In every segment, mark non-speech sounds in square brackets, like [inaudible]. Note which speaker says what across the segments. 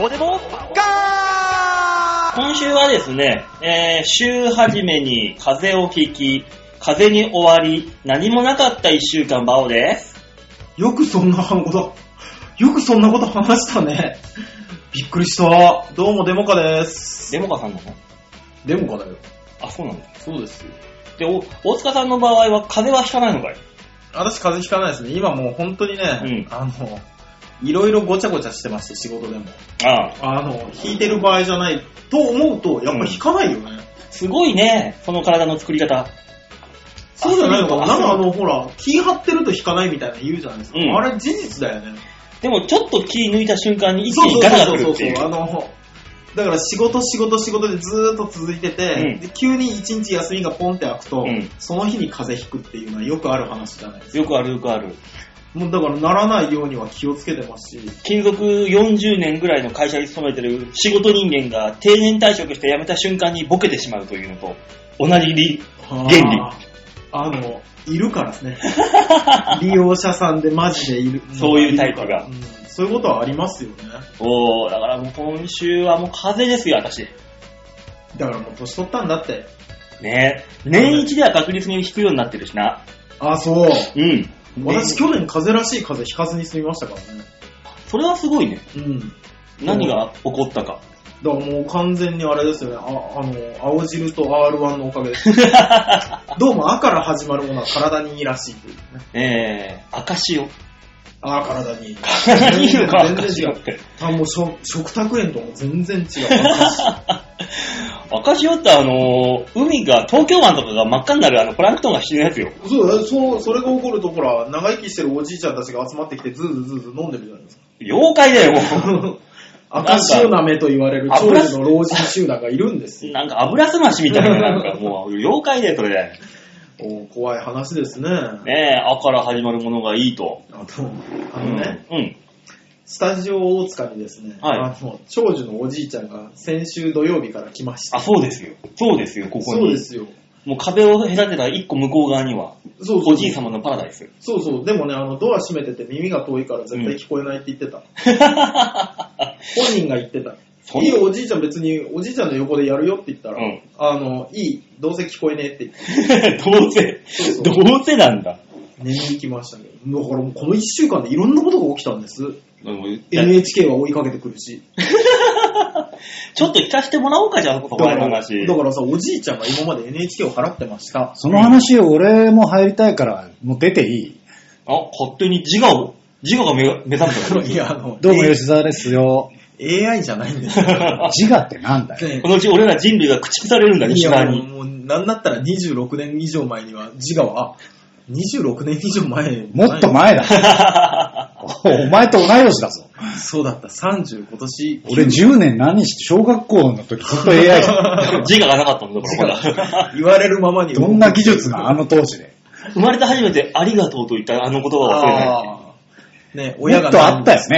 Speaker 1: オデモガー
Speaker 2: 今週はですね、えー週初めに風邪をひき、風邪に終わり、何もなかった一週間、バオです。
Speaker 3: よくそんなこと、よくそんなこと話したね。びっくりした。どうもデモカです。
Speaker 2: デモカさんなの
Speaker 3: デモカだよ。
Speaker 2: あ、そうなんだ。
Speaker 3: そうですよ。
Speaker 2: で、お大塚さんの場合は風邪はひかないのかい
Speaker 3: 私風邪ひかないですね。今もう本当にね、あの、いろいろごちゃごちゃしてまして、仕事でも。
Speaker 2: ああ。
Speaker 3: あの、引いてる場合じゃないと思うと、やっぱ引かないよね。
Speaker 2: すごいね、その体の作り方。
Speaker 3: そうじゃないのかな
Speaker 2: あ
Speaker 3: な
Speaker 2: そう
Speaker 3: んかあの、ほら、気張ってると引かないみたいな言うじゃないですか。
Speaker 2: うん
Speaker 3: あれ事実だよね。
Speaker 2: でも、ちょっと気抜いた瞬間に一気
Speaker 3: そうそ
Speaker 2: に
Speaker 3: う
Speaker 2: ガタが
Speaker 3: そう
Speaker 2: 来
Speaker 3: そ
Speaker 2: る
Speaker 3: う
Speaker 2: ってい
Speaker 3: そう。あ
Speaker 2: う。
Speaker 3: の、だから仕事仕事仕事でずーっと続いてて、
Speaker 2: うん
Speaker 3: で急に一日休みがポンって開くと、
Speaker 2: うん
Speaker 3: その日に風邪ひくっていうのはよくある話じゃないですか。
Speaker 2: よくあるよくある。
Speaker 3: もうだからならないようには気をつけてますし、
Speaker 2: 勤続40年ぐらいの会社に勤めてる仕事人間が定年退職して辞めた瞬間にボケてしまうというのと同じ理原理
Speaker 3: あー。あの、いるからです
Speaker 2: [laughs]
Speaker 3: ね。利用者さんでマジでいる。
Speaker 2: そういうタイプが
Speaker 3: うんそういうことはありますよね。
Speaker 2: おー、だからもう今週はもう風邪ですよ、私。
Speaker 3: だからもう年取ったんだって。
Speaker 2: ね年一では確実に引くようになってるしな。
Speaker 3: あ、そう。
Speaker 2: うん。
Speaker 3: 私
Speaker 2: ね
Speaker 3: 去年風邪らしい風邪ひかずに済みましたからね。
Speaker 2: それはすごいね。
Speaker 3: うん。
Speaker 2: 何が起こったか。
Speaker 3: だからもう完全にあれですよね。あ、あの、青汁と R1 のおか [laughs] げです。どうも、あから始まるものは体にいいらしいというね。
Speaker 2: えー、赤潮。
Speaker 3: あ、体にいい。
Speaker 2: 何言うのか
Speaker 3: 全
Speaker 2: 赤
Speaker 3: 然
Speaker 2: 潮
Speaker 3: 違
Speaker 2: っ
Speaker 3: う。
Speaker 2: て。
Speaker 3: あ、もうしょ食卓園とも全然違 [laughs] う。あ
Speaker 2: 赤潮ってあのー海が、東京湾とかが真っ赤になるあの、プランクトンが死ぬやつよ。
Speaker 3: そうだねそう、それが起こると、ほら、長生きしてるおじいちゃんたちが集まってきて、ずーずーずーずー飲んでるじゃないですか。
Speaker 2: 妖怪だよ、も
Speaker 3: 赤潮なめと言われる長寿の老人集団がいるんです
Speaker 2: う。
Speaker 3: よ。
Speaker 2: なんか油すましみたいな、なんかもう、妖怪だよ、それ。
Speaker 3: おー怖い話ですね。
Speaker 2: ねえ、あから始まるものがいいと。
Speaker 3: あと、あのね、
Speaker 2: うん。
Speaker 3: スタジオ大塚にですね、
Speaker 2: はい
Speaker 3: あの長女のおじいちゃんが先週土曜日から来ました。
Speaker 2: あ、そうですよ。そうですよ、ここに。
Speaker 3: そうですよ。
Speaker 2: もう壁を隔てた一個向こう側には、
Speaker 3: そうそう
Speaker 2: おじい様のパラダイス。 [laughs]
Speaker 3: そうそう。でもね、あの、ドア閉めてて耳が遠いから絶対聞こえないって言ってた。本人が言ってた。
Speaker 2: [laughs] そん
Speaker 3: いいよ、おじいちゃん別に、おじいちゃんの横でやるよって言ったら、
Speaker 2: うん
Speaker 3: あの、いい、どうせ聞こえねえって言って、
Speaker 2: どうせ
Speaker 3: そうそ、う
Speaker 2: どうせなんだ。
Speaker 3: 寝に行きましたけど。だからもうこの1週間でいろんなことが起きたんです。
Speaker 2: いや
Speaker 3: NHK は追いかけてくるし。
Speaker 2: ちょっと聞かせてもらおうか、じゃあ、ここ前の話。
Speaker 3: だからさ、おじいちゃんが今まで NHK を払ってました。
Speaker 4: その話、俺も入りたいから、もう出ていい
Speaker 2: あ、勝手に自我を、自我が目が目覚めたの
Speaker 3: [laughs] いや、あの、
Speaker 4: どうも吉沢ですよ。
Speaker 3: AI じゃないんですよ。
Speaker 4: 自我ってなんだよ。
Speaker 2: このうち俺ら人類が駆逐されるんだね、
Speaker 3: い
Speaker 2: 西
Speaker 3: や
Speaker 2: 側
Speaker 3: もう
Speaker 2: に。
Speaker 3: もう、なんだったら26年以上前には、自我は、あ、26年以上前。
Speaker 4: もっと前だ。 [laughs] お前と同い年だぞ。
Speaker 3: そうだった、30、今年。
Speaker 4: 俺10年何して、小学校の時ずっと AI [laughs] だっ
Speaker 2: 自我がなかったんだから、まだ。
Speaker 3: 言われるままに。
Speaker 4: た。どんな技術があの当時で。
Speaker 2: 生まれて初めてありがとうと言ったあの言葉を忘れない。
Speaker 3: あーね、
Speaker 4: も
Speaker 3: 親
Speaker 4: っ
Speaker 3: が
Speaker 4: と
Speaker 3: 何
Speaker 4: あったよ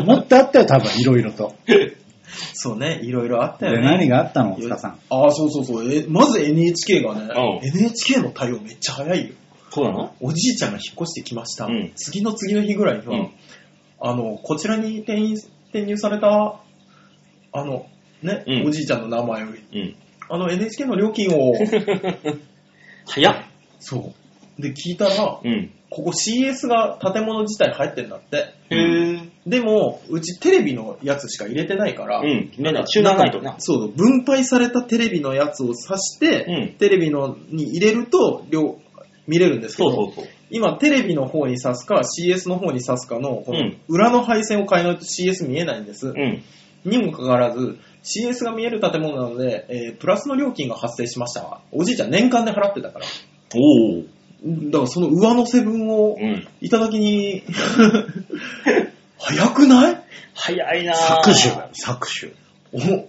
Speaker 4: ね。もっとあったよ、多分、いろいろと。
Speaker 3: そうね、いろいろあったよ
Speaker 4: で、
Speaker 3: ね。
Speaker 4: 何があったの、塚さん。
Speaker 3: ああ、そうそうそう。えまず NHK がね、
Speaker 2: うん
Speaker 3: NHK の対応めっちゃ早いよ。
Speaker 2: そうなの
Speaker 3: おじいちゃんが引っ越してきました。
Speaker 2: うん
Speaker 3: 次の次の日ぐらいには、
Speaker 2: うん
Speaker 3: あの、こちらに転入転入された、あの、ね、
Speaker 2: うん
Speaker 3: おじいちゃんの名前を言って
Speaker 2: うん。
Speaker 3: あの NHK の料金
Speaker 2: [laughs]
Speaker 3: を、
Speaker 2: 早っ。
Speaker 3: そう。で、聞いたら、こ
Speaker 2: うん。
Speaker 3: こ CS が建物自体入ってんだって。
Speaker 2: へぇー。
Speaker 3: でも、うちテレビのやつしか入れてないから、
Speaker 2: うん。なんだ、中断ないとな。
Speaker 3: そう、分配されたテレビのやつを挿して、
Speaker 2: うん
Speaker 3: テレビのに入れると、両、見れるんですけ
Speaker 2: そ
Speaker 3: ど、
Speaker 2: うそうそう。
Speaker 3: 今テレビの方に挿すか CS の方に挿すかの、こ
Speaker 2: う
Speaker 3: の
Speaker 2: ん
Speaker 3: 裏の配線を変えないと CS 見えないんです。
Speaker 2: うん。
Speaker 3: にもかかわらず、CS が見える建物なので、えープラスの料金が発生しましたわ。おじいちゃん年間で払ってたから。
Speaker 2: おー。
Speaker 3: だからその上乗せ分を
Speaker 2: うん。
Speaker 3: いただきに、 [laughs] 早くない
Speaker 2: 早いなぁ。
Speaker 4: だよ、搾取。
Speaker 3: お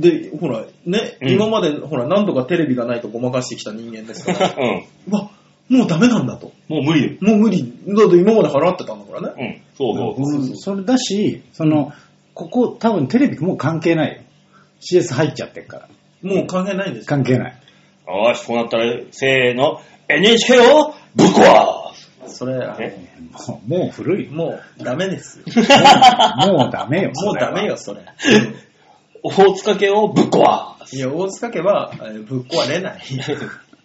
Speaker 3: で、ほら、ね、
Speaker 2: うん
Speaker 3: 今まで、ほら、何度かテレビがないとごまかしてきた人間です [laughs] から、
Speaker 2: うん。
Speaker 3: うわ、もうダメなんだと。
Speaker 2: [laughs] もう無理よ。
Speaker 3: もう無理。だって今まで払ってたんだからね。
Speaker 2: うん。そうそうそう。
Speaker 4: うんそれだし、その、ここ多分テレビもう関係ないよ。CS 入っちゃってるから。
Speaker 3: もう関係ないんですよ。
Speaker 4: 関係ない。
Speaker 2: よーし、こうなったら、せーの、NHK をぶっ壊す
Speaker 3: それ、あの
Speaker 2: え
Speaker 4: もうもう古いよ。も
Speaker 3: もうダメです [laughs] よ。
Speaker 4: う [laughs] もうダメよ。
Speaker 3: もうダメ
Speaker 4: よ。
Speaker 3: よ、それ。
Speaker 2: 大塚家をぶっ壊す。
Speaker 3: いや、大塚家はえーぶっ壊れない。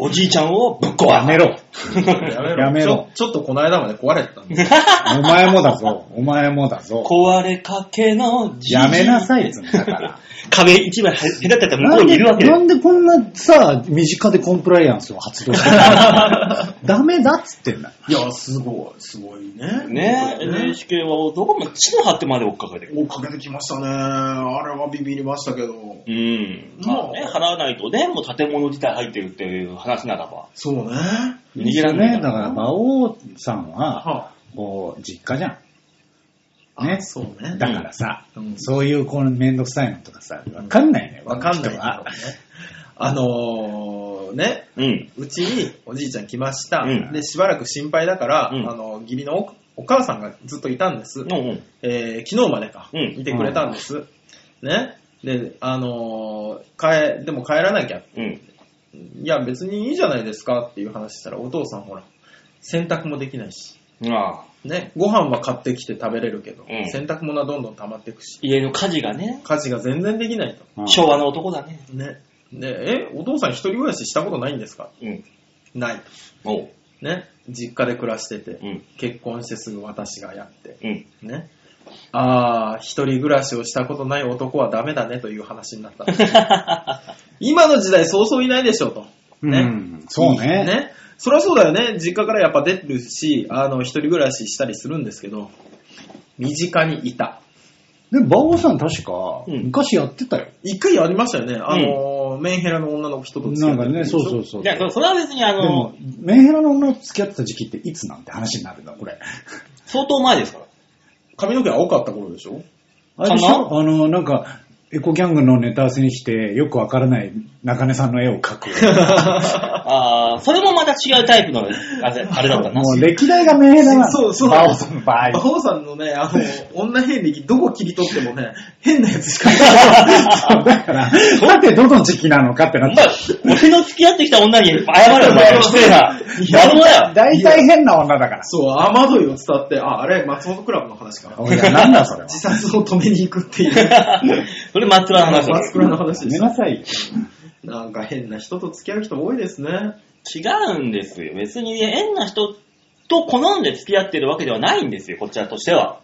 Speaker 2: おじいちゃんをぶっ壊す。
Speaker 4: やめろ。
Speaker 3: やめろ。
Speaker 4: やめろ
Speaker 3: ちょ。ちょっとこの間まで壊れてたんで。
Speaker 4: お前もだぞ。お前もだぞ。
Speaker 2: 壊れかけのじじい
Speaker 4: やめなさいっつうんだから。
Speaker 2: 壁一枚隔てたら向
Speaker 4: な
Speaker 2: こうんにい
Speaker 4: で、
Speaker 2: るわけだ
Speaker 4: な
Speaker 2: よ。
Speaker 4: んでこんなさ、身近でコンプライアンスを発動するのダメだっつってんだ。
Speaker 3: いや、すごい、すごいね。
Speaker 2: ね
Speaker 3: 本当にね
Speaker 2: NHK はどこも地の張ってまで追っかけてくる。
Speaker 3: 追っかけてきましたね。あれはビビりましたけど。
Speaker 2: うん。まあ
Speaker 3: もう
Speaker 2: ね、払わないとね、もう建物自体入ってるっていう話ならば。
Speaker 3: そうね。
Speaker 2: 逃げらんない
Speaker 4: ね。だから、馬王さんは、
Speaker 3: は
Speaker 4: こう、実家じゃ
Speaker 3: あ、
Speaker 4: ん。ね
Speaker 3: あ。そうね。
Speaker 4: だからさ、
Speaker 3: うん
Speaker 4: そういうこのめんどくさいのとかさ、わかんないね。
Speaker 3: わかんない [laughs]
Speaker 4: この人
Speaker 3: けど
Speaker 4: は
Speaker 3: ね。あのー、ね、
Speaker 2: うん。
Speaker 3: うちにおじいちゃん来ました。
Speaker 2: うん
Speaker 3: で、しばらく心配だから、
Speaker 2: うん
Speaker 3: あの、義理のおお母さんがずっといたんです。
Speaker 2: うんうん。
Speaker 3: えー昨日までか、
Speaker 2: うん
Speaker 3: いてくれたんです。ね。で、あのー帰、でも帰らなきゃ。
Speaker 2: うん。
Speaker 3: いや、別にいいじゃないですかっていう話したら、お父さんほら、洗濯もできないし、
Speaker 2: ああ
Speaker 3: ね。ご飯は買ってきて食べれるけど、
Speaker 2: うん
Speaker 3: 洗濯物はどんどん溜まっていくし、
Speaker 2: 家の家事がね、
Speaker 3: 家事が全然できないと。
Speaker 4: うん
Speaker 2: 昭和の男だね。
Speaker 3: ね。で、え、お父さん一人暮らししたことないんですか
Speaker 2: うん。
Speaker 3: ない。
Speaker 2: おう。
Speaker 3: ね。実家で暮らしてて。
Speaker 2: うん。
Speaker 3: 結婚してすぐ私がやって、
Speaker 2: うん。
Speaker 3: ね。ああ、一人暮らしをしたことない男はダメだねという話になったんです。今の時代そうそういないでしょうと。ね。
Speaker 4: うんそうね
Speaker 3: ね。そりゃそうだよね。実家からやっぱ出てるし、あの、一人暮らししたりするんですけど、身近にいた。
Speaker 4: で、馬王さん確か、
Speaker 2: うん
Speaker 4: 昔やってたよ。
Speaker 3: 一回ありましたよね。あの、メンヘラの女の人と
Speaker 4: なんか
Speaker 3: てる
Speaker 4: ね、
Speaker 3: でし
Speaker 4: そ
Speaker 3: ょ
Speaker 4: うそうそう。
Speaker 2: じゃあ、それは別にあ
Speaker 4: でも
Speaker 2: の、、
Speaker 4: メンヘラの女と付き合ってた時期っていつなんて話になるんだ、これ。
Speaker 2: 相当前 [laughs] ですから。
Speaker 3: 髪の毛青かった頃でしょ
Speaker 4: あれでし
Speaker 2: か
Speaker 4: ょあの、なんか、エコギャングのネタ合わせにして、よくわからない中根さんの絵を描
Speaker 3: [laughs]
Speaker 4: く。
Speaker 2: ああ、それもまた違うタイプの、あれあれだったな
Speaker 4: も。う歴代がメンヘラなの
Speaker 3: そう [laughs] そう
Speaker 4: 馬王さんの場合。
Speaker 3: 馬王さんのね、あの、
Speaker 4: [laughs]
Speaker 3: 女変歴どこ切り取ってもね、変なやつしかいない。
Speaker 4: [laughs] そうだから、さてどの時期なのかって
Speaker 2: お
Speaker 4: なっ
Speaker 2: 前
Speaker 4: た。、
Speaker 2: 俺の付き合ってきた女に謝 [laughs] れ、お前。失礼な。やるだよ。
Speaker 4: 大体変な女だから。
Speaker 3: そう、雨どいを伝って、あ、あれ、松本クラブの話かな。
Speaker 4: おいや、なんだそれは。
Speaker 3: 自殺を止めに行くっていう。
Speaker 2: それ松倉の話
Speaker 3: 松倉の話で
Speaker 4: 寝
Speaker 3: し
Speaker 4: な
Speaker 3: た。
Speaker 4: さいよ。
Speaker 3: [laughs] なんか変な人と付き合う人多いですね。
Speaker 2: 違うんですよ。別にね、変な人と好んで付き合ってるわけではないんですよ、こちらとしては。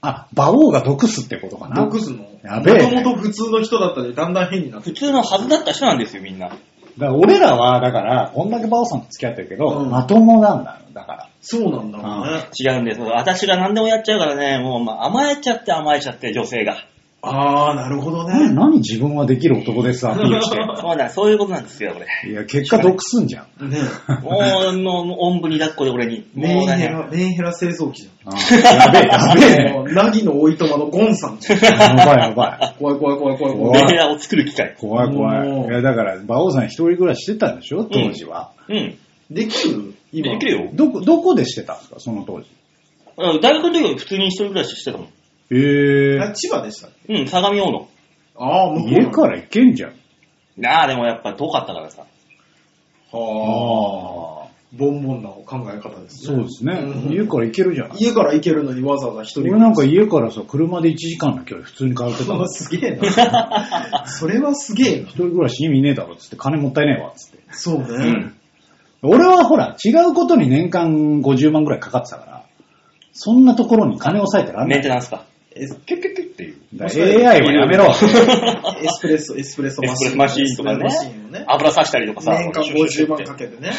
Speaker 4: あ、馬王が毒すってことかな。
Speaker 3: 毒すの。
Speaker 4: やべえね
Speaker 3: もともと普通の人だったのにだんだん変になって
Speaker 2: 普。通のはずだった人なんですよ、みんな。
Speaker 4: だから俺らは、だから、こんだけ馬王さんと付き合ってるけど、
Speaker 3: うん
Speaker 4: まともなんだよ。だから。
Speaker 3: そうなんだろうね。
Speaker 2: 違うんです。私が何でもやっちゃうからね、もうまあ甘えちゃって甘えちゃって、女性が。
Speaker 3: あー、なるほど
Speaker 4: え
Speaker 3: ね。
Speaker 4: 何自分はできる男ですアピールして。
Speaker 2: そうだ、そういうことなんですよ、これ。
Speaker 4: いや、結果毒すんじゃん。
Speaker 3: ね
Speaker 2: もう、あのおんぶに抱っこで俺に。
Speaker 3: メ
Speaker 2: [laughs] もう
Speaker 3: ンヘ
Speaker 2: ね、
Speaker 3: ラ、メンヘラ製造機じゃ
Speaker 4: あやべえ、や
Speaker 3: ん。
Speaker 4: べ
Speaker 3: あのナギのおいとまのゴンさんじゃん。
Speaker 4: え。やばい、やばい。
Speaker 3: 怖い怖い怖い怖い怖
Speaker 2: メ
Speaker 3: い
Speaker 2: ン。ヘラを作る機会。
Speaker 4: 怖い、怖
Speaker 3: も
Speaker 4: い。
Speaker 3: う
Speaker 4: いや、だから、馬王さん一人暮らししてたんでしょ当時は。
Speaker 2: うん。
Speaker 3: できる今。
Speaker 2: できるよ。
Speaker 4: どこ、どこでしてたんですかその当時。
Speaker 2: うん大学の時は普通に一人暮らししてたもん。
Speaker 4: え
Speaker 3: あ千葉でしたっけ
Speaker 2: うん、相模大野。
Speaker 3: あー、向こう
Speaker 4: 家
Speaker 3: なんだ
Speaker 4: から行けんじゃん。
Speaker 2: なあ、でもやっぱ遠かったからさ。
Speaker 3: はあ。
Speaker 4: ああ。
Speaker 3: ボンボンなお考え方です
Speaker 4: そう
Speaker 3: ね。
Speaker 4: ですね
Speaker 3: う。ん
Speaker 4: 家から行けるじゃない。
Speaker 3: 家から行けるのにわざわざ一人。
Speaker 4: 俺なんか家からさ、車で1時間の距離普通に通 [laughs] ってたの
Speaker 3: すげえな。それはすげえな
Speaker 4: 一。人暮らし意味ねえだろっつって、金もったいねえわっつって。
Speaker 3: そうね。
Speaker 2: うん。
Speaker 4: 俺はほら、違うことに年間50万ぐらいかかってたから、そんなところに金を割いてらんな
Speaker 2: メン
Speaker 4: い。
Speaker 2: テナンスか。
Speaker 3: エス
Speaker 2: キュッキュッキュッっていう。
Speaker 4: だから AI はや
Speaker 3: [laughs]
Speaker 4: めろ。
Speaker 3: エスプレッソ、エスプレッソ
Speaker 2: エ
Speaker 3: マ
Speaker 2: スプ
Speaker 3: シ
Speaker 2: レ
Speaker 3: ン。
Speaker 2: スマシーンとか
Speaker 3: エ
Speaker 2: ね
Speaker 3: スプレッソマシンをね。
Speaker 2: 油さしたりとかさ。
Speaker 3: 年間50万か
Speaker 2: け
Speaker 3: けてね。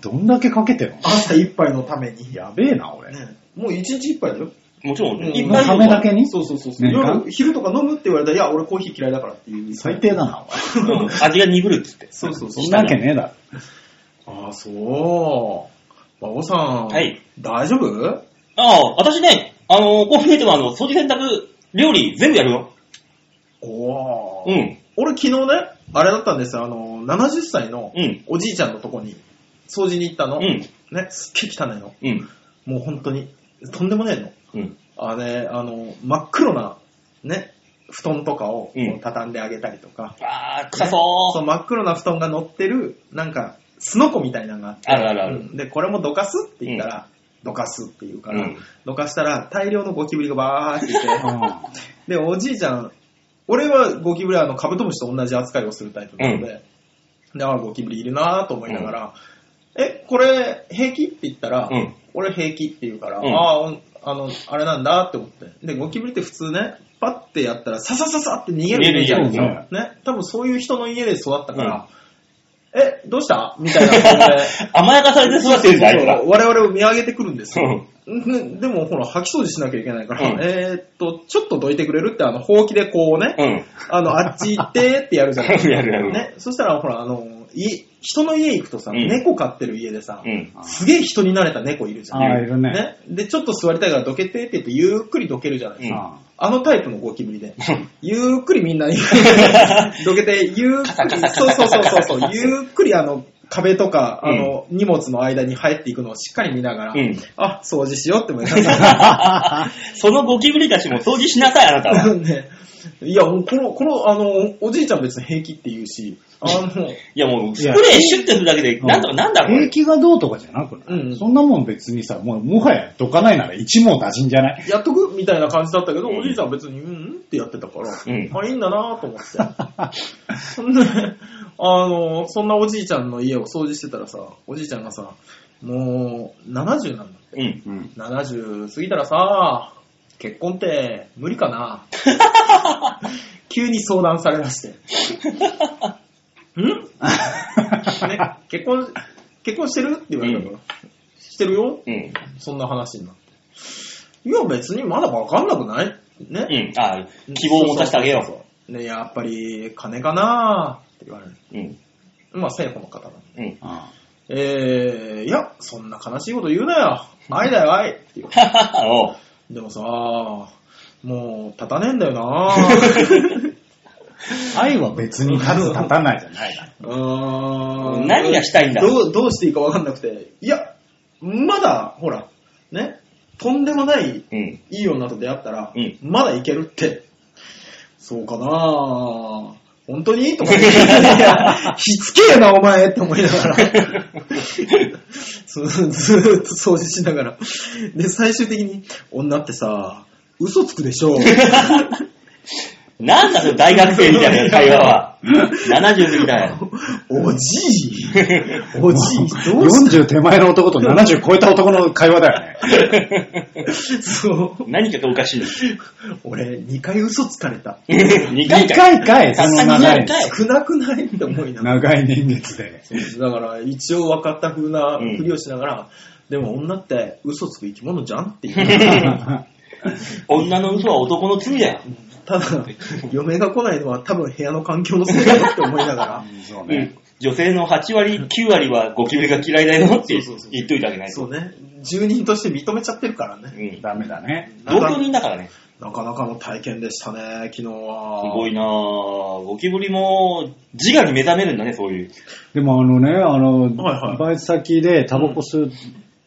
Speaker 4: どんだけかけてんの
Speaker 3: 朝一杯のために。
Speaker 4: やべえな、俺。
Speaker 3: ねもう一日一杯だよ。
Speaker 2: もちろん、
Speaker 3: うん
Speaker 2: いっぱ
Speaker 4: の
Speaker 2: い
Speaker 4: ためだけに
Speaker 3: そうそうそうそう。
Speaker 4: 年間
Speaker 3: 夜、昼とか飲むって言われたら、いや、俺コーヒー嫌いだからっていう。
Speaker 4: 最低だな、
Speaker 2: う
Speaker 4: お前。
Speaker 2: ん味が鈍るっつって。
Speaker 3: そうそうそ
Speaker 4: そ。
Speaker 3: うん
Speaker 4: なわけねえだろ。
Speaker 3: ああ、そう。馬王さん。
Speaker 2: はい。
Speaker 3: 大丈夫
Speaker 2: ああ、私ね、あのー、こう見えてもあの、掃除洗濯、料理全部やるよ。
Speaker 3: お
Speaker 2: う
Speaker 3: ー。
Speaker 2: ん。
Speaker 3: 俺昨日ね、あれだったんですよ。あの、70歳の
Speaker 2: うん
Speaker 3: おじいちゃんのとこに掃除に行ったの。
Speaker 2: うん。
Speaker 3: ね、すっげえ汚いの。
Speaker 2: うん。
Speaker 3: もう本当に、とんでもねえの。
Speaker 2: うん。
Speaker 3: あれ、あの、真っ黒な、ね、布団とかを
Speaker 2: うん
Speaker 3: こう畳んであげたりとか、
Speaker 2: ああ、臭そ。
Speaker 3: そうの真っ黒な布団が乗ってる、なんか、すのこみたいなのがあって、
Speaker 2: あるあるある
Speaker 3: うんで、これもどかすって言ったら、どかすっていうか
Speaker 2: う
Speaker 3: ら、
Speaker 2: ん。
Speaker 3: どかしたら大量のゴキブリがバーっていて、
Speaker 4: あ
Speaker 3: で、おじいちゃん、俺はゴキブリはあのカブトムシと同じ扱いをするタイプなので、で、ああ、ゴキブリいるなぁと思いながら、え、これ平気って言ったら、
Speaker 2: うん
Speaker 3: 俺平気って言うから、
Speaker 2: うん
Speaker 3: ああおん、あの、あれなんだって思って。で、ゴキブリって普通ね、パッてやったら、ささささって逃げるイメージあるんです
Speaker 4: 逃げる
Speaker 3: よ。ね、多分そういう人の家で育ったから、え、どうしたみたいな感
Speaker 2: [laughs]
Speaker 3: じで。
Speaker 2: 甘やかされて育ってるんだ、あいつら。
Speaker 3: 我々を見上げてくるんですよ。
Speaker 2: うん
Speaker 3: んでもほら、掃き掃除しなきゃいけないから、
Speaker 2: うん
Speaker 3: えーっと、ちょっとどいてくれるって、あの、ほうきでこうね、
Speaker 2: うん。
Speaker 3: あの、あっち行ってってやるじゃないです
Speaker 2: [laughs]
Speaker 3: か。
Speaker 2: やるやる
Speaker 3: ね。そしたら、ほら、あの、い、人の家行くとさ、
Speaker 2: うん
Speaker 3: 猫飼ってる家でさ、
Speaker 2: うん。
Speaker 3: すげえ人に慣れた猫いるじゃん。
Speaker 4: あ、いるね。
Speaker 3: ね。で、ちょっと座りたいからどけてって言って、ゆっくりどけるじゃないですか。
Speaker 2: うん
Speaker 4: あ
Speaker 3: あのタイプのゴキブリで、ゆっくりみ
Speaker 2: [laughs]
Speaker 3: んな、どけて、ゆっくり、そうそうそうそうそう、ゆっくりあの、壁とか、あの、荷物の間に入っていくのをしっかり見ながら、
Speaker 2: うん。
Speaker 3: あ、掃除しようって思いました。
Speaker 2: そのゴキブリたちも掃除しなさい、あなた [laughs] は。
Speaker 3: [laughs] ねいや、もうこの、この、あの、おじいちゃん別に平気って言うし、あの、
Speaker 2: いやもう、スプレーシュッてするだけで、
Speaker 4: うん
Speaker 2: なんとかなんだろう
Speaker 4: 平
Speaker 2: ね。
Speaker 4: 気がどうとかじゃなくない、
Speaker 3: うん
Speaker 4: そんなもん別にさ、もうもはやどかないなら一網打尽じゃない
Speaker 3: やっとくみたいな感じだったけど、
Speaker 2: うん
Speaker 3: おじいちゃんは別に、うんうんってやってたから、
Speaker 2: うん
Speaker 3: まあいいんだなと思
Speaker 2: [laughs]
Speaker 3: って。そんな、あの、そんなおじいちゃんの家を掃除してたらさ、おじいちゃんがさ、もう、70なんだ。
Speaker 2: うん。
Speaker 4: うん。
Speaker 3: 70過ぎたらさ、結婚って無理
Speaker 2: [laughs]
Speaker 3: かな急に相談されまして。んね、結婚、結婚してるって言われたから、してるよ
Speaker 2: うん。
Speaker 3: そんな話になって。いや、別にまだわかんなくない
Speaker 2: うん
Speaker 3: ね、。
Speaker 2: あ希望を持たせてあげよう。
Speaker 3: そうそうね、やっぱり、金かなって言われる。
Speaker 2: うん。
Speaker 3: まあ、聖子の方なん
Speaker 2: う
Speaker 3: で。
Speaker 2: ん。 [laughs]
Speaker 4: あ
Speaker 3: えー、いや、そんな悲しいこと言うなよ。愛だよ、愛って言う
Speaker 2: はははおう
Speaker 3: でもさ、もう、立たねえんだ
Speaker 2: [laughs]
Speaker 3: よな
Speaker 4: 愛は別に数立たないじゃないな。
Speaker 3: うーん。
Speaker 2: 何がしたいんだ
Speaker 3: どう、どうしていいかわかんなくて。いや、まだ、ほら、ね、とんでもない
Speaker 2: うん。 [laughs]
Speaker 3: いい女と出会ったら、
Speaker 2: うん
Speaker 3: まだいけるって。そうかなぁ。本当に
Speaker 2: [laughs]
Speaker 3: とか言って。いやしつけえな、お前って思いながら。そうずーっと掃除しながら。で、最終的に、女ってさ、嘘つくでしょ。
Speaker 2: なんだその大学生みたいな会話は。70過ぎたよ。
Speaker 3: おじい。おじい、どうし
Speaker 4: 40手前の男と70超えた男の会話だよね。
Speaker 3: てそう。
Speaker 2: 何かがおかしい。
Speaker 3: 俺、2回嘘つかれた。
Speaker 2: 2回
Speaker 4: 2
Speaker 2: かい。
Speaker 4: 回かい、そ
Speaker 2: たっ
Speaker 4: の
Speaker 2: た2
Speaker 4: 長い
Speaker 2: 回、かい。
Speaker 3: 少なくないって思いながら。
Speaker 4: 長い年月で。
Speaker 3: だから、一応分かった風な
Speaker 2: うん
Speaker 3: ふりをしながら、でも女って嘘つく生き物じゃんっていう。
Speaker 2: 女の嘘は男の罪だよ。
Speaker 3: ただ、嫁が来ないのは多分部屋の環境のせいだなって思いながら。
Speaker 4: そう
Speaker 2: う
Speaker 4: ね
Speaker 2: ん。女性の8割、9割はゴキブリが嫌いだよって
Speaker 3: そうそうそう
Speaker 2: 言っといてあげないと。
Speaker 3: そうね。住人として認めちゃってるから
Speaker 2: う
Speaker 3: ね。
Speaker 2: ん。
Speaker 4: ダメだね。
Speaker 3: な
Speaker 2: 同
Speaker 3: か
Speaker 2: 居人だからね。
Speaker 3: なかなかの体験でしたね、昨日は。
Speaker 2: すごいなぁ。ゴキブリも自我に目覚めるんだね、そういう。
Speaker 4: でもあのね、あの、
Speaker 3: はいはい
Speaker 4: バイト先でタバコ吸う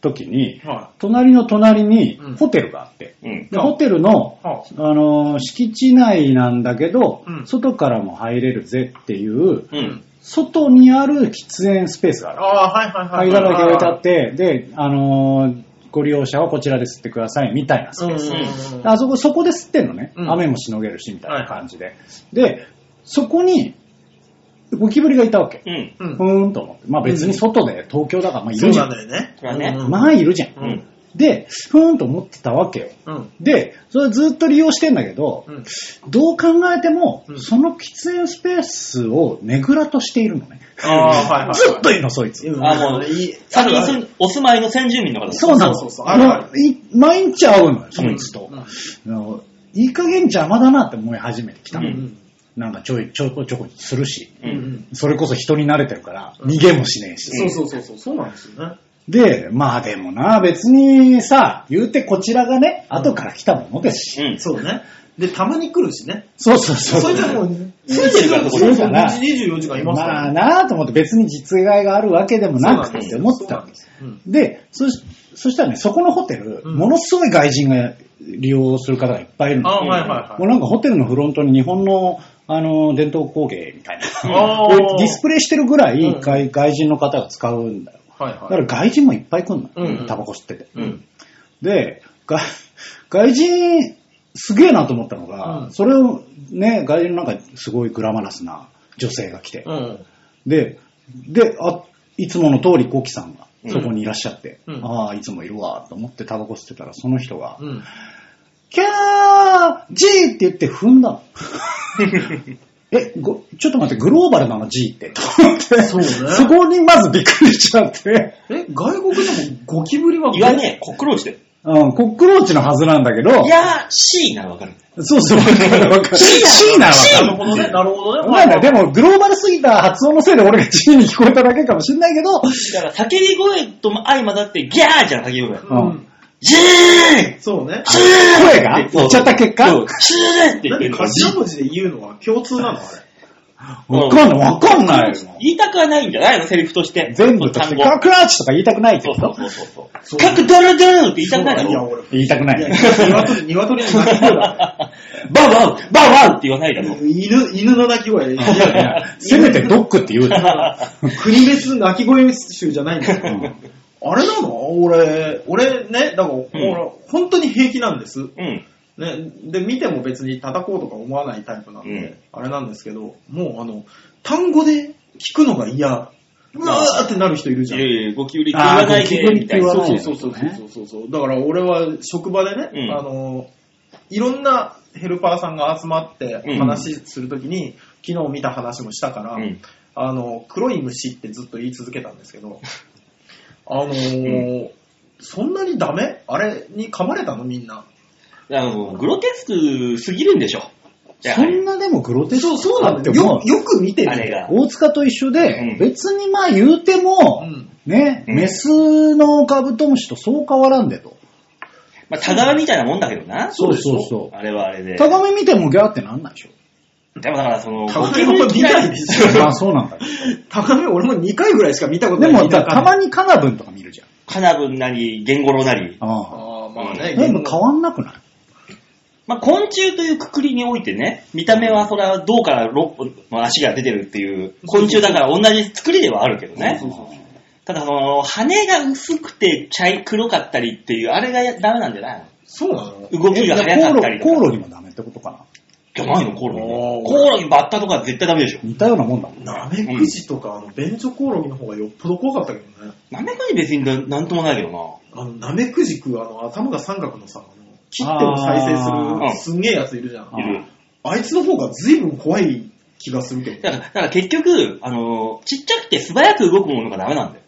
Speaker 4: 時に、
Speaker 3: は
Speaker 4: 隣の隣に
Speaker 3: うん
Speaker 4: ホテルがあって、
Speaker 2: うん。
Speaker 4: でホテルの、
Speaker 3: い。は
Speaker 4: あのー敷地内なんだけど、
Speaker 3: うん
Speaker 4: 外からも入れるぜっていう、
Speaker 2: う。。
Speaker 3: うん
Speaker 4: 外にある喫煙スペースがある。
Speaker 3: ああ、はいはいはい。
Speaker 4: 灰皿だけ置いてあって、で、あのーご利用者はこちらで吸ってくださいみたいなスペース。
Speaker 3: うんうんうん。
Speaker 4: あそこ、そこで吸ってんのね。
Speaker 3: うん
Speaker 4: 雨もしのげるしみたいな感じで。で、そこに、ゴキブリがいたわけ。
Speaker 2: うん。
Speaker 3: う。
Speaker 4: うんーんと思って。まあ別に外で、東京だから、まあい
Speaker 3: そ
Speaker 4: る
Speaker 3: う
Speaker 4: じゃ
Speaker 3: なん
Speaker 4: ん。
Speaker 3: だよね。
Speaker 2: それはね
Speaker 3: うん
Speaker 4: まあいるじゃん。
Speaker 3: うん
Speaker 2: うん。
Speaker 4: で、ふーんと思ってたわけよ。
Speaker 3: うん。
Speaker 4: で、それずっと利用してんだけど、
Speaker 3: うん。
Speaker 4: どう考えても、
Speaker 3: うん
Speaker 4: その喫煙スペースをねぐらとしているのね。
Speaker 3: ああ、はいはいはい。
Speaker 4: ずっといるの、そいつ。
Speaker 3: うん
Speaker 2: あもう
Speaker 3: いい
Speaker 2: 先に住んお住まいの先住民の方
Speaker 4: そうなの。
Speaker 3: そうそうそうあるある
Speaker 4: もうい毎日会うのよ、そ
Speaker 3: うん
Speaker 4: いつと。あのいい加減邪魔だなって思い始めてきた
Speaker 3: う
Speaker 4: の。
Speaker 3: ん。
Speaker 4: なんかちょい、ちょこちょこするし。
Speaker 3: うんうん。
Speaker 4: それこそ人に慣れてるから、
Speaker 3: うん
Speaker 4: 逃げもしねえし。
Speaker 3: そうそうそうそう、そうなんですよね。
Speaker 4: で、まあでもな、別にさ、言うてこちらがね、
Speaker 3: うん
Speaker 4: 後から来たものですし。
Speaker 2: うん。
Speaker 3: そうね。で、たまに来るしね。
Speaker 4: そうそうそ。
Speaker 3: そうれでもう、
Speaker 2: 住んでるからそこに
Speaker 4: そうだな
Speaker 3: 24時間いますか
Speaker 4: まあ
Speaker 3: ら。
Speaker 4: なあと思って別に実害があるわけでもなくてって思ってたわけです。
Speaker 3: うん
Speaker 4: で、そしそしたらね、そこのホテル、
Speaker 3: うん
Speaker 4: ものすごい外人が利用する方がいっぱいいるの。
Speaker 3: あ
Speaker 4: も
Speaker 3: はいはいは
Speaker 4: う
Speaker 3: い。
Speaker 4: なんかホテルのフロントに日本の、あの、伝統工芸みたいな。
Speaker 3: あ [laughs]
Speaker 4: こういうディスプ
Speaker 3: レ
Speaker 4: レイしてるぐらい、
Speaker 3: うん
Speaker 4: 外外人の方が使うんだよ。
Speaker 3: イ。はい
Speaker 4: だか
Speaker 3: はい。
Speaker 4: ら外人もいっぱい来んの
Speaker 3: うんう。ん
Speaker 4: タバコ吸ってて。
Speaker 3: うん。
Speaker 4: で、が外人、すげえなと思ったのが、
Speaker 3: うん
Speaker 4: それをね、外人なんかすごいグラマラスな女性が来て、
Speaker 3: うん。
Speaker 4: で、で、あ、いつもの通りコキさんが
Speaker 2: うん
Speaker 4: そこにいらっしゃって、
Speaker 3: うん
Speaker 4: ああ、いつもいるわ、と思ってタバコ吸ってたら、その人が、
Speaker 3: うん。
Speaker 4: キャージーって言って踏んだ
Speaker 3: [laughs]
Speaker 4: の。え、ご、ちょっと待って、グローバルなの G って。と思って
Speaker 3: そうね
Speaker 4: そこにまずびっくりしちゃって。
Speaker 3: え、外国でもゴキブリは
Speaker 2: 言わねえ、コックローチで。
Speaker 4: うん、コックローチのはずなんだけど、
Speaker 2: いやー、C ならわかる。
Speaker 4: そうそう、わかるわかる。C なの
Speaker 3: なる
Speaker 4: わか
Speaker 3: ほどね、なるほどね。
Speaker 4: る。なんだ、でもグローバルすぎた発音のせいで俺が G に聞こえただけかもしんないけど、
Speaker 2: だから、叫び声とも相まって、ギャーじゃん、叫び声。
Speaker 4: も
Speaker 3: うん。
Speaker 2: ジー
Speaker 3: そうね。
Speaker 4: 声が言っちゃった結果
Speaker 2: そうジーって言
Speaker 3: な
Speaker 2: っ
Speaker 3: ん
Speaker 2: て
Speaker 3: で
Speaker 2: るから、
Speaker 3: 頭文字で言うのは共通なのあ
Speaker 4: わかんない、わかんないよ。
Speaker 2: 言いたくはないんじゃないのセリフとして。
Speaker 4: 全部として、
Speaker 2: 単
Speaker 4: ク
Speaker 2: 語。
Speaker 4: ラクラーチとか言いたくないけ
Speaker 2: そう
Speaker 4: ど、
Speaker 2: そうそうそう。
Speaker 3: そう
Speaker 2: 各ドルドルって言いたくない
Speaker 3: れ。
Speaker 2: だ
Speaker 3: いや、
Speaker 2: ろ
Speaker 3: 俺。
Speaker 4: 言いたくないい
Speaker 3: や、
Speaker 4: ね。
Speaker 3: 鶏、鶏の鳴き声だ。
Speaker 2: バウバウバウバウって言わないだろ
Speaker 3: 犬、犬の鳴き声。いや
Speaker 4: いやせめてドックって言うな。
Speaker 3: 国別鳴き声集じゃないんだよ。
Speaker 4: うん
Speaker 3: あれなの俺、俺ね、だから、俺本当に平気なんです。
Speaker 2: うん。
Speaker 3: ね、で、見ても別に叩こうとか思わないタイプなんで、
Speaker 2: うん
Speaker 3: あれなんですけど、もうあの、単語で聞くのが嫌。うわーってなる人いる
Speaker 2: い
Speaker 3: じゃん
Speaker 2: や。いや、ゴキブリって言わない
Speaker 4: あーゴキブ
Speaker 2: で、
Speaker 4: リ
Speaker 2: み
Speaker 4: って
Speaker 2: たい
Speaker 4: 言
Speaker 2: な。
Speaker 4: わ
Speaker 2: そう
Speaker 4: ない
Speaker 2: そう
Speaker 4: の
Speaker 3: そうそうそうそうそうそう。だから俺は職場でね、
Speaker 2: うん
Speaker 3: あの、いろんなヘルパーさんが集まって
Speaker 2: うん
Speaker 3: 話するときに、昨日見た話もしたから、
Speaker 2: うん
Speaker 3: あの、黒い虫ってずっと言い続けたんですけど、あのーそんなにダメあれに噛まれたのみんな。
Speaker 2: あの、グロテスクすぎるんでしょ。や
Speaker 4: そんなでもグロテスク
Speaker 3: そう、そうなんだよ。
Speaker 4: って思
Speaker 3: よ
Speaker 4: う、
Speaker 3: よく見て
Speaker 2: あれ
Speaker 3: る。
Speaker 2: が。
Speaker 4: 大塚と一緒
Speaker 2: う
Speaker 4: で
Speaker 2: ん、
Speaker 4: 別にまあ言うて
Speaker 3: う
Speaker 4: も、
Speaker 3: ん。
Speaker 4: ね、
Speaker 2: うん
Speaker 4: メスのカブトムシとそう変わらんでと。
Speaker 2: まあ、タガワみたいなもんだけどな。
Speaker 4: そうそうそう。
Speaker 2: あれはあれで。
Speaker 4: タガメ見てもギャーってなんないで [laughs] しょ。
Speaker 2: でもだから、その、
Speaker 3: タガ
Speaker 2: ゴ
Speaker 3: メ
Speaker 2: キ
Speaker 3: の
Speaker 2: ブ
Speaker 3: こ
Speaker 2: リ
Speaker 3: と
Speaker 2: 嫌
Speaker 3: 見ない
Speaker 2: い
Speaker 3: で
Speaker 2: で
Speaker 3: し
Speaker 2: し
Speaker 3: ょ。
Speaker 4: まあそうなんだけ
Speaker 3: 高め俺も2回ぐらいしか見たこ
Speaker 4: ど。
Speaker 3: とな
Speaker 4: で
Speaker 3: い。
Speaker 4: も、だ
Speaker 3: 田舎
Speaker 4: たまにカナブンとか見るじゃん。
Speaker 2: ょ。カナブンなり、ゲンゴロウなり。
Speaker 4: ああ。
Speaker 3: ああ、まあね。
Speaker 4: でも変わんなくない
Speaker 2: まあ、昆虫というくくりにおいてね、見た目はそれは胴から6本の足が出てるっていう、昆虫だから同じ作りではあるけどね
Speaker 3: そう。そうそう
Speaker 2: ただその、羽が薄くて茶い黒かったりっていう、あれがダメなんじゃないの
Speaker 3: そうなの
Speaker 2: 動きが
Speaker 4: え
Speaker 2: 早か
Speaker 4: コオ
Speaker 2: った
Speaker 4: ロ
Speaker 2: り
Speaker 4: ギ、
Speaker 2: とか。
Speaker 4: コオロギもダメってことかな。
Speaker 2: じゃないのコオロギ
Speaker 3: おー
Speaker 2: コオロギバッタとか絶対ダメでしょ。
Speaker 4: 似たようなもんだもん。
Speaker 3: ナメクジとか、あの、ベンチョコオロギの方がよっぽど怖かったけどね。
Speaker 2: なめこに別にななんともないけどな。
Speaker 3: あの、ナメクジ食う、あの、頭が三角のさ、あの、切っても再
Speaker 2: あ
Speaker 3: 生
Speaker 2: ー
Speaker 3: する、すんげえやついるじゃん。
Speaker 2: いる。
Speaker 3: あいつの方が随分怖い気がするけど。
Speaker 2: だから、だから結局、あの、ちっちゃくて素早く動くものがダメなんだよ。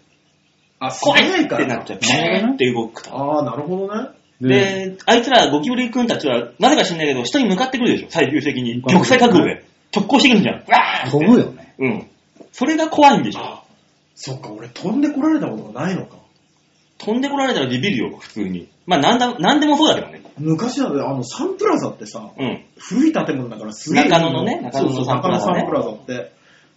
Speaker 3: あ、
Speaker 2: 怖い
Speaker 3: い
Speaker 2: ってなっちゃう。ピ
Speaker 4: なるほど
Speaker 2: ュ
Speaker 4: ね
Speaker 2: ーって動くと。
Speaker 3: ああ、なるほどね。
Speaker 4: で、
Speaker 2: で、あいつらゴキブリ君たちは、なぜか知んないけど、下に向かってくるでしょ、最終的に。
Speaker 4: 向か
Speaker 2: 玉
Speaker 4: って
Speaker 2: 砕覚
Speaker 4: くる
Speaker 2: 悟で。直行してくるんじゃん。うわーって
Speaker 4: 飛ぶよね。
Speaker 2: うん。それが怖いんでしょ。
Speaker 3: あそっか、俺飛んで来られたことがないのか。
Speaker 2: 飛んでこられたらビビるよ、普通に。まあ、なんだ、なんでもそうだけどね。
Speaker 3: 昔はね、あの、サンプラザってさ、
Speaker 2: うん。
Speaker 3: 古い建物だからすげえ。
Speaker 2: 中野のね中野の
Speaker 3: そうそう
Speaker 2: サンプラザね
Speaker 3: 中野サンプラザって。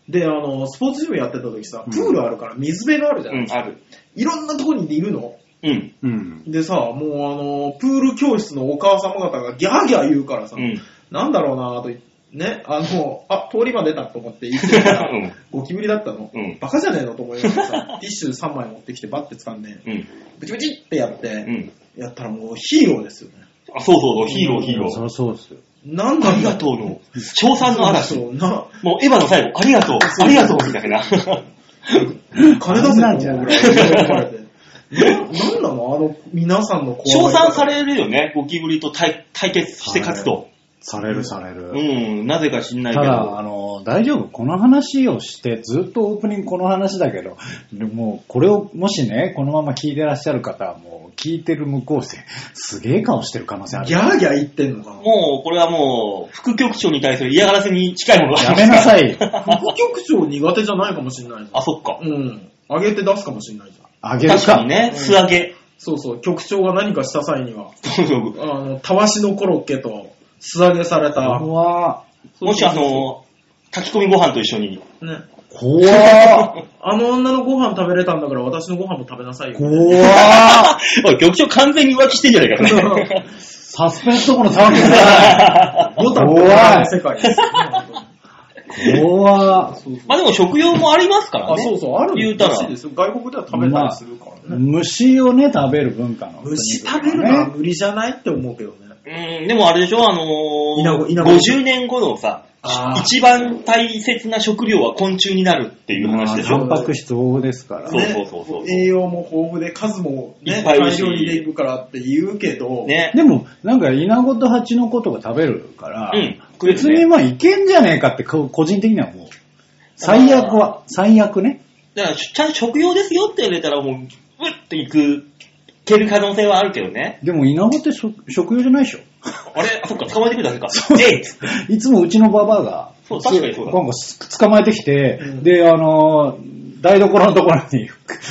Speaker 3: で、あの、スポーツジムやってた時さ、プールあるから水辺があるじゃん。
Speaker 2: うん、ある。
Speaker 3: いろんなとこにいるの。
Speaker 2: うん。
Speaker 4: うん。
Speaker 3: でさ、もうあの、プール教室のお母様方がギャーギャー言うからさ、
Speaker 2: うん。
Speaker 3: なんだろうなぁと言って、ね、あの、あ、通り魔出たと思って言ってた [laughs] ら
Speaker 2: うん
Speaker 3: ゴキブリだったの。
Speaker 2: うん
Speaker 3: バカじゃねえのと思いながらさ、ティッシュ3枚持ってきてバッて掴んで、
Speaker 2: うん。
Speaker 3: ブチブチってやって、
Speaker 2: うん。
Speaker 3: やったらもうヒーローですよね。
Speaker 2: あ、そうそうそう、ヒーロー、ヒーロ
Speaker 4: そ
Speaker 2: ー。
Speaker 4: りゃそうですよ。
Speaker 3: なん
Speaker 2: あ
Speaker 3: なん
Speaker 2: り
Speaker 3: だ
Speaker 2: がとうの、賞賛の嵐。
Speaker 3: そうな、
Speaker 2: もう、エヴァの最後、ありがとう、ありがとう、みたいな。
Speaker 3: 金出せ
Speaker 4: なんじゃ
Speaker 3: も
Speaker 4: な
Speaker 3: う
Speaker 4: い
Speaker 3: ぐらい怒られてななんなのあの、皆さんの怖
Speaker 2: 賞
Speaker 3: がり
Speaker 2: 賛
Speaker 3: 方
Speaker 2: されるよね、ゴキブリと対対決して勝つと。
Speaker 4: されるされる。
Speaker 2: うん、なぜか知んないけ
Speaker 4: た
Speaker 2: ど。
Speaker 4: だ、あの、大丈夫。この話をして、ずっとオープニングこの話だけど、でもう、これを、もしね、このまま聞いてらっしゃる方は、もう、聞いてる向こう生、すげえ顔してる可能性ある。
Speaker 3: ギャーギャー言ってんのかな
Speaker 2: もう、これはもう、副局長に対する嫌がらせに近いものがあ
Speaker 4: や
Speaker 2: りま
Speaker 4: め
Speaker 2: す
Speaker 4: な
Speaker 2: から。
Speaker 4: さい。
Speaker 3: 副局長苦手じゃないかもしれない
Speaker 2: [laughs]
Speaker 3: じ
Speaker 2: あ、そっか
Speaker 3: ゃ。ん。うん。上げて出すかもしれないじゃん。
Speaker 4: あげる
Speaker 2: 確
Speaker 4: か。
Speaker 2: かにね、
Speaker 3: うん
Speaker 2: 素揚げ。
Speaker 3: そうそう、局長が何かした際には、
Speaker 2: そうそう
Speaker 3: あの、たわしのコロッケと素揚げされた、
Speaker 4: 怖
Speaker 2: もしあの、炊き込みご飯と一緒に。
Speaker 3: ね、
Speaker 4: 怖怖
Speaker 3: あの女のご飯食べれたんだから私のご飯も食べなさいよ。
Speaker 4: 怖
Speaker 2: おい、局長完全に浮気してんじゃないかね。
Speaker 4: サスペンスどころの騒ぎじゃない。
Speaker 3: ボタン
Speaker 4: 怖い
Speaker 3: の世界ですよね、本当に
Speaker 4: こは、
Speaker 3: [laughs] そうそう
Speaker 2: まあでも食用もありますからね。
Speaker 3: あ、そうそう、ある
Speaker 2: 言うたら
Speaker 3: らしいですよ。外国では食べたりするからね。
Speaker 4: 虫をね、食べる文化の、
Speaker 3: 虫食べるのは無理じゃないって思うけどね。
Speaker 2: うん、でもあれでしょ、あ
Speaker 3: 稲
Speaker 2: の
Speaker 3: 子
Speaker 2: ー、
Speaker 3: 稲子
Speaker 2: 50年後のさ
Speaker 3: あ、ー
Speaker 2: 一番大切な食料は昆虫になるっていう話でし
Speaker 4: まあ
Speaker 2: ょ。
Speaker 4: タンパク質豊富ですから。
Speaker 2: そう
Speaker 3: ね
Speaker 2: そうそうそう
Speaker 3: 栄養も豊富で数も、
Speaker 2: い
Speaker 3: ね、
Speaker 2: っぱいいる
Speaker 3: 大
Speaker 2: し
Speaker 3: 量にできるからって言うけど、
Speaker 2: ね。
Speaker 4: でも、なんか、イナゴとハチの子とか食べるから、
Speaker 2: うん食えるね
Speaker 4: 別にまあ、いけんじゃねえかって、こ個人的には思う。最悪は、最悪ね。
Speaker 2: だから、ちゃん食用ですよって言われたら、もう、うっていく、ける可能性はあるけどね。
Speaker 4: でも、イナゴって食食用じゃないでしょ。
Speaker 2: あれあ、そっか、捕まえてくれたんですか。えいっつって。
Speaker 4: [laughs] いつもうちのババアが、
Speaker 2: そう確かにそうだ
Speaker 4: なんか捕まえてきて、
Speaker 3: うん
Speaker 4: で、あのー台所のところに、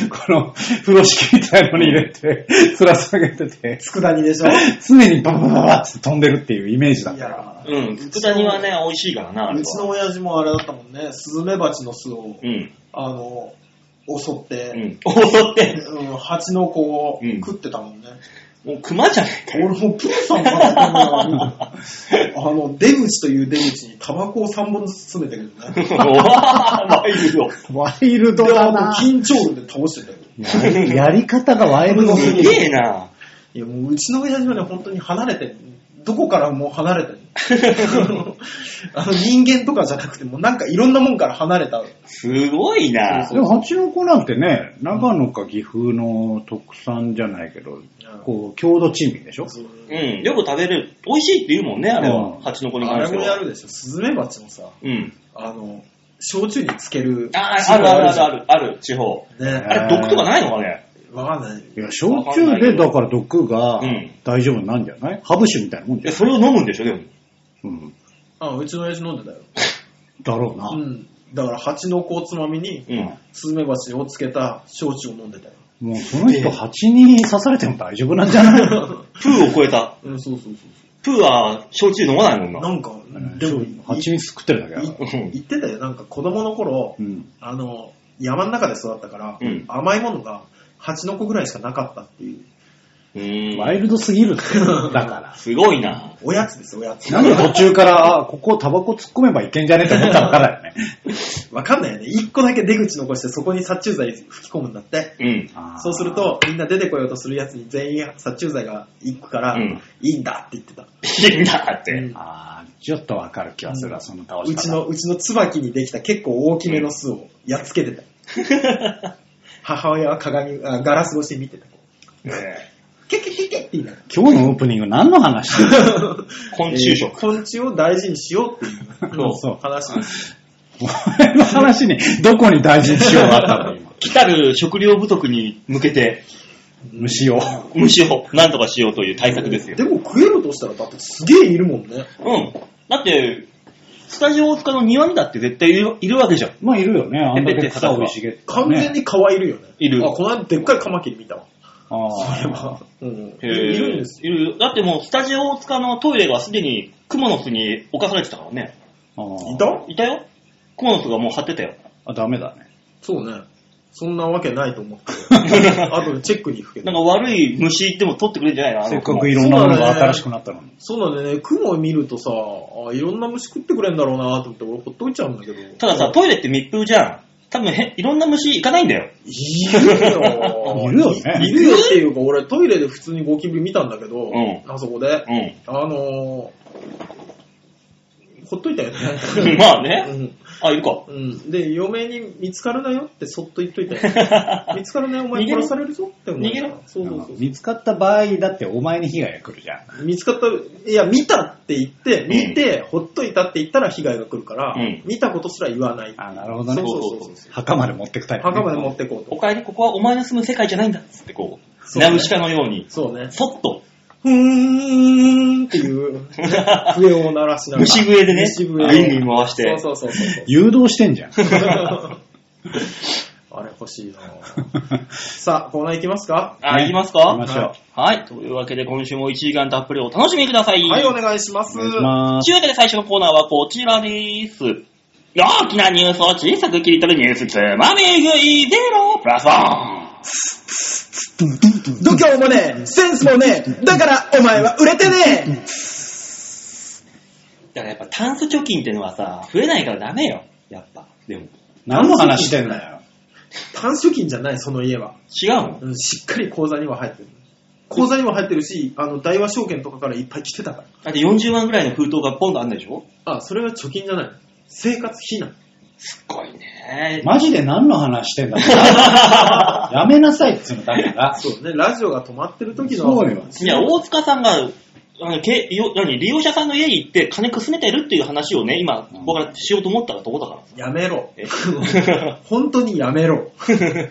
Speaker 4: こ [laughs] の、風呂敷みたいのに入れて、 [laughs] 吊ら下げてて、
Speaker 3: 佃煮でしょ
Speaker 4: 常にバババババって飛んでるっていうイメージだっ
Speaker 3: い
Speaker 4: たから。
Speaker 3: や
Speaker 2: うん。佃煮はね、美味しいからな、あれ
Speaker 3: うちの
Speaker 2: は。
Speaker 3: 親父もあれだったもんね、スズメバチの巣を、
Speaker 2: うん。
Speaker 3: あの、襲っ
Speaker 2: う
Speaker 3: て、
Speaker 2: ん。襲って、
Speaker 3: うん、蜂の子を
Speaker 2: うん
Speaker 3: 食ってたもんね。
Speaker 2: もう熊じゃねえか
Speaker 3: 俺
Speaker 2: よ。
Speaker 3: もプーさん
Speaker 2: [laughs]
Speaker 3: かなって思うよあの、出口という出口にタバコを3本ずつ詰めてるけどね。
Speaker 2: うわーワイルド。
Speaker 4: ワイルド
Speaker 3: で、あの
Speaker 4: だな、
Speaker 3: 緊張で倒してたよ。
Speaker 4: やりやり方がワイルドす
Speaker 2: す
Speaker 4: ぎる。
Speaker 2: げえな。
Speaker 3: いや、もううちの親父はね、本当に離れてる、どこからもう離れてる。あの人間とかじゃなくて、もうなんかいろんなもんから離れた。
Speaker 2: すごいな。
Speaker 4: でも、蜂の子なんてね、長野か岐阜の特産じゃないけど、こう、郷土珍味でしょ
Speaker 3: そう
Speaker 2: うん。よく食べれる。美味しいって言うもんね、あれ
Speaker 4: う
Speaker 2: は
Speaker 4: ん。
Speaker 2: 蜂の子に
Speaker 3: あ
Speaker 2: 関
Speaker 3: れ
Speaker 2: して
Speaker 3: もや
Speaker 2: は。
Speaker 3: るでしょ。スズメバチもさ、
Speaker 2: うん。
Speaker 3: あの、焼酎につける。
Speaker 2: あ、あるあるあるあ
Speaker 3: る。
Speaker 2: る、ある、地方。
Speaker 3: ね
Speaker 2: あれ、毒とかないのかね
Speaker 3: わかんない。
Speaker 4: いや、焼酎でだから毒が
Speaker 2: うん
Speaker 4: 大丈夫なんじゃない、ハブ酒みたいなもん
Speaker 2: い
Speaker 4: じ
Speaker 2: や
Speaker 4: ゃない、
Speaker 2: それを飲むんでしょ、でも。
Speaker 4: うん、
Speaker 3: あ、うちの親父飲んでたよ。
Speaker 4: だろうな。
Speaker 3: うん。だから、蜂の子をつまみに、
Speaker 2: うん。
Speaker 3: スズメバチをつけた焼酎を飲んでたよ。
Speaker 4: もうその人蜂に刺されても大丈夫なんじゃない
Speaker 3: [laughs]
Speaker 2: プーを超えた。
Speaker 3: うん、そうそうそう
Speaker 2: プーは焼酎飲まないもん
Speaker 3: そう。
Speaker 2: な。
Speaker 3: なんか、でも、い
Speaker 4: 蜂蜜食ってるだけだから。
Speaker 2: うん
Speaker 3: 言ってたよ。なんか子供の頃
Speaker 4: う、ん。
Speaker 3: あの、山の中で育ったから、
Speaker 2: うん
Speaker 3: 甘いものが蜂の子ぐらいしかなかったっていう。
Speaker 2: うーん
Speaker 4: ワイルドすぎるって。だから。
Speaker 2: すごいな。
Speaker 3: おやつです、おやつ。
Speaker 4: なんで途中から、あ、ここタバコ突っ込めばいけんじゃねえと思ったのかだよね。
Speaker 3: わかんないよね。一個だけ出口残してそこに殺虫剤吹き込むんだって。
Speaker 2: うん。
Speaker 3: [laughs] そうすると、みんな出てこようとするやつに全員殺虫剤が行くから、
Speaker 2: うん
Speaker 3: いいんだって言ってた。
Speaker 2: いいなっ
Speaker 3: う
Speaker 2: て。
Speaker 3: ん
Speaker 4: あー。あーちょっとわかる気がするわ、その倒し方。
Speaker 3: うちの、うちの椿にできた結構大きめの巣をやっつけてた。母親は鏡、あガラス越しに見てた。ケケケケって言いながら。
Speaker 4: 今日のオープニング何の話
Speaker 2: [laughs] 昆虫
Speaker 3: えー
Speaker 2: 食。
Speaker 3: 昆虫を大事にしようっていう
Speaker 4: そうそう
Speaker 3: 話です。
Speaker 4: お前の話にどこに大事にしようがあっ
Speaker 3: [laughs]
Speaker 4: たの今。
Speaker 2: 来たる食料不足に向けて、
Speaker 4: 虫を。
Speaker 2: 虫を何とかしようという対策ですよ
Speaker 3: で。も食えるとしたらだってすげえいるもんね。
Speaker 2: うん。だって、スタジオ大塚の庭にだって絶対いるいるわけじゃん。
Speaker 4: まあいるよね。あんだけ草を生い茂ってたら
Speaker 3: 完
Speaker 4: ね。
Speaker 3: 全に蚊いるよね。
Speaker 2: いる
Speaker 3: あ、この間でっかいカマキリ見たわ。
Speaker 4: ああ。
Speaker 3: うん。
Speaker 2: へ
Speaker 3: い
Speaker 2: ー
Speaker 3: るんですよ。
Speaker 2: いるだってもう、スタジオ大塚のトイレがすでにクモの巣に侵されてたからね。
Speaker 4: あー
Speaker 3: いた
Speaker 2: いたよ。クモの巣がもう張ってたよ。
Speaker 4: あ、ダメだね。
Speaker 3: そうね。そんなわけないと思って。
Speaker 2: [laughs]
Speaker 3: あとでチェックに行くけ
Speaker 2: なん
Speaker 3: ど。
Speaker 2: か悪い虫行っても取ってくれるんじゃないのあの
Speaker 4: せっ
Speaker 2: ク
Speaker 4: か
Speaker 2: モ
Speaker 4: くいろんなものが新しくなったのに。
Speaker 3: そうなんだね。雲見るとさ、あいろんな虫食ってくれんだろうなと思って俺ほっといちゃうんだけど。
Speaker 2: たださ、、トイレって密封じゃん。多分へ、いろんな虫行かないんだよ。
Speaker 3: いるよ。
Speaker 2: [laughs]
Speaker 4: いるよね
Speaker 3: いいるよっていうか俺トイレで普通にゴキブリ見たんだけど、
Speaker 2: ん
Speaker 3: あそこで。
Speaker 4: [laughs]
Speaker 2: う
Speaker 3: あのー、ほっといたよね。
Speaker 2: [laughs] ん。まあね。あ、いるか。
Speaker 3: うん、うん。で、嫁に見つかるなよってそっと言っといたよ、ね。見つかるなよ、お前
Speaker 2: 逃げろ
Speaker 3: 殺されるぞって思う。
Speaker 2: 逃げろ
Speaker 3: そうそうそう。
Speaker 4: 見つかった場合、だってお前に被害が来るじゃん。
Speaker 3: 見つかった、いや、見たって言って、見て、ほっといたって言ったら被害が来るから、
Speaker 2: うん
Speaker 3: 見たことすら言わない。
Speaker 4: あなるほどね
Speaker 3: そうそうそうそう。
Speaker 4: 墓まで持ってくタイプね、
Speaker 3: 墓まで持ってこう
Speaker 2: お
Speaker 3: と。
Speaker 2: かえり、ここはお前の住む世界じゃないんだっつってこう、
Speaker 3: そうね
Speaker 2: ナウシカのように、
Speaker 3: そうね。
Speaker 2: そっと、
Speaker 3: ふーんっていう、笛を鳴らしながら。
Speaker 2: 虫笛でね、
Speaker 3: 虫笛を
Speaker 2: リンに回して。
Speaker 3: そうそうそうそうそう。
Speaker 4: 誘導してんじゃん。
Speaker 3: あれ欲しいなぁさあ、コーナー行きますか
Speaker 2: あ、行きますか
Speaker 4: 行きましょ
Speaker 2: はい。というわけで、今週も1時間たっぷりお楽しみください。
Speaker 3: はい、お願いします。
Speaker 4: う。お願いしま
Speaker 2: と
Speaker 4: す。
Speaker 2: いうわけで最初のコーナーはこちらです。大きなニュースを小さく切り取るニュースつまみ食いゼロプラスワン。
Speaker 3: 度胸もねえ、センスもねえ、だからお前は売れてね
Speaker 2: だからやっぱタンス貯金ってのはさ、増えないからダメよ。やっぱ。でも。
Speaker 4: 何の話してんだよ。
Speaker 3: 単貯金じゃない、その家は。
Speaker 2: 違うもん。
Speaker 3: うん、しっかり口座には入ってる。口座にも入ってるし、あの、大和証券とかからいっぱい来てたから。
Speaker 2: だって40万ぐらいの封筒がポンとあんでしょ
Speaker 3: あ、それは貯金じゃない。生活費なの。
Speaker 2: すごいね。
Speaker 4: マジで何の話してん
Speaker 3: [laughs]
Speaker 4: だよやめなさいっつうのだから。
Speaker 3: そうね、ラジオが止まってる時の。
Speaker 4: そうよ
Speaker 2: いや、大塚さんが、あのけよ何利用者さんの家に行って金くすめてるっていう話をね、今、
Speaker 4: うん
Speaker 2: 僕はしようと思ったらどこだから。 [laughs]
Speaker 3: やめろ。
Speaker 2: え
Speaker 3: [laughs] 本当にやめろ。
Speaker 2: ピー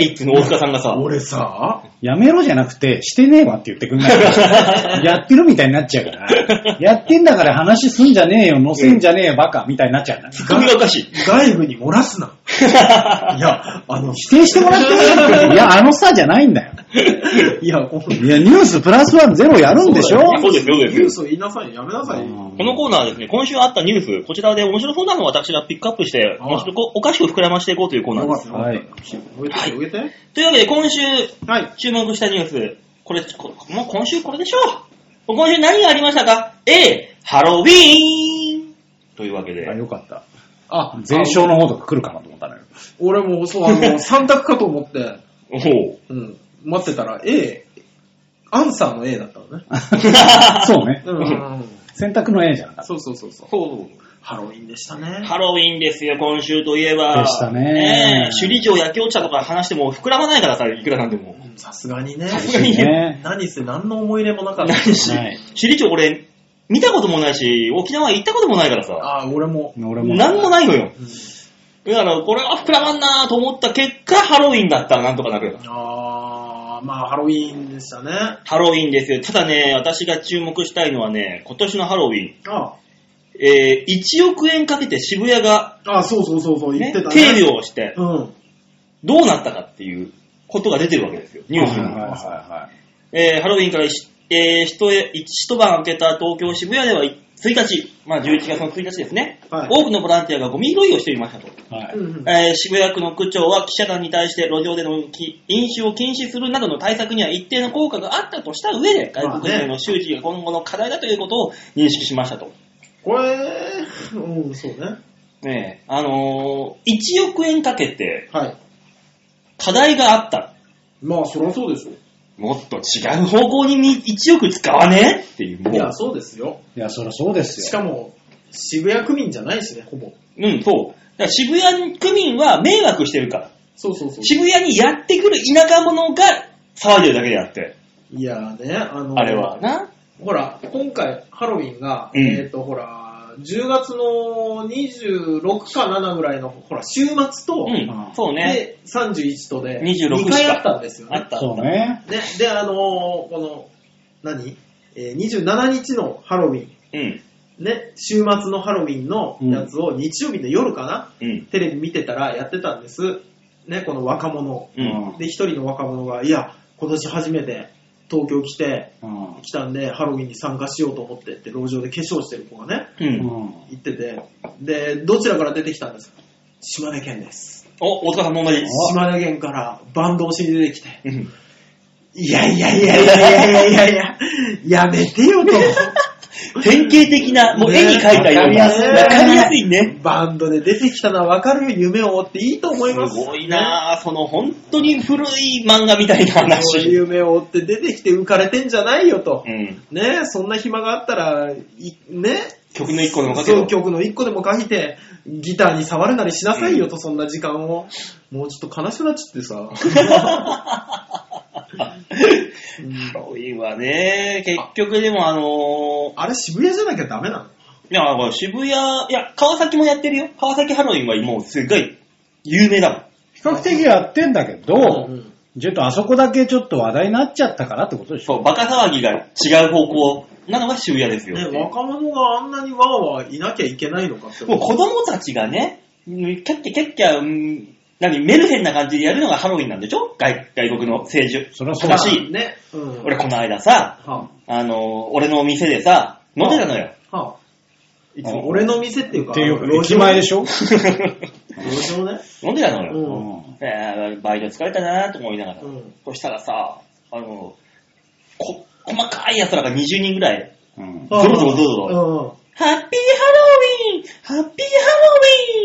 Speaker 2: リッツの大塚さんがさ、
Speaker 3: 俺さ、
Speaker 4: やめろじゃなくて、してねえわって言ってくんな
Speaker 3: [laughs]
Speaker 4: いから。やってるみたいになっちゃうから。やってんだから話すんじゃねえよ、乗せんじゃねえよ、バカ、みたいになっちゃうから。
Speaker 2: ツッコミがおかしい。
Speaker 3: 外部に漏らす [laughs] な。いや、あの、
Speaker 4: 否定してもらってもいいいや、あのさじゃないんだよ。
Speaker 3: いや、こう
Speaker 4: いや、ニュースプラスワンゼロやるんでしょ
Speaker 2: そうだよねそうですよ、そう
Speaker 3: ニ
Speaker 2: で
Speaker 3: ュー
Speaker 2: すよ。
Speaker 3: スを言いなさい、やめなさい。
Speaker 4: うん
Speaker 2: このコーナーはですね、今週あったニュース、こちらで面白そうなのを私がピックアップして、
Speaker 3: ああ
Speaker 2: 面白くおかしく膨らましていこうというコーナーです。
Speaker 3: よ
Speaker 4: はい。
Speaker 3: 植えて、植えて。
Speaker 2: というわけで、今週
Speaker 3: はい。
Speaker 2: 注目したニュース、これ、こもう今週これでしょう。今週何がありましたか ?A、ハロウィーンというわけで、
Speaker 4: あ、よかった。
Speaker 3: あ
Speaker 4: 前哨の方とか来るかなと思ったのよ。
Speaker 3: 俺も、そう、あ [laughs] の、三択かと思って、
Speaker 2: おおう
Speaker 3: うん、待ってたら A、アンサーの A だったのね。
Speaker 4: そうね。
Speaker 3: うんうんうん。
Speaker 4: 選択の A じゃなかっ
Speaker 3: そうそうそうそう。
Speaker 2: ほ
Speaker 3: ハロウィンでしたね
Speaker 2: う。ハロウィーンですよ、今週といえば。
Speaker 4: でしたね
Speaker 2: ねえ首里城焼き落ちたとか話しても膨らまないからさ、いくらなんでも。
Speaker 3: うんさすがにね。
Speaker 2: さす
Speaker 4: た。
Speaker 2: がに
Speaker 4: ね。
Speaker 3: 何せ何の思い入れもなかった
Speaker 2: な。いし、
Speaker 4: はい
Speaker 2: 首里城俺、見たこともないし、沖縄行ったこともないからさ、
Speaker 3: ああ、俺も。
Speaker 4: 俺も。
Speaker 2: なんもないのよ。
Speaker 3: うん
Speaker 2: だから、これは膨らまんなと思った結果、ハロウィーンだったらなんとかなる。
Speaker 3: ああ、まあ、ハロウィンでしたね。
Speaker 2: ハロウィーンですよ。ただね、私が注目したいのはね、今年のハロウィーン、
Speaker 3: あ
Speaker 2: えー、1億円かけて渋谷が、
Speaker 3: あ、そうそうそうそう、言
Speaker 2: ね
Speaker 3: ってたね。
Speaker 2: 定量をして、
Speaker 3: うん。
Speaker 2: どうなったかっていうことが出てるわけですよ、ニュースに。
Speaker 4: はいはいは
Speaker 2: えーハロウィーンからし、えー一夜一一晩明けた東京渋谷では1日、まあ11月の1日ですね、
Speaker 3: はい
Speaker 2: 多くのボランティアがゴミ拾いをしていましたと。
Speaker 4: いはい。
Speaker 3: うんうん
Speaker 2: えー渋谷区の区長は記者団に対して路上でのき飲酒を禁止するなどの対策には一定の効果があったとした上で、外国人への周知が今後の課題だということを認識しましたと。
Speaker 3: これ、うん、そうね。
Speaker 2: ねえ、あのー、1億円かけて
Speaker 3: はい。
Speaker 2: 課題があった。
Speaker 3: まあ、そりゃそうでしょ
Speaker 2: もっと違う方向にみ1億使わねえっていう、も
Speaker 3: う。
Speaker 2: う
Speaker 3: いや、そうですよ。
Speaker 4: いや、そりゃそうですよ。
Speaker 3: しかも、渋谷区民じゃないしね、ほぼ。
Speaker 2: うん、そう。だから渋谷区民は迷惑してるから。
Speaker 3: そうそうそう。
Speaker 2: 渋谷にやってくる田舎者が騒いでるだけであって。
Speaker 3: いやーね、あの、
Speaker 2: あれは。な。
Speaker 3: ほら、今回、ハロウィンが、
Speaker 2: うん
Speaker 3: えっ、と、ほら、10月の26か7ぐらいの、ほら、週末と、
Speaker 2: うん、そうね。
Speaker 3: で、31とで、
Speaker 2: 26しか
Speaker 3: 2回あったんですよ
Speaker 2: あ
Speaker 3: ね
Speaker 2: っ。た。
Speaker 4: そうね。
Speaker 3: ねで、あのーこの、何えー、27日のハロウィン、
Speaker 2: うん。
Speaker 3: ね、週末のハロウィンのやつを日曜日の夜かな、
Speaker 2: うん。
Speaker 3: テレビ見てたらやってたんです。ね、この若者。
Speaker 2: うん。
Speaker 3: で、一人の若者が、いや、今年初めて東京来て、
Speaker 4: うん
Speaker 3: 来たんで、ハロウィンに参加しようと思ってって、路上で化粧してる子がね、
Speaker 2: うん。
Speaker 3: 言ってて、で、どちらから出てきたんですか島根県です。
Speaker 2: お、大塚さんも同じ。
Speaker 4: お
Speaker 3: 島根県からバンド推しに出てきて、
Speaker 2: うん
Speaker 3: いやいやいやいやいやいやいや、やめてよと。
Speaker 2: 典型的な、 [laughs] もう絵に描いたような。
Speaker 3: ね
Speaker 2: わかりやすいね。
Speaker 3: バンドで出てきたのはわかるよ、夢を追っていいと思います。
Speaker 2: すごいなぁ、その本当に古い漫画みたいな
Speaker 3: ね。そういう
Speaker 2: 話。
Speaker 3: 夢を追って出てきて浮かれてんじゃないよと
Speaker 2: う。ん。
Speaker 3: ねそんな暇があったら、いね
Speaker 2: 曲の一個でもかけ
Speaker 3: そう
Speaker 2: ろ。
Speaker 3: 曲の一個でも書いて、ギターに触るなりしなさいよと、そんな時間を。もうちょっと悲しくなっちゃってさ。うん
Speaker 2: そういうわね。結局でもあのー、
Speaker 3: あれ渋谷じゃなきゃダメなの
Speaker 2: いや、これ渋谷、いや、川崎もやってるよ。川崎ハロウィンはもうすごい有名だもん。
Speaker 4: 比較的やってんだけど
Speaker 3: う、ん
Speaker 4: ちょっとあそこだけちょっと話題になっちゃったからってことでしょ。
Speaker 2: そう、バカ騒ぎが違う方向なのが渋谷ですよ。
Speaker 3: ね、
Speaker 2: も
Speaker 3: 若者があんなにわーわーいなきゃいけないのかって
Speaker 2: う子供たちがね、キャッキャキャッキャ、うん何、メルヘンな感じでやるのがハロウィンなんでしょ外外国の政治。
Speaker 4: そりゃそう
Speaker 2: ら
Speaker 4: だ
Speaker 2: しい。
Speaker 3: ね。うん。
Speaker 2: 俺この間さ、
Speaker 3: は
Speaker 2: あの、俺のお店でさ、飲んでたのよ。
Speaker 3: あ、はあ、
Speaker 2: いつ
Speaker 4: あ
Speaker 2: も。
Speaker 3: 俺の店っていうか、
Speaker 4: っていうか、
Speaker 3: 路
Speaker 4: 駅
Speaker 3: 上
Speaker 4: 前でしょ。
Speaker 3: 路上ね。
Speaker 2: [laughs] 飲んでたの
Speaker 3: う
Speaker 2: よ。
Speaker 3: ん。
Speaker 2: えーバイト疲れたなと思いながら。
Speaker 3: うん。
Speaker 2: そしたらさ、あの、こ、細かい奴らが20人ぐらい、
Speaker 4: うん
Speaker 2: ゾロゾロゾロゾロ
Speaker 3: ロ。
Speaker 2: ハッピーハロウィーンハッピーハ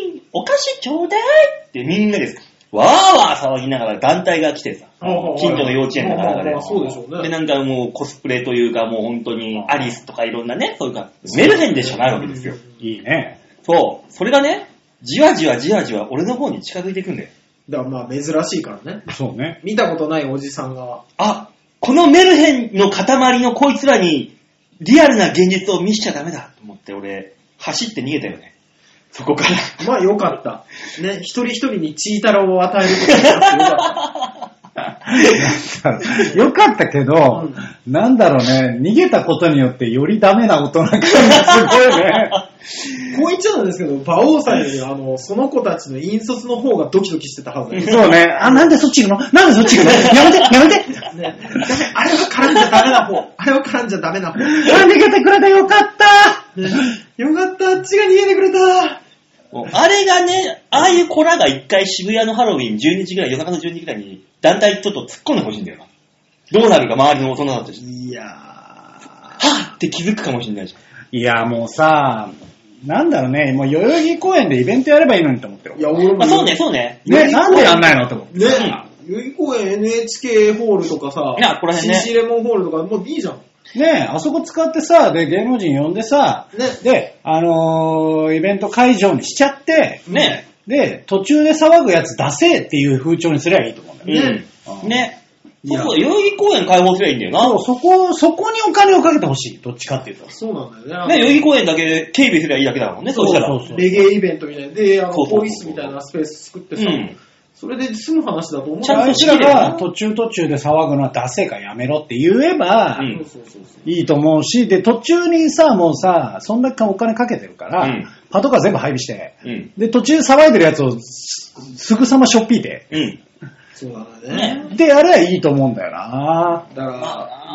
Speaker 2: ロウィーンお菓子ちょうだいってみんなです。わーわー騒ぎながら団体が来てさ、近所の幼稚園だから
Speaker 3: まあまあまあそうでしょう
Speaker 2: で、
Speaker 3: ね。
Speaker 2: なんかもうコスプレというか、もう本当にアリスとかいろんなね、そういうか、メルヘンでしょないわけですよ。
Speaker 4: いいね。
Speaker 2: そう。それがね、じわじわじわじわ俺の方に近づいていくんだよ。
Speaker 3: だからまあ珍しいからね。
Speaker 4: そうね。
Speaker 3: 見たことないおじさんが、
Speaker 2: あ、このメルヘンの塊のこいつらに、リアルな現実を見しちゃダメだと思って、俺、走って逃げたよね。そこから。
Speaker 3: まあよかった。ね、一人一人にチータロを与えることになってよかっ
Speaker 2: [laughs]
Speaker 3: た。
Speaker 4: [laughs] よかったけど、なんだろうね、逃げたことによってよりダメな大人感がすごいね。
Speaker 3: こう言っちゃうんですけど、馬王さんより、あの、その子たちの引率の方がドキドキしてたは
Speaker 2: [laughs]
Speaker 3: ずだよ。
Speaker 4: そうね。あ、なんでそっち行くのなんでそっち行くのやめてやめて
Speaker 3: ね、ダメあれは絡んじゃダメな方。あれは絡んじゃダ
Speaker 2: [laughs]
Speaker 3: メな方。ね、
Speaker 4: あ、逃げてくれてよかった
Speaker 3: よかった、あっちが逃げてくれた。
Speaker 2: あれがね、ああいう子らが一回渋谷のハロウィン12時ぐらい、夜中の12時ぐらいに団体ちょっと突っ込んでほしいんだよな。どうなるか周りの大人だとして。
Speaker 3: いや
Speaker 2: はぁって気づくかもしれないじ
Speaker 4: いや、もうさ、なんだろうね、もう代々木公園でイベントやればいいのにと思って
Speaker 3: ー。い
Speaker 4: る。
Speaker 3: や、俺
Speaker 2: ゃん。
Speaker 3: も。
Speaker 2: まあそうね、そうね。
Speaker 4: ね、なんでやんないのと思って。
Speaker 3: ね。代々木公園 NHK ホールとかさ、
Speaker 2: いやここら辺ね
Speaker 3: CC レモンホールとか、もういいじゃん。
Speaker 4: ねあそこ使ってさ、で、芸能人呼んでさ、
Speaker 3: ね
Speaker 4: で、あのーイベント会場にしちゃって、
Speaker 2: ね。
Speaker 4: で、途中で騒ぐやつ出せっていう風潮にすりゃいいと思うんだよね。
Speaker 3: ね
Speaker 2: うん。ね。
Speaker 3: い
Speaker 2: そう
Speaker 3: や
Speaker 2: そう、代々木公園開放すればいいんだよな。
Speaker 4: そうそこ、そこにお金をかけてほしい。どっちかっていうと。
Speaker 3: そうなんだよ
Speaker 2: ね、
Speaker 3: ね。
Speaker 2: 代々木公園だけ警備すればいいだけだもんね、そうしたら。
Speaker 4: そうそうそう
Speaker 3: レゲエイベントみたいな。で、あの、
Speaker 2: そうそうそう
Speaker 3: 更衣室みたいなスペース作ってさ、
Speaker 2: うん。
Speaker 3: それで済む話だと思う。
Speaker 2: ちゃん
Speaker 4: あ
Speaker 2: と
Speaker 4: い
Speaker 2: し
Speaker 4: つ
Speaker 2: て
Speaker 4: ら
Speaker 2: るよな
Speaker 4: が途中途中で騒ぐのは出せかやめろって言えば、
Speaker 2: うん
Speaker 3: そうそうそうそう。
Speaker 4: いいと思うし、で、途中にさ、もうさ、そんだけお金かけてるから、
Speaker 2: うん
Speaker 4: パトカー全部配備して、
Speaker 2: うん。
Speaker 4: で、途中で騒いでるやつをすすぐさましょっぴいて、
Speaker 2: うん。
Speaker 3: そうなんだね。
Speaker 2: ね。
Speaker 4: で、やればいいと思うんだよな
Speaker 3: だか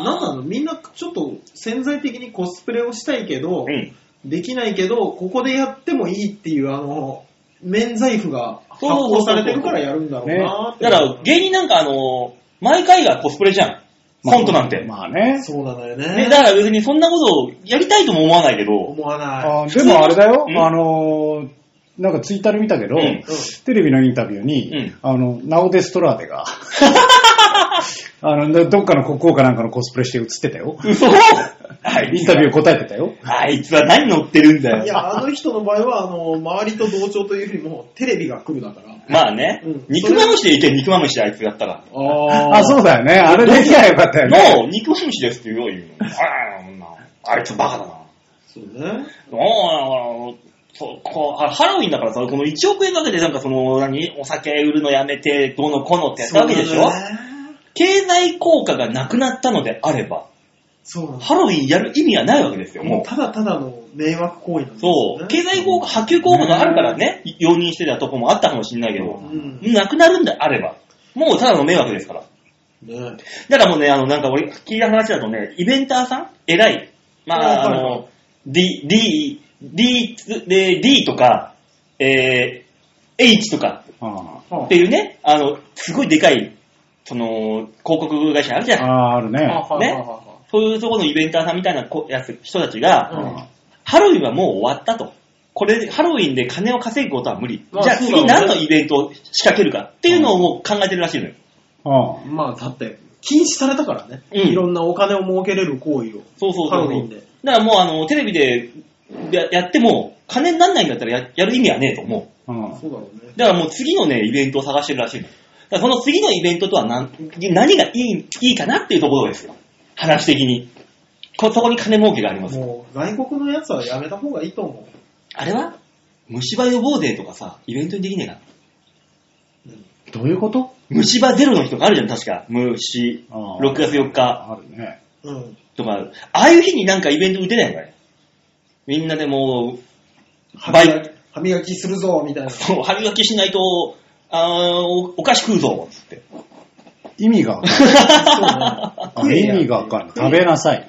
Speaker 3: ら、なんなのみんなちょっと潜在的にコスプレをしたいけど、
Speaker 2: うん。
Speaker 3: できないけど、ここでやってもいいっていう、あの、免罪符が発行されてるからやるんだろうなーって。
Speaker 2: だから、芸人なんかあの、毎回がコスプレじゃん。コントなんて。
Speaker 4: まあね。
Speaker 3: そうなのよ
Speaker 2: ね、
Speaker 3: ね。
Speaker 2: だから別にそんなことをやりたいとも思わないけど、
Speaker 3: 思わない。
Speaker 4: あでもあれだよ、
Speaker 2: うん
Speaker 4: あのーなんかツイッターで見たけど、
Speaker 2: うん
Speaker 4: テレビのインタビューに、
Speaker 2: うん
Speaker 4: あの、ナオデストラーデが、あの、どっかの国王かなんかのコスプレして映ってたよ。
Speaker 2: 嘘
Speaker 4: インタビュー答えてたよ。
Speaker 2: あいつは何乗ってるんだ
Speaker 3: い
Speaker 2: よ。
Speaker 3: や、あの人の場合は、あの、周りと同調というよりも、テレビが来るだから。
Speaker 2: まあね、
Speaker 3: うん
Speaker 2: 肉まむしでいけ、肉まむしであいつやったら。
Speaker 3: あ
Speaker 4: あ、そうだよね。あれできゃよかったよね。
Speaker 2: もう、肉まむしですって言うよ、言うのあらそんなあいつバカだな。
Speaker 3: そうね。
Speaker 2: おーそうこうあハロウィンだからさ、この1億円かけてなんかその、何、お酒売るのやめて、どうのこうのってやったわけでしょ、経済効果がなくなったのであれば、
Speaker 3: そうなんだ
Speaker 2: ハロウィンやる意味はないわけですよ、
Speaker 3: も
Speaker 2: も
Speaker 3: う
Speaker 2: う。
Speaker 3: ただただの迷惑行為なんですよ、
Speaker 2: そう。
Speaker 3: ね。
Speaker 2: 経済効果、波及効果があるからね、容認してたとこもあったかもしれないけど、
Speaker 3: うん。
Speaker 2: なくなるんであれば、もうただの迷惑ですから。
Speaker 3: ね
Speaker 2: だからもうね、あの、なんか俺、聞いた話だとね、イベンターさん偉い。まあ、あ
Speaker 3: はいはいはい
Speaker 2: の、D、D、D、で D とか、えー、H とか
Speaker 4: あ
Speaker 3: はあ
Speaker 2: っていうね、あの、すごいでかい、その、広告会社あるじゃん。
Speaker 4: あ、あるね。
Speaker 3: はあはあはあはあ
Speaker 2: そういうところのイベンターさんみたいなこやつ人たちが、
Speaker 3: うん
Speaker 2: ハロウィンはもう終わったと。これ、ハロウィンで金を稼ぐことは無理。
Speaker 3: まあ
Speaker 2: じゃあ
Speaker 3: そうだろ
Speaker 2: 次
Speaker 3: うね
Speaker 2: 何のイベントを仕掛けるかっていうのをもう考えてるらしいのよ。
Speaker 4: ああ
Speaker 3: まあ、だって、禁止されたからね。
Speaker 2: うん
Speaker 3: いろんなお金を儲けれる行為
Speaker 2: そ
Speaker 3: を。
Speaker 2: うそうそうそう。
Speaker 3: ハロウィンで。
Speaker 2: だからもうあの、テレビでややっても、金になんないんだったらややる意味はねえと思
Speaker 4: うん
Speaker 3: そうだろうね
Speaker 2: う。。だからもう次のね、イベントを探してるらしいの。だからその次のイベントとは何何がいいいいかなっていうところですよ。話的に。こそこに金儲けがあります。
Speaker 3: もう、外国のやつはやめた方がいいと思
Speaker 2: あれは虫歯予防デーとかさ、イベントにできねえかな。
Speaker 3: う。うん
Speaker 4: どういうこと
Speaker 2: 虫歯ゼロの人があるじゃん、確か。虫、
Speaker 4: ああ
Speaker 2: 6月4日
Speaker 4: あるね。
Speaker 3: うん。
Speaker 2: とか、ああいう日になんかイベント打てないのかね。みんなでもう、
Speaker 3: 歯
Speaker 2: バイ
Speaker 3: 磨き歯磨きするぞ、みたいな。
Speaker 2: そう [laughs] 歯磨きしないと、あーおお菓子食うぞ、つって。
Speaker 4: 意味がわかんない。あ
Speaker 3: [laughs] 食え
Speaker 4: 意
Speaker 3: や
Speaker 4: 味がわかんない。食べなさい。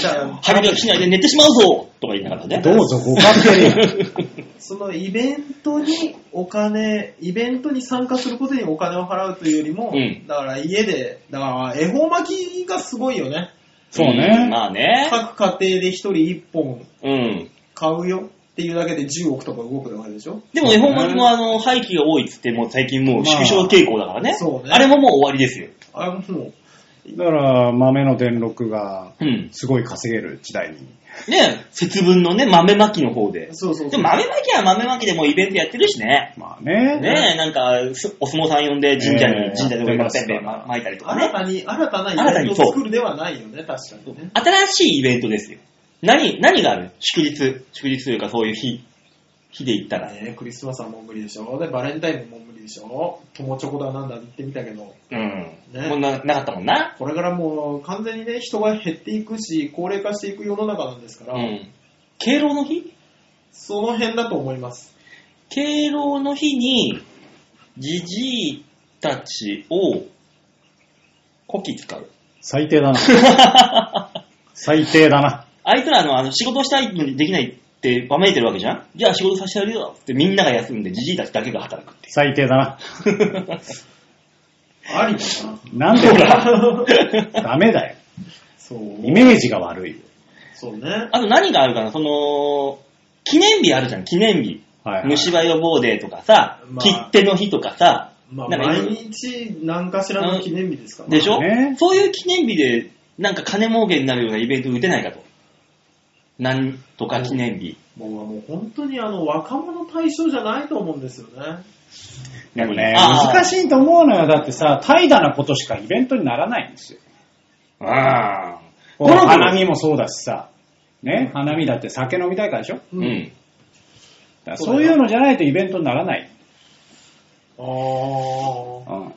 Speaker 3: だから
Speaker 2: 歯磨きしないで寝てしまうぞとか言いながらね。
Speaker 4: どうぞご勝手に。
Speaker 3: そのイベントにお金、イベントに参加することにお金を払うというよりも、
Speaker 2: うん
Speaker 3: だから家で、だから恵方巻きがすごいよね。
Speaker 4: そう
Speaker 2: うん
Speaker 4: ね。
Speaker 2: まあね。
Speaker 3: 各家庭で一人一本
Speaker 2: うん。
Speaker 3: 買うよっていうだけで10億とか動くでもあるでしょ
Speaker 2: でも絵本もあの、廃棄が多いっつって、もう最近もう縮小傾向だからね。
Speaker 3: まあそうね
Speaker 2: あれももう終わりですよ。
Speaker 3: あれももう、
Speaker 4: だから、豆の電録が
Speaker 2: うん。
Speaker 4: すごい稼げる時代に。
Speaker 2: ね節分のね、豆まきの方で。
Speaker 3: そうそう
Speaker 2: で
Speaker 3: そう。
Speaker 2: も豆まきは豆まきでもうイベントやってるしね。
Speaker 4: まあね。
Speaker 2: ねえ、なんか、すお相撲さん呼んで神社に、
Speaker 4: ええ
Speaker 2: 神社でお
Speaker 4: や
Speaker 2: かペ
Speaker 4: って
Speaker 2: ン
Speaker 4: ます
Speaker 2: ペンま巻いたりとか
Speaker 3: 新
Speaker 2: ね。
Speaker 3: たに、新たな
Speaker 2: 新た
Speaker 3: イベ
Speaker 2: に
Speaker 3: ン
Speaker 2: そ
Speaker 3: ト
Speaker 2: う
Speaker 3: を作るではないよね、確かにね。
Speaker 2: 新しいイベントですよ。何、何がある祝日。祝日というかそういう日。日で言ったら。
Speaker 3: ねクリスマスはもう無理でしょ。で、バレンタインももう無理でしょ。友チョコだなんだ言ってみたけど、
Speaker 2: うん。
Speaker 3: ね
Speaker 2: もうななかったもんな。
Speaker 3: これからもう完全にね、人が減っていくし、高齢化していく世の中なんですか
Speaker 2: う
Speaker 3: ら、
Speaker 2: ん。敬老の日
Speaker 3: その辺だと思います。
Speaker 2: 敬老の日に、じじいたちを、こき使う。
Speaker 4: 最低だな。最低だな。
Speaker 2: あいつらのあの仕事したいのにできないってばめいてるわけじゃんじゃあ仕事させてやるよってみんなが休んで、じじいたちだけが働くって
Speaker 4: 最低だな。
Speaker 2: いう。
Speaker 3: ありだな。
Speaker 4: なんで [laughs] だダメだよ。
Speaker 3: そう。
Speaker 4: イメージが悪いよ。
Speaker 3: そうね。
Speaker 2: あと何があるかなその、記念日あるじゃん、記念日。
Speaker 4: はい、はい。
Speaker 2: 虫歯予防デーとかさ、
Speaker 3: ま
Speaker 2: 切
Speaker 3: あ
Speaker 2: 手の日とかさ、
Speaker 3: まあ、
Speaker 2: なんかいろい
Speaker 3: 毎
Speaker 2: ろ
Speaker 3: 日何かしらの記念日ですから。
Speaker 2: でしょ、
Speaker 4: ね
Speaker 2: そういう記念日で、なんか金儲けになるようなイベント打てないかと。なんとか記念日。
Speaker 3: もうもう本当にあの若者対象じゃないと思うんですよね。
Speaker 4: でもね、
Speaker 2: あー
Speaker 4: 難しいと思うのよ。だってさ、怠惰なことしかイベントにならないんですよ。
Speaker 2: ああ。
Speaker 4: この花見もそうだしさ。ね、花見だって酒飲みたいからでしょだか
Speaker 2: うん。
Speaker 4: らそういうのじゃないとイベントにならない。
Speaker 3: ああ。
Speaker 4: うん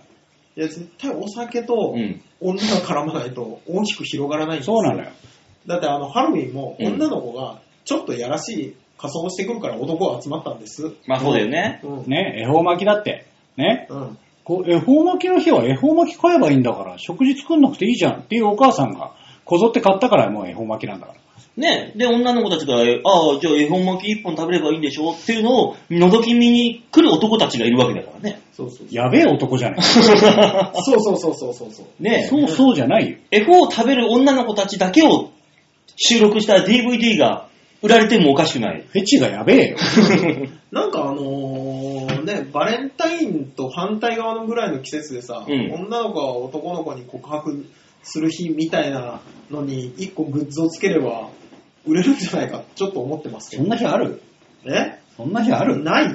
Speaker 3: いや、絶対お酒と
Speaker 2: うん。
Speaker 3: 女が絡まないと大きく広がらないんですよ
Speaker 4: そうなのよ。
Speaker 3: だってあの、ハロウィンも
Speaker 2: うん
Speaker 3: 女の子がちょっとやらしい仮装をしてくるから男が集まったんです。
Speaker 2: まあそうだよね。
Speaker 3: うん。
Speaker 4: ね、恵方巻きだって。ね、
Speaker 3: うん。
Speaker 4: こう恵方巻きの日は恵方巻き買えばいいんだから、食事作んなくていいじゃんっていうお母さんが、こぞって買ったからもう恵方巻きなんだから。
Speaker 2: ねで、女の子たちが、ああ、じゃあ絵本巻き一本食べればいいんでしょっていうのを覗き見に来る男たちがいるわけだからね。
Speaker 3: そうそう
Speaker 4: やべえ男じ [laughs] ゃない。
Speaker 3: そう。そうそうそうそうそうそう。
Speaker 2: ねえ。
Speaker 4: そうそうじゃないよ。
Speaker 2: 絵本を食べる女の子たちだけを収録した DVD が売られてもおかしくない。 [laughs]
Speaker 4: フェチがやべえよ。
Speaker 3: なんかあのー、ね、バレンタインと反対側のぐらいの季節でさ、
Speaker 2: うん
Speaker 3: 女の子が男の子に告白する日みたいなのに、一個グッズをつければ売れるんじゃないか、ちょっと思ってますけ
Speaker 4: そ
Speaker 3: ど
Speaker 4: ん。な日ある
Speaker 3: え
Speaker 4: そんな日ある
Speaker 3: ないよ。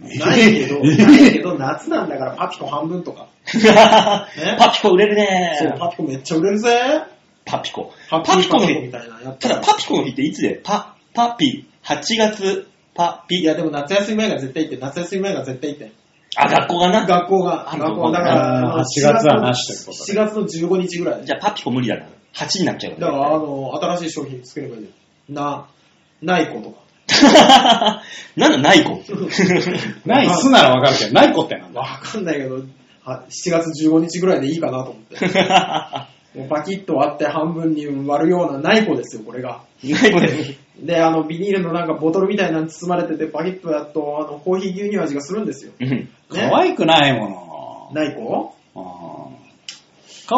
Speaker 3: ないけど、ないけど、夏なんだからパピコ半分とか。ね
Speaker 2: パピコ売れるね
Speaker 3: そう、パピコめっちゃ売れるぜ。
Speaker 2: パピコ。
Speaker 3: パ
Speaker 2: パピコの
Speaker 3: み
Speaker 2: 日。
Speaker 3: たいなやったた
Speaker 2: だ
Speaker 3: ら。
Speaker 2: パピコの日っていつでパ、パピ、8月、パ
Speaker 3: い
Speaker 2: ピ。
Speaker 3: や、でも夏休み前が絶対行って、夏休み前が絶対行って。
Speaker 2: あ、学校がな。
Speaker 3: 学校が、
Speaker 2: あ
Speaker 3: 学校がだか
Speaker 4: あー
Speaker 3: ら、
Speaker 4: 8月はなしということで
Speaker 3: 7月の15日ぐらい。
Speaker 2: じゃあパピコ無理だな。8になっちゃう
Speaker 3: だから、あの、新しい商品作ればいいじゃん。な、ない子とか。
Speaker 2: ら。 [laughs] なんだ、ない子。 [laughs]
Speaker 4: ないすならわかるけど、ない子ってなんだ。
Speaker 3: わかんないけど、は7月15日ぐらいでいいかなと思っ
Speaker 4: [laughs]
Speaker 3: て。もうパキッと割って半分に割るようなない子ですよ、これが。
Speaker 2: ない子です。
Speaker 3: で、あの、ビニールのなんかボトルみたいなのに包まれてて、パキッとやっと、あの、コーヒー牛乳味がするんですよ。
Speaker 2: うん。
Speaker 3: ね
Speaker 4: 可愛くないも
Speaker 3: ない子
Speaker 4: の。うん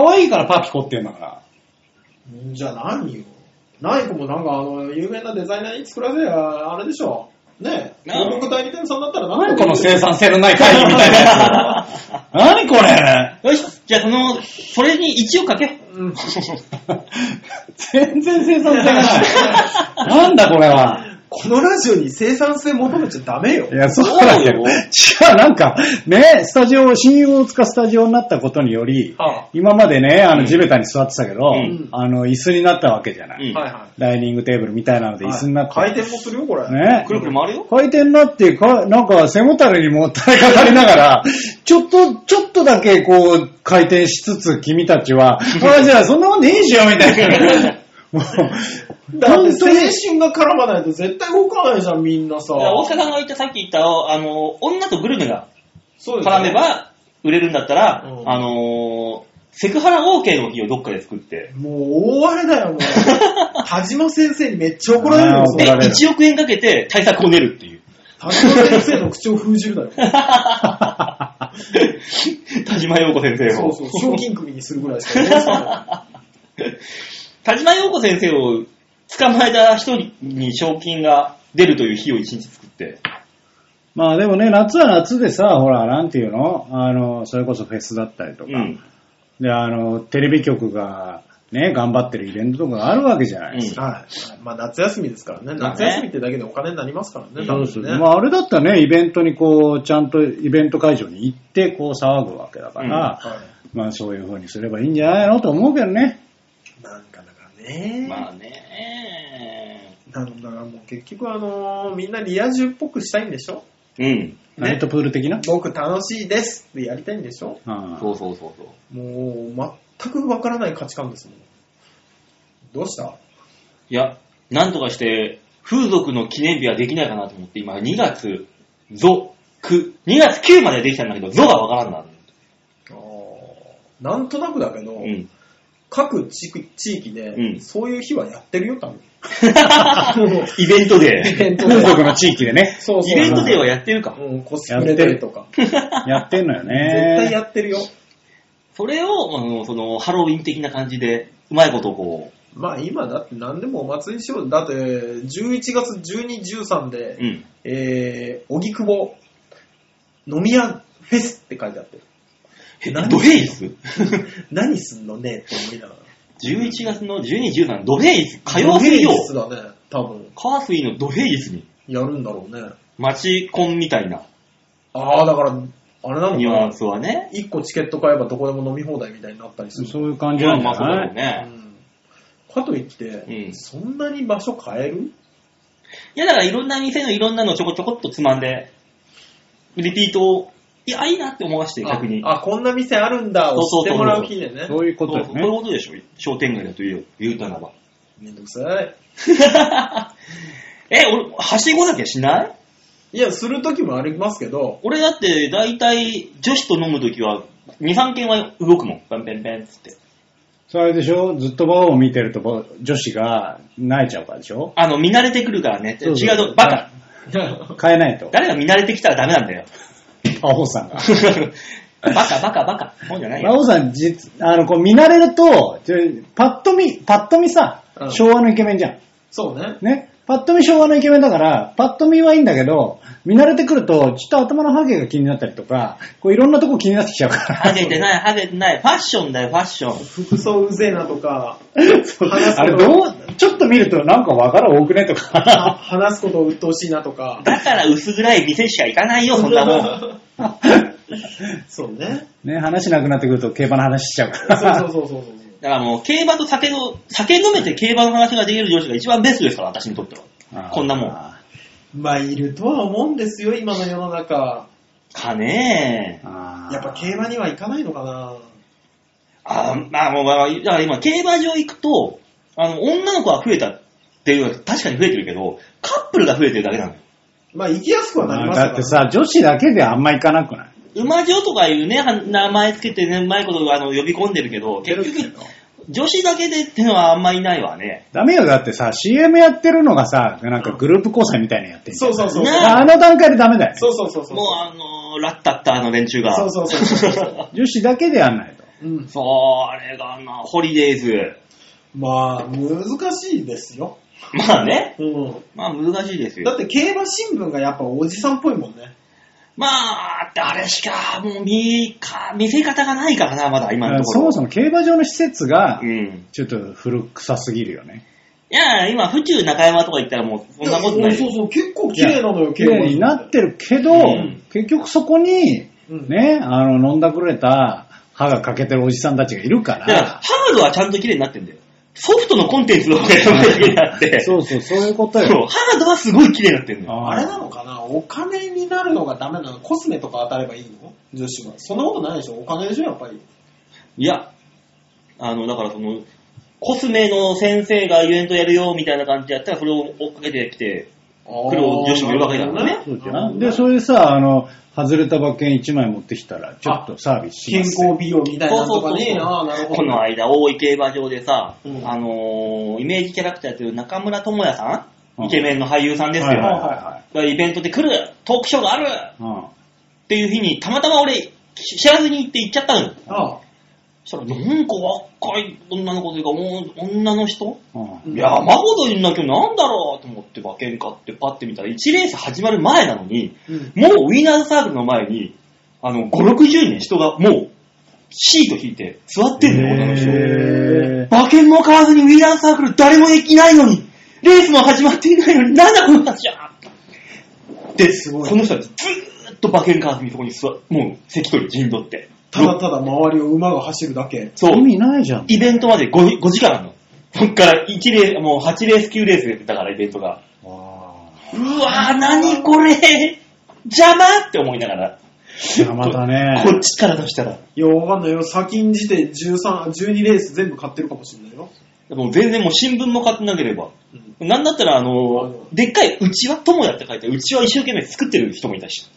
Speaker 4: 可愛いからパピコって言うんだから。
Speaker 3: んじゃ何よ。ない子もなんかあの、有名なデザイナーに作らせりゃ、あれでしょ。ねえ、
Speaker 2: なあ
Speaker 3: 広告代理店さんだったら何
Speaker 4: 何この生産性のない会議みたいな [laughs] やつ。何これ
Speaker 2: よし、じゃあその、それに1をかけ。
Speaker 3: うん
Speaker 4: 全然生産性がない。なんだこれは。
Speaker 3: このラジオに生産性求めちゃダメよ
Speaker 4: い。や、そうだけど。違
Speaker 2: そううよ、
Speaker 4: なんか、ね、スタジオ、新大塚スタジオになったことにより、
Speaker 3: は
Speaker 4: 今までね、あの、地べたに座ってたけど、
Speaker 2: うん
Speaker 4: あの、椅子になったわけじゃない。
Speaker 2: うん
Speaker 3: はいは
Speaker 4: ダイニングテーブルみたいなの
Speaker 3: い。
Speaker 4: で椅子になって。
Speaker 3: 回転もするよ、これ。
Speaker 4: ね
Speaker 2: くるくる回るよ。
Speaker 4: 回転になって、かなんか背もたれにもったれかかりながら、ちょっと、ちょっとだけこう、回転しつつ、君たちは、あじゃあそんなもんでいいじゃん、みたいな。もう、
Speaker 3: だって
Speaker 4: 本当に
Speaker 3: 精神が絡まないと絶対動かないじゃん、みんなさ
Speaker 2: だ。から大塚さんが言った、さっき言った、あの、女とグルメが
Speaker 3: そうです
Speaker 2: 絡めば売れるんだったら、
Speaker 3: うん
Speaker 2: あのーセクハラ OK の日をどっかで作って、
Speaker 3: もう大荒れだよ、も
Speaker 4: [laughs]
Speaker 3: う。田島先生にめっちゃ怒られる
Speaker 4: あ
Speaker 3: よ
Speaker 4: ー
Speaker 3: そ
Speaker 2: で、
Speaker 4: 怒
Speaker 3: れ、
Speaker 4: られる
Speaker 2: 1億円かけて対策を練るっていう。
Speaker 3: 田島先生の口を封じるだよ。
Speaker 2: 田島陽子先生
Speaker 3: そ
Speaker 2: を。
Speaker 3: うそう、賞金首にするぐらいしか言えない
Speaker 4: [laughs]
Speaker 3: か
Speaker 2: 田島陽子先生を捕まえた人に賞金が出るという日を一日作って。
Speaker 4: まあでもね、夏は夏でさ、ほら、なんていうのあの、それこそフェスだったりとか、
Speaker 2: うん。
Speaker 4: で、あの、テレビ局がね、頑張ってるイベントとかがあるわけじゃないですか。
Speaker 3: はい。まあ、夏休みですからね。
Speaker 2: まあね
Speaker 3: 夏休みってだけでお金になりますからね、多分ね。
Speaker 4: まああれだったらね、イベントにこう、ちゃんとイベント会場に行って、こう騒ぐわけだから、
Speaker 3: はい
Speaker 4: まあそういう風にすればいいんじゃないのと思うけどね。
Speaker 3: なんかだからね。
Speaker 2: まあね。
Speaker 3: なんだからもう結局あのーみんなリア充っぽくしたいんでしょ
Speaker 2: うん。
Speaker 4: ナイトプール的な。
Speaker 3: 僕楽しいですってやりたいんでしょ
Speaker 4: ああ
Speaker 2: そうそうそうそう。
Speaker 3: もう全くわからない価値観ですもん。どうした
Speaker 2: いや、なんとかして、風俗の記念日はできないかなと思って、今2月、ゾ、く、2月9まではできたんだけど、ゾがわからんな。
Speaker 3: あーなんとなくだけど、
Speaker 2: うん。
Speaker 3: 各地区地域で、
Speaker 2: うん
Speaker 3: そういう日はやってるよ、多分。もう
Speaker 2: イベントで。
Speaker 3: [laughs] イベントで
Speaker 4: 風。俗の地域でね、
Speaker 3: そうそう。
Speaker 2: イベントデーはやってるか。
Speaker 3: うん、コスプレデーとか。絶
Speaker 4: やってんのよ
Speaker 3: 対
Speaker 4: ね。
Speaker 3: やってるよ。
Speaker 2: それを、あのその、ハロウィン的な感じで、うまいことこ
Speaker 3: まあ今だって何でもお祭りしよう。だって11月12、13で、
Speaker 2: う、うん。
Speaker 3: えー、荻窪飲み屋フェスって書いてあって、
Speaker 2: え
Speaker 3: 何
Speaker 2: ドヘイス
Speaker 3: [laughs] 何すんのねって思いながら。
Speaker 2: ?11 月の12、13、ドヘイス、火曜水曜
Speaker 3: ドヘイ、スだね、多分。
Speaker 2: 火水のドヘイスに、
Speaker 3: やるんだろうね。
Speaker 2: 街コンみたいな
Speaker 3: ああ、だから、あれなの
Speaker 2: ニュ
Speaker 3: か
Speaker 2: ア
Speaker 3: な
Speaker 2: ン。スはね。
Speaker 3: 一個チケット買えばどこでも飲み放題みたいになったりする。
Speaker 4: そういう感じ
Speaker 2: ま
Speaker 4: な
Speaker 2: あ
Speaker 4: んじ
Speaker 2: ま
Speaker 4: ゃ
Speaker 2: あそうだ
Speaker 4: な
Speaker 2: ろう
Speaker 4: い
Speaker 2: ね。
Speaker 3: んかといって、
Speaker 2: うん
Speaker 3: そんなに場所変える
Speaker 2: いや、だからいろんな店のいろんなのちょこちょこっとつまんで、リピートを、いや、いいなって思わせて、逆に。
Speaker 3: ああ、こんな店あるんだを
Speaker 2: そう
Speaker 3: 知
Speaker 2: そう
Speaker 3: ってもらう日でね。
Speaker 4: そういう
Speaker 2: そ
Speaker 4: こ
Speaker 2: う
Speaker 4: と
Speaker 2: そうそ
Speaker 4: よ
Speaker 2: ういう
Speaker 4: ね。
Speaker 2: ことでしょ商店街だと言う言うたらば。 [laughs]
Speaker 3: めんどくさい。
Speaker 2: え、俺、はしごだけしない
Speaker 3: いや、する時もあります
Speaker 2: [laughs]
Speaker 3: けど、
Speaker 2: 俺だって、大体、女子と飲むときは、2、3件は動くもん。ペンペンペンっつって。
Speaker 4: それあれでしょずっと馬王を見てるとば女子が泣いちゃうからでしょ
Speaker 2: あの、見慣れてくるからねって。
Speaker 4: そうそう
Speaker 2: 違うと、バカ。
Speaker 4: 変えないと。
Speaker 2: 誰が見慣れてきたらダメなん
Speaker 4: [laughs]
Speaker 2: だよ。
Speaker 4: アホさんが。
Speaker 2: バカ、バカ、バカ。そうじゃない
Speaker 4: 馬
Speaker 2: よ。
Speaker 4: 王さん、実、あの、こう見慣れると、ちょパッと見、パッと見さ
Speaker 3: う、ん
Speaker 4: 昭和のイケメンじゃん。
Speaker 3: そうね。
Speaker 4: ね。パッと見昭和のイケメンだから、パッと見はいいんだけど、見慣れてくると、ちょっと頭のハゲが気になったりとか、こういろんなとこ気になってきちゃうか
Speaker 2: ハ
Speaker 4: ら。
Speaker 2: ゲてない、ハゲてない。ファッションだよ、ファッション。
Speaker 3: 服装うぜえなとか、
Speaker 4: そう
Speaker 3: 話す
Speaker 4: あれどう、ちょっと見るとなんかわから多くねと
Speaker 3: は
Speaker 4: か。
Speaker 3: 話すことを鬱陶しいなとか。
Speaker 2: だから薄暗い店しか行かない
Speaker 3: [laughs]
Speaker 2: よ、そんな
Speaker 4: [laughs]
Speaker 2: もん。
Speaker 3: そうね。
Speaker 4: ね、話なくなってくると競馬の話しちゃうか
Speaker 3: そう
Speaker 4: ら。
Speaker 3: そうそうそうそう。
Speaker 2: だからもう、競馬と酒の、酒飲めて競馬の話ができる上司が一番ベストですから、私にとっては。こんなもん。
Speaker 4: あ
Speaker 3: まあ、いるとは思うんですよ、今の世の中。
Speaker 2: かねえ。
Speaker 4: ー。
Speaker 3: やっぱ競馬には行かないのかな
Speaker 2: あーまあもう、まあだから今、競馬場行くと、あの、女の子は増えたっていうのは確かに増えてるけど、カップルが増えてるだけなのよ。
Speaker 3: まあ、行きやすくはなり
Speaker 4: ま
Speaker 3: ま
Speaker 4: あ
Speaker 3: すから、
Speaker 4: だってさ、女子だけであんま行かなくない
Speaker 2: 馬女とかいうね、は名前つけてね、うまいことあの呼び込んでるけど、結局、女子だけでっていうのはあんまいないわね。
Speaker 4: ダメよ、だってさ、CM やってるのがさ、なんかグループ交際みたいなのやってんじゃ
Speaker 3: そ
Speaker 4: ん
Speaker 3: うそうそう。
Speaker 2: ね
Speaker 4: あの段階でダメだよ。
Speaker 3: そうそうそうそう。
Speaker 2: もうあの、ラッタッターの連中が。
Speaker 3: そうそうそうそ
Speaker 4: 女子だけでやんないと。
Speaker 3: [laughs] う。う
Speaker 2: [laughs]
Speaker 3: ん。
Speaker 2: そう、あれがな、ホリデイズ。
Speaker 3: まあ、難しいですよ。
Speaker 2: まあね。
Speaker 3: うん。
Speaker 2: まあ難しいです
Speaker 3: だっ
Speaker 2: よ。
Speaker 3: て競馬新聞がやっぱおじさんっぽいもんね。
Speaker 2: まあ、あれしか、もう見か、見せ方がないからな、まだ今のところ。
Speaker 4: そもそも競馬場の施設が
Speaker 2: う、ん。
Speaker 4: ちょっと古臭すぎるよね。
Speaker 2: いや、今、府中中山とか行ったらもう、そんなことない
Speaker 3: や
Speaker 2: い。
Speaker 3: そうそう、結構綺麗なのよ、
Speaker 4: 綺麗になってるけど、
Speaker 2: うん
Speaker 4: 結局そこに、
Speaker 3: うん
Speaker 4: ね、あの、飲んだくれた歯が欠けてるおじさんたちがいるか
Speaker 2: だから、
Speaker 4: ら
Speaker 2: ハ、ードはちゃんと綺麗になってんだよ。ソフトのコンテンツの方がやばいだけにな
Speaker 3: [laughs]
Speaker 2: って。
Speaker 4: そうそう、そういうこと
Speaker 2: そう
Speaker 4: よ。
Speaker 2: ハードはすごい綺麗になってんだよ。
Speaker 4: あ
Speaker 3: あ
Speaker 4: ー
Speaker 3: れなのかなお金になるのがダメなのコスメとか当たればいいの女子は。そんなことないでしょお金でしょやっぱり。
Speaker 2: いや、あの、だからその、コスメの先生がイベントやるよ、みたいな感じでやったら、それを追っかけてきて、
Speaker 3: 黒
Speaker 2: 労女子もいるわけだからね
Speaker 4: そうじゃんで、それでさ、あの、外れた馬券1枚持ってきたら、ちょっとサービスし
Speaker 3: 健
Speaker 4: ます。
Speaker 3: 康美容みたいなのと
Speaker 2: そ
Speaker 3: か
Speaker 2: うそう
Speaker 3: ね。
Speaker 2: そう
Speaker 3: ああ、なるほ
Speaker 2: この
Speaker 3: ど。
Speaker 2: 間、大井競馬場でさ、
Speaker 3: うん
Speaker 2: あのーイメージキャラクターやってる中村智也さ
Speaker 4: うんん
Speaker 2: イケメンの俳優さんですよ。
Speaker 4: はいはい
Speaker 3: は
Speaker 2: がイベントで来るトークショーがあるっ
Speaker 4: はい
Speaker 2: ていう日に、たまたま俺、知らずに行って行っちゃったのよ。
Speaker 3: ああ
Speaker 2: そしたら、なんか若い女の子というか、もう女の人
Speaker 4: うん
Speaker 3: うん
Speaker 2: 山ほどいるんだけど、なんだろうと思って馬券買ってパッて見たら、1レース始まる前なのに、
Speaker 3: うん。
Speaker 2: もうウィナーズサークルの前に、あの、5、60人人がもう、シート引いて座ってんのよ、女の人。
Speaker 4: へー
Speaker 2: 馬券も買わずにウィーラーサークル誰もいないのに、レースも始まっていないのに、なんだこの話じゃで、
Speaker 3: すごい
Speaker 2: その人たちずーっと馬券買わずにそこに座っ、もう席取り陣取って。
Speaker 3: ただただ周りを馬が走るだけ。
Speaker 2: そう
Speaker 4: 意。味ないじゃん。
Speaker 2: イベントまで 5, 5時間あるの。そっから1レース、もう8レース9レースだからイベントが。
Speaker 4: わ
Speaker 2: うわー、なにこれ邪魔って思いながら。
Speaker 4: ー邪魔だね。
Speaker 2: こっちからとしたら。
Speaker 3: いや、わかんないよ。先んじて13、12レース全部買ってるかもしれないよ。
Speaker 2: もう全然もう新聞も買ってなければ。
Speaker 3: うん
Speaker 2: なんだったら、あ
Speaker 3: あ
Speaker 2: の
Speaker 3: の、
Speaker 2: でっかい、うちわともやって書いてある、うちわ一生懸命作ってる人もいたし。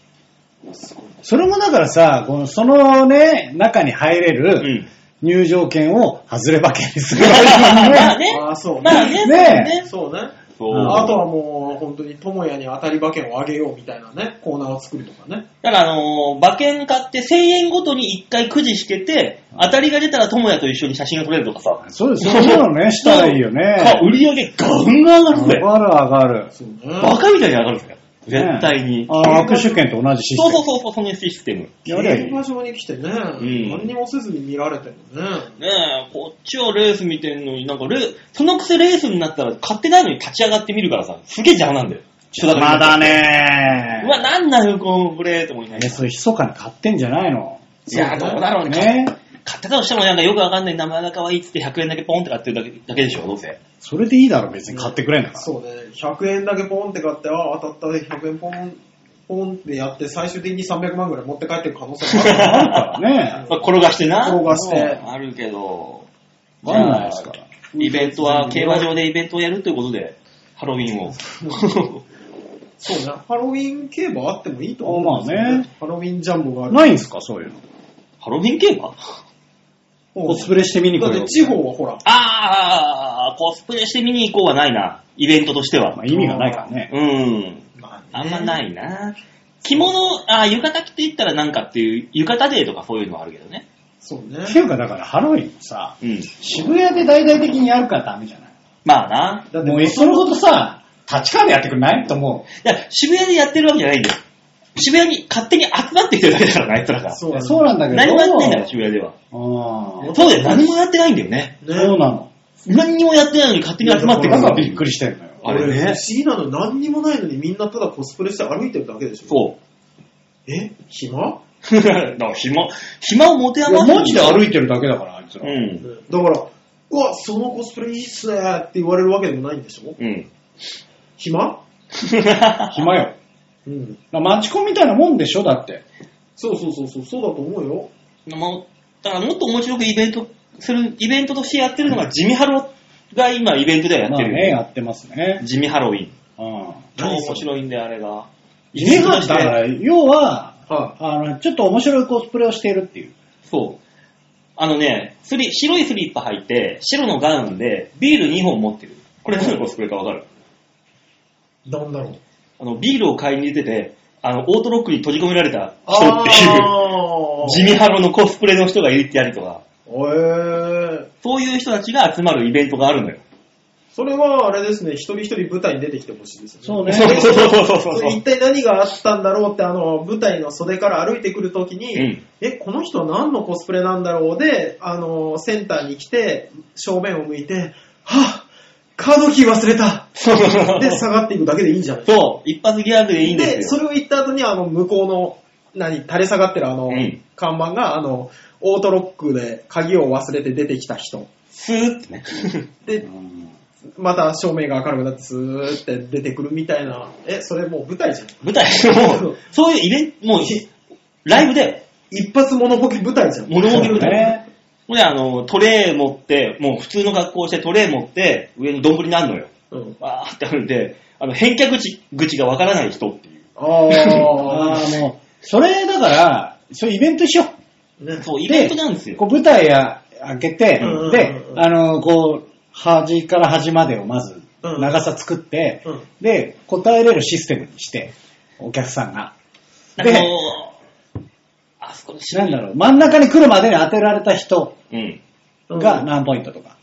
Speaker 4: それもだからさ、このそのね、中に入れ
Speaker 2: う
Speaker 4: る
Speaker 2: ん。
Speaker 4: 入場券を外れ馬券にするわけだもん
Speaker 2: まあ
Speaker 4: ね。
Speaker 2: ね。
Speaker 3: ああ、そう
Speaker 2: まあね。
Speaker 4: ね
Speaker 3: そうね。
Speaker 2: そう
Speaker 4: うん
Speaker 3: あとはもう、本当に、智也に当たり馬券をあげようみたいなね、コーナーを作るとかね。
Speaker 2: だから、あのー馬券買って1000円ごとに1回くじしてて、当たりが出たら友也と一緒に写真が撮れるとかさ。
Speaker 4: [laughs] そうです、そういうのね、したらいいよ
Speaker 2: か
Speaker 4: ね。
Speaker 2: 売り上げガンガン上がる
Speaker 4: 上
Speaker 2: ぜ。
Speaker 4: がる上がる。
Speaker 3: そうね。
Speaker 2: バカみたいに上がるぜ。絶対に。
Speaker 4: あー握手券と同じシス
Speaker 2: そうそう
Speaker 4: テム。
Speaker 2: そうそう、そのシステム。ね
Speaker 4: やればいい
Speaker 3: 場所に来てね、
Speaker 2: ん
Speaker 3: 何にもせずに見られてもね。
Speaker 2: え、こっちはレース見てんのに、なんかレー、そのくせレースになったら買ってないのに立ち上がってみるからさ、すげえ邪魔なんだよ。人だか
Speaker 4: ま
Speaker 2: ら
Speaker 4: だ
Speaker 2: うわ、
Speaker 4: ね
Speaker 2: なんなのこのプレーと思いなが
Speaker 4: え、
Speaker 2: ら。
Speaker 4: それ密かに買ってんじゃないの
Speaker 2: いや、どうだろうね。
Speaker 4: ね
Speaker 2: 買ってたとしてもなんかよくわかんない名前が可愛いっつって100円だけポンって買ってるだけだけでしょ、どうせ。
Speaker 4: それでいいだろ、別に買ってくれんだから。
Speaker 3: そうね、100円だけポンって買って、ああ、当たったで100円ポン、ポンってやって、最終的に300万ぐらい持って帰ってる可能性もあるか
Speaker 4: あ
Speaker 3: ら
Speaker 4: [laughs] るからね。
Speaker 2: まあ、転がしてな。
Speaker 3: 転がして
Speaker 2: うんあるけど。
Speaker 4: わかんないですから。
Speaker 2: イベントは、競馬場でイベントをやるということで、ハロウィン
Speaker 4: [laughs]
Speaker 2: を。
Speaker 3: そうね、ハロウィン競馬あってもいいと思うんですよ
Speaker 4: あまあね。
Speaker 3: ハロウィンジャンボがある。
Speaker 4: ないんすか、そういうの。
Speaker 2: ハロウィン競馬
Speaker 4: コスプレして見に来
Speaker 3: だっ
Speaker 4: る
Speaker 3: て地方はほら、
Speaker 2: あー、コスプレして見に行こうはないな。イベントとしては
Speaker 4: まあ、。意味がないからね。
Speaker 2: うん。あんま
Speaker 3: い。
Speaker 2: ないな。着物、あー浴衣着ていったらなんかっていう、浴衣デーとかそういうのはあるけどね。
Speaker 3: そうね。
Speaker 4: っていうか、だからハロウィンもさ、
Speaker 2: うん。
Speaker 4: 渋谷で大々的にやるからダメじゃない
Speaker 2: まあな。
Speaker 3: だって
Speaker 4: もういっそのことさ、立川でやってくれないと思う。
Speaker 2: いや、渋谷でやってるわけじゃないんだよ。渋谷に勝手に集まってきてるだけだからな、あいつらが。
Speaker 3: そうだね
Speaker 4: そうなんだけど。
Speaker 2: 何もやってないんだから、渋谷では。
Speaker 4: うん
Speaker 2: そうだよ、何もやってないんだよね。
Speaker 3: ね
Speaker 4: そうなの。
Speaker 2: 何にもやってないのに勝手に集まってく
Speaker 4: だ
Speaker 2: る
Speaker 4: からびっくりしてんのよ。
Speaker 2: あれ
Speaker 3: 俺
Speaker 2: ね
Speaker 3: 不思議なの、何にもないのにみんなただコスプレして歩いてるだけでしょ。
Speaker 2: そう。
Speaker 3: う。え
Speaker 2: [laughs]
Speaker 3: 暇
Speaker 2: だから暇、暇を持て
Speaker 4: いや
Speaker 2: 余
Speaker 4: マジで歩いてるだけだから、あいつ
Speaker 2: う
Speaker 4: ら。
Speaker 2: ん。
Speaker 3: だから、うわ、そのコスプレいいっすねーって言われるわけでもないんでしょ
Speaker 2: うん。 [laughs]
Speaker 3: 暇
Speaker 4: 暇よ。
Speaker 3: うん。
Speaker 4: マチコンみたいなもんでしょ、だって。そうそう
Speaker 3: そうそう、そうだと思うよ。
Speaker 2: もうだからもっと面白くイベントする、イベントとしてやってるのが、地味ハロが今イベントではや
Speaker 4: ま
Speaker 2: っ
Speaker 4: あ
Speaker 2: てるよ
Speaker 4: ね、
Speaker 2: ね。
Speaker 4: やってますね。
Speaker 2: 地味ハロウィン。
Speaker 4: うん。
Speaker 2: 超
Speaker 3: 何それ
Speaker 2: 面白いんだよ、あれが。
Speaker 4: 家がだから、要は、
Speaker 3: は
Speaker 4: あの、ちょっと面白いコスプレをしているっていう。
Speaker 2: そう。あのね、スリ白いスリッパ履いて、白のガウンで、ビール2本持ってる。これ何のコスプレかわかる
Speaker 3: い。なんだろう。
Speaker 2: あの、ビールを買いに出てて、あの、オートロックに閉じ込められた人
Speaker 3: あ
Speaker 2: っていう、
Speaker 3: あ
Speaker 2: 地味ハロのコスプレの人がいるってやりとか、
Speaker 3: えー、
Speaker 2: そういう人たちが集まるイベントがあるのよ。
Speaker 3: それはあれですね、一人一人舞台に出てきてほしいですよね。
Speaker 4: そうね
Speaker 2: そうそうそうそうそう
Speaker 3: それ一体何があったんだろうって、あの、舞台の袖から歩いてくるときに、
Speaker 2: うん
Speaker 3: え、この人は何のコスプレなんだろうで、あの、センターに来て、正面を向いて、はっ、カードキー忘れた
Speaker 2: そうそうそうそう
Speaker 3: で、下がっていくだけでいいんじゃない
Speaker 2: そう、一発ギャグでいいん
Speaker 3: で、
Speaker 2: です
Speaker 3: そ
Speaker 2: よ。
Speaker 3: れを言った後に、あの、向こうの、何、垂れ下がってるあの、
Speaker 2: うん
Speaker 3: 看板が、あの、オートロックで鍵を忘れて出てきた人。
Speaker 2: スーってね。
Speaker 3: で、また照明が明るくなって、スーって出てくるみたいな。え、それもう舞台じゃん。
Speaker 2: 舞台もう、そういうイベント、もう、ライブで、
Speaker 3: 一発モノボケ舞台じゃん。
Speaker 2: 物置き舞台。
Speaker 4: ね。
Speaker 2: これあの、トレー持って、もう普通の格好してトレー持って、上に丼にあんのよ。
Speaker 3: うん。
Speaker 2: わーってあるんで、あの、返却口、口がわからない人っていう。
Speaker 3: あ
Speaker 4: ああ、もう、それだから、そういうイベントしよ
Speaker 3: ー。 [laughs] ね、
Speaker 2: そう、イベントなんです
Speaker 4: う。
Speaker 2: よ。
Speaker 4: こう舞台や開けて
Speaker 3: うんうん、
Speaker 4: で
Speaker 3: う、ん
Speaker 4: あの、こう、端から端までをまず、
Speaker 3: うん
Speaker 4: 長さ作って
Speaker 3: うん、
Speaker 4: で、答えれるシステムにして、お客さんが。
Speaker 2: なんか
Speaker 4: で
Speaker 2: こうあそこの
Speaker 4: なんだろう、真ん中に来るまでに当てられた人
Speaker 2: う。うん。
Speaker 4: が
Speaker 3: うん
Speaker 4: 何ポイントとか。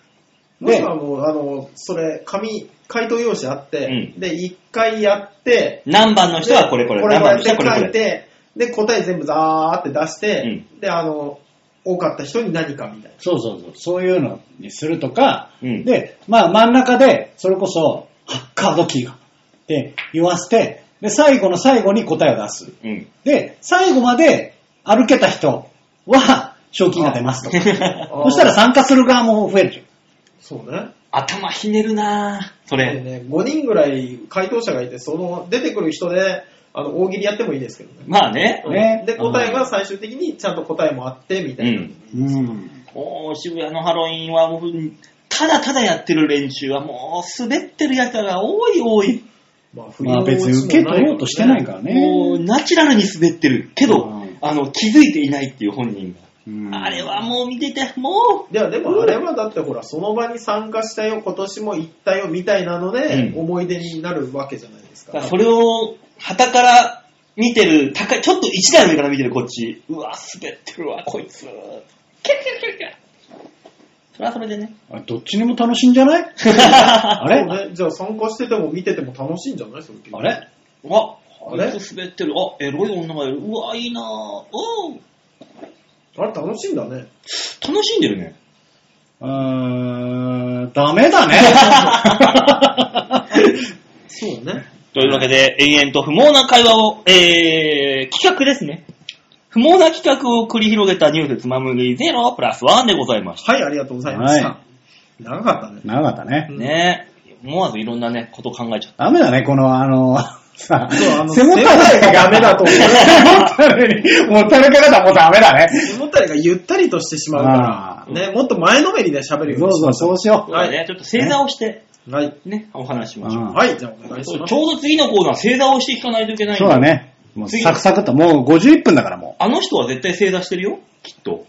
Speaker 3: もし
Speaker 4: で
Speaker 3: く、はもう、あの、それ、紙、回答用紙あって、
Speaker 2: う
Speaker 3: で、一回やって、
Speaker 2: 何番の人はこれこれ、
Speaker 3: これ
Speaker 2: 何番
Speaker 3: これっ
Speaker 2: の
Speaker 3: て
Speaker 2: 人
Speaker 3: 書
Speaker 2: はこれこれ。
Speaker 3: いて、で、答え全部ザーって出して、で、あの、多かった人に何かみたい
Speaker 4: そうそうそう、そういうのにするとか、
Speaker 2: うん
Speaker 4: で、まあ真ん中で、それこそ、あカードキーが、って言わせて、で、最後の最後に答えを出す。
Speaker 2: うん。
Speaker 4: で、最後まで歩けた人は、賞金が出
Speaker 2: [laughs]
Speaker 4: ますと。
Speaker 3: な。
Speaker 4: そしたら参加する側も増えるじゃん。
Speaker 3: そうね。
Speaker 2: 頭ひねるなぁ、そ
Speaker 3: で
Speaker 2: れ。
Speaker 3: ね、5人ぐらい回答者がいて、その出てくる人で、あの、大喜利やってもいいですけどね。
Speaker 2: まあね。
Speaker 4: ね
Speaker 3: で、答えが最終的にちゃんと答えもあって、みたいな。
Speaker 2: うん
Speaker 4: うん。
Speaker 2: もう渋谷のハロウィンはもう、ただただやってる練習はもう滑ってるやつが多い多い。
Speaker 3: まあ、
Speaker 4: まあ別に受け取ろうとしてないから
Speaker 2: もう
Speaker 4: ね。
Speaker 2: ナチュラルに滑ってるけど、
Speaker 4: うん
Speaker 2: あの、気づいていないっていう本人
Speaker 4: うん
Speaker 2: が。あれはもう見てて、も
Speaker 3: ではでもあれはだってほら、その場に参加したよ、今年も行ったよ、みたいなので、
Speaker 2: うん
Speaker 3: 思い出になるわけじゃないです
Speaker 2: う、
Speaker 3: か。
Speaker 2: それを、旗から見てる、高い、ちょっと一台上から見てるこっち、うわ、滑ってるわ、こいつ。キャキャキャキャそれはそれでね。
Speaker 4: あどっちにも楽しいんじゃない
Speaker 3: そ
Speaker 4: あ
Speaker 3: う
Speaker 4: れ
Speaker 3: ね、じゃあ参加してても見てても楽しいんじゃないそれ
Speaker 4: あれ
Speaker 2: あ、こ
Speaker 3: あれ
Speaker 2: いつ滑ってる。あ、エロい女がいる。うわ、いいなぁ。うん。
Speaker 3: あれ楽しいんだね。
Speaker 2: 楽しんでるね。
Speaker 4: うーん、ダメだね。
Speaker 3: そうだね。
Speaker 2: というわけで、延々と不毛な会話を、えー、企画ですね。不毛な企画を繰り広げたニュースつまむぎゼロプラスワンでございまし
Speaker 3: はい、ありがとうございました。
Speaker 4: は
Speaker 3: 長かったね。
Speaker 4: なかったね
Speaker 2: た。
Speaker 3: う。ん
Speaker 2: ね思わずいろんなね、こと考えちゃっ
Speaker 4: ダメだね、この、あの、さ、
Speaker 3: そうあの
Speaker 4: 背もたれが
Speaker 3: ダメだと思う。
Speaker 4: 背もたれに、もたれか方もうダメだね。
Speaker 3: 背もたれがゆったりとしてしまうか
Speaker 4: あ
Speaker 3: ら、ね、もっと前のめりで喋るよう
Speaker 4: そう
Speaker 3: にしましょ
Speaker 4: そう、そうしよ
Speaker 2: た。
Speaker 4: う。
Speaker 3: はい
Speaker 2: ね、ちょっと正座をして、
Speaker 3: う。はい。
Speaker 2: ね、お話しし
Speaker 4: う
Speaker 2: ましょう。
Speaker 4: ん
Speaker 3: はい、じゃあお願いし
Speaker 2: そう
Speaker 3: ます
Speaker 2: ち。ょうど次のコーナー、正座をしていかないといけないん
Speaker 4: そうだ。ね。もうサクサクと、もう51分だからも
Speaker 2: あの人は絶対正座してるよ。きっと。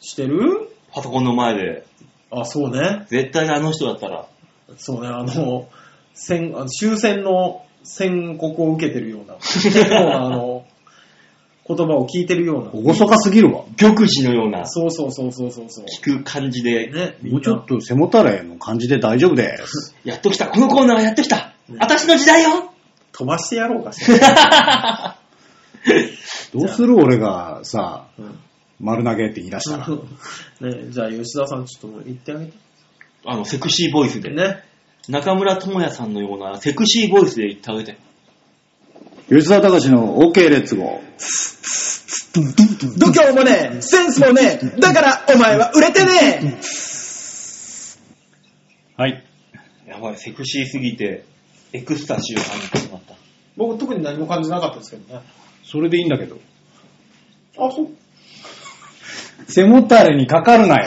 Speaker 3: してる
Speaker 2: パソコンの前で。
Speaker 3: あ、そうね。
Speaker 2: 絶対あの人だったら。
Speaker 3: そうね、あの、戦あの終戦の宣告を受けてるよう
Speaker 4: [laughs]
Speaker 3: な、結構なあの、言葉を聞いてるよ
Speaker 4: う。
Speaker 3: う
Speaker 4: 厳かすぎるわ。
Speaker 2: 玉児のような
Speaker 3: な、、そうそうそうそうそうそう。
Speaker 2: 聞く感じで、
Speaker 3: ね、みん
Speaker 4: も
Speaker 3: な
Speaker 4: うちょっと背もたれの感じで大丈夫です。
Speaker 2: やっと来た。このコーナーはやっと来た
Speaker 3: ね。
Speaker 2: 私の時代よ
Speaker 3: 飛ばしてやろうかし
Speaker 4: [laughs]
Speaker 3: ら。
Speaker 4: どうする俺がさ、
Speaker 3: うん
Speaker 4: 丸投げって言い出したら。
Speaker 3: ね、じゃあ吉田さんちょっと言ってあげて。
Speaker 2: あの、セクシーボイスで。
Speaker 3: ね。
Speaker 2: 中村智也さんのようなセクシーボイスで言ってあげて。
Speaker 4: 吉沢隆の OK レッツゴー。
Speaker 3: 度胸もねえ、センスもねえ、だからお前は売れてね
Speaker 4: はい。
Speaker 2: やばい、セクシーすぎて、エクスタシーを感じてしまった。
Speaker 3: 僕特に何も感じなかったですけどね。
Speaker 4: それでいいんだけど。
Speaker 3: あ、 [laughs] そう。
Speaker 4: 背もたれにかかるな
Speaker 3: [laughs]
Speaker 4: よ。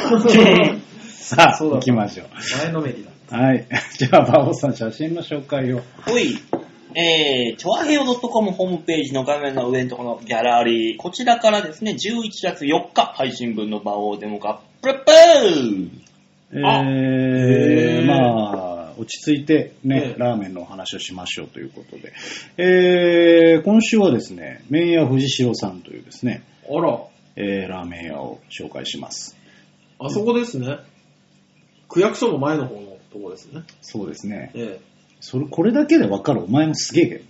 Speaker 4: さあ、
Speaker 3: そうだ
Speaker 4: 行きましょう。
Speaker 3: 前のめりだ。
Speaker 4: はい。 [laughs] じゃあ、バオさん、写真の紹介を。
Speaker 2: ほい。えー、チョアヘオ .com ホームページの画面の上のところのギャラリー。こちらからですね、11月4日配信分の場をデモがプルプー
Speaker 4: え
Speaker 2: あ
Speaker 4: ー、
Speaker 3: へー
Speaker 4: まあ、落ち着いてね
Speaker 3: ね、
Speaker 4: ラーメンのお話をしましょうということで。えー、今週はですね、麺屋藤代さんというですね、
Speaker 3: あら、
Speaker 4: えー、ラーメン屋を紹介します。
Speaker 3: あそこですね。区役所の前の方のとこですね。
Speaker 4: そうですね。
Speaker 3: ええ。
Speaker 4: それ、これだけでわかる。お前もすげえけ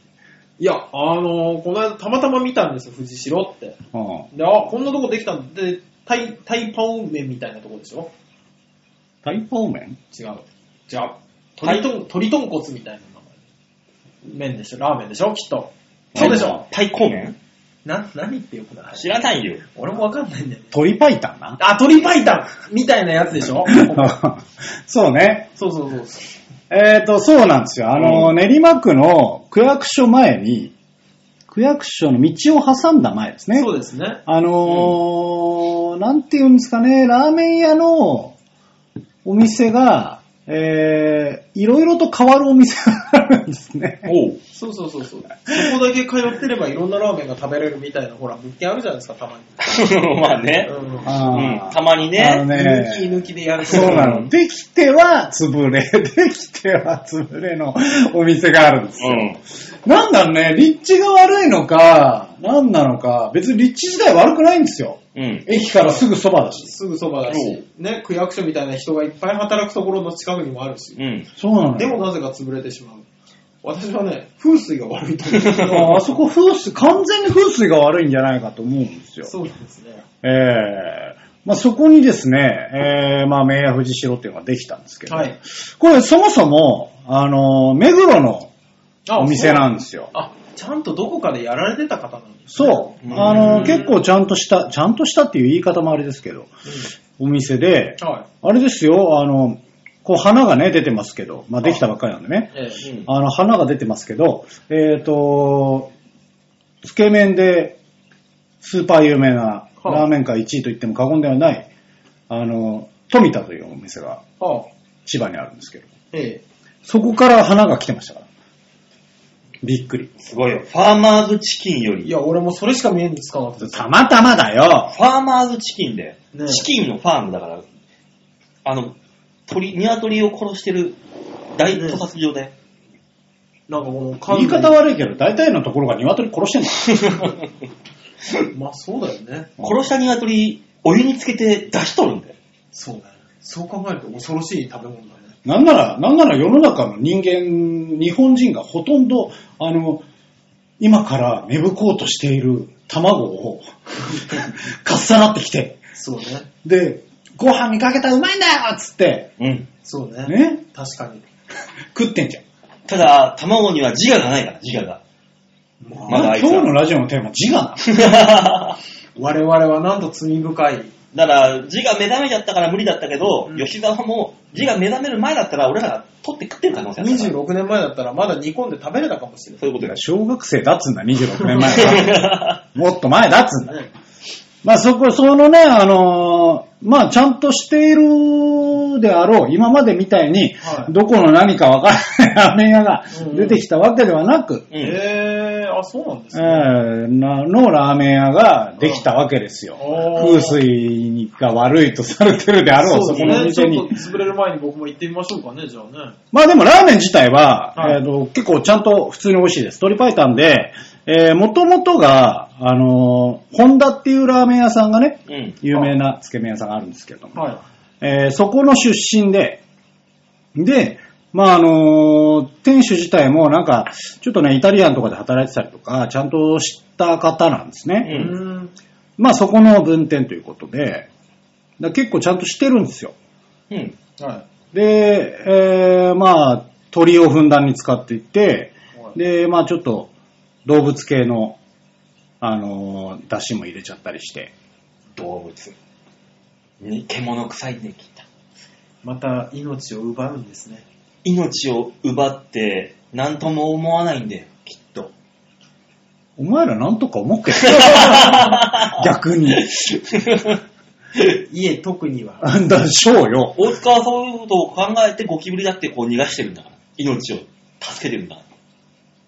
Speaker 3: いや、あのーこの間たまたま見たんですよ、藤代って。
Speaker 4: ど。うん。
Speaker 3: で、あ、こんなとこできたんだで、タイ、タイパオ麺みたいなとこでしょ
Speaker 4: タイパオ麺
Speaker 3: 違う。じゃあ、鶏とん、鶏豚骨みたいな名前。麺でしょラーメンでしょきっと。そうでしょ
Speaker 2: 対抗面
Speaker 3: な、何ってよくない
Speaker 2: 知らないよ。
Speaker 3: 俺もわかんないんだよね。
Speaker 4: 鳥パイタンな。
Speaker 3: あ、鳥パイタンみたいなやつでし [laughs] ょ
Speaker 4: [laughs] そうね。
Speaker 3: そうそうそうそ
Speaker 4: えっ、と、そうなんですよ。あの、
Speaker 2: うん
Speaker 4: 練馬区の区役所前に、区役所の道を挟んだ前です
Speaker 3: う。
Speaker 4: ね。
Speaker 3: そうですね。
Speaker 4: あのーなんて言うんですかね、ラーメン屋のお店が、えー、いろいろと変わるお店があるんですね。
Speaker 2: おう。
Speaker 3: そうそうそうそう。そこだけ通ってればいろんなラーメンが食べれるみたいな、ほら、物件あるじゃないですか、たま
Speaker 2: [laughs]
Speaker 3: に。
Speaker 2: まあね。
Speaker 3: うん。
Speaker 2: う
Speaker 4: あ
Speaker 2: ん。
Speaker 4: ー
Speaker 2: たまに
Speaker 4: あの
Speaker 2: ね。
Speaker 3: 抜
Speaker 4: ね
Speaker 3: き抜きでやると
Speaker 4: そうなの。できては潰れ、 [laughs] できては潰れのお店があるんです
Speaker 2: うん。
Speaker 4: よ。なんだろうね、立地が悪いのか、なんなのか、別に立地自体悪くないんですよ。
Speaker 2: うん。
Speaker 4: 駅からすぐそばだし。
Speaker 3: すぐそばだし、ね、区役所みたいな人がいっぱい働くところの近くにもあるし。
Speaker 2: うん。
Speaker 4: そうなのよ
Speaker 3: でもなぜか潰れてしまう。私はね、風水が悪いと思う。
Speaker 4: [laughs] ああそこ風水、完全に風水が悪いんじゃないかと思うんですよ。
Speaker 3: そうなんですね。
Speaker 4: ええまあ、そこにですね、ええまあ、名屋藤代っていうのができたんですけど、
Speaker 3: はい。
Speaker 4: これそもそも、あの、目黒のお店なんですよ。
Speaker 3: あ、ちゃんとどこかでやられてた方なんですね。
Speaker 4: そうう。
Speaker 2: ん
Speaker 4: あの、結構ちゃんとした、ちゃんとしたっていう言い方もあれですけど、お店で、
Speaker 3: うんはい。
Speaker 4: あれですよ、あの、こう花がね、出てますけど、まあ、できたばっかりなんでね。
Speaker 3: え
Speaker 2: うん
Speaker 4: あの、花が出てますけど、えっ、と、つけ麺で、スーパー有名な、
Speaker 3: はあ
Speaker 4: ラーメン界1位と言っても過言ではない、あの、富田というお店が
Speaker 3: え。ああ
Speaker 4: 千葉にあるんですけど、
Speaker 3: え
Speaker 4: そこから花が来てましたから。びっくり。
Speaker 2: すごいよ。ファーマーズチキンよ
Speaker 3: え。い
Speaker 2: り。
Speaker 3: や、俺もそれしか見えにつかなかったです。
Speaker 4: たまたまだよ
Speaker 2: ファーマーズチキンで
Speaker 3: ね。
Speaker 2: チキンのファームだから。あの、鳥、鶏を殺してる大屠殺場で。
Speaker 3: なんかこの缶
Speaker 4: 言
Speaker 3: の
Speaker 4: い方悪いけど、大体のところが鶏殺してんの。
Speaker 3: まあそうだよね。
Speaker 2: 殺した鶏、お湯につけて出しとるんだよ。
Speaker 3: そうだよね。そう考えると恐ろしい食べ物だね。
Speaker 4: なんなら、なんなら世の中の人間、日本人がほとんど、あの、今から芽吹こうとしている卵を、 [laughs] かっさらってきて、
Speaker 3: そうね。
Speaker 4: で、ご飯にかけたらうまいんだよっつって、
Speaker 2: うん。
Speaker 3: そうね。
Speaker 4: ね、
Speaker 3: 確かに。
Speaker 4: 食ってんじゃん。
Speaker 2: ただ、卵には自我がないから、自我が。まだあいつ
Speaker 4: 今
Speaker 2: は
Speaker 4: 日のラジオのテーマ、自我な。
Speaker 3: 我々はなんと罪深い。
Speaker 2: だから、字が目覚めちゃったから無理だったけど、
Speaker 3: うん
Speaker 2: 吉沢も字が目覚める前だったら俺らが取って食ってる可能性あったから。
Speaker 3: 26年前だったらまだ煮込んで食べれたかもしれ
Speaker 2: そういうこと
Speaker 4: だか
Speaker 2: で
Speaker 4: ら
Speaker 2: し
Speaker 4: 小学生だっつうんだ、26年前は。
Speaker 3: [laughs]
Speaker 4: もっと前だっつうんだ。
Speaker 3: ない。ね
Speaker 4: まあそこ、そのね、あのーまあちゃんとしているであろう、今までみたいに、
Speaker 3: はい
Speaker 4: どこの何かわからないラーメン屋が
Speaker 3: うんうん
Speaker 4: 出てきたわけではなく、
Speaker 2: ょ。うん。
Speaker 3: えー、あ、そうなんです
Speaker 4: えー
Speaker 3: ね。
Speaker 4: なのラーメン屋ができたわけですよ。
Speaker 3: うん
Speaker 4: 風水が悪いとされてるであろう、
Speaker 3: そ
Speaker 4: そ
Speaker 3: うで
Speaker 4: この
Speaker 3: すね。ち
Speaker 4: 店
Speaker 3: ょっ
Speaker 4: に
Speaker 3: と。潰れる前に僕も行ってみましょうかね、じゃあね。
Speaker 4: まあでもラーメン自体は、
Speaker 3: はい
Speaker 4: えーと結構ちゃんと普通に美味しいです。鶏白湯で、えー、元々が、あのーホンダっていうラーメン屋さんがね、
Speaker 2: うん。
Speaker 4: 有名なつけ麺屋さんがあるんですけども、
Speaker 3: は
Speaker 4: えーそこの出身で、で、まああのー店主自体もなんか、ちょっとね、イタリアンとかで働いてたりとか、ちゃんと知った方なんです
Speaker 2: う。
Speaker 3: い。
Speaker 4: ね。
Speaker 3: うんん。
Speaker 4: まあそこの分店ということで、だ結構ちゃんとしてるんですよ。
Speaker 2: うん。
Speaker 3: は
Speaker 4: で、えーまあ、鳥をふんだんに使っていって、
Speaker 3: い。
Speaker 4: で、まあちょっと動物系の、あのー、出汁も入れちゃったりして、
Speaker 2: 動物。に獣臭いね、きた。
Speaker 3: また命を奪うんですね。
Speaker 2: 命を奪って、なんとも思わないんだよ、きっと。
Speaker 4: お前らなんとか思ってる
Speaker 3: [laughs]
Speaker 4: 逆に。
Speaker 3: 家特には。
Speaker 4: あんだ、しょうよ。
Speaker 2: [laughs] 大塚はそういうことを考えてゴキブリだってこう逃がしてるんだから。命を助けてるんだか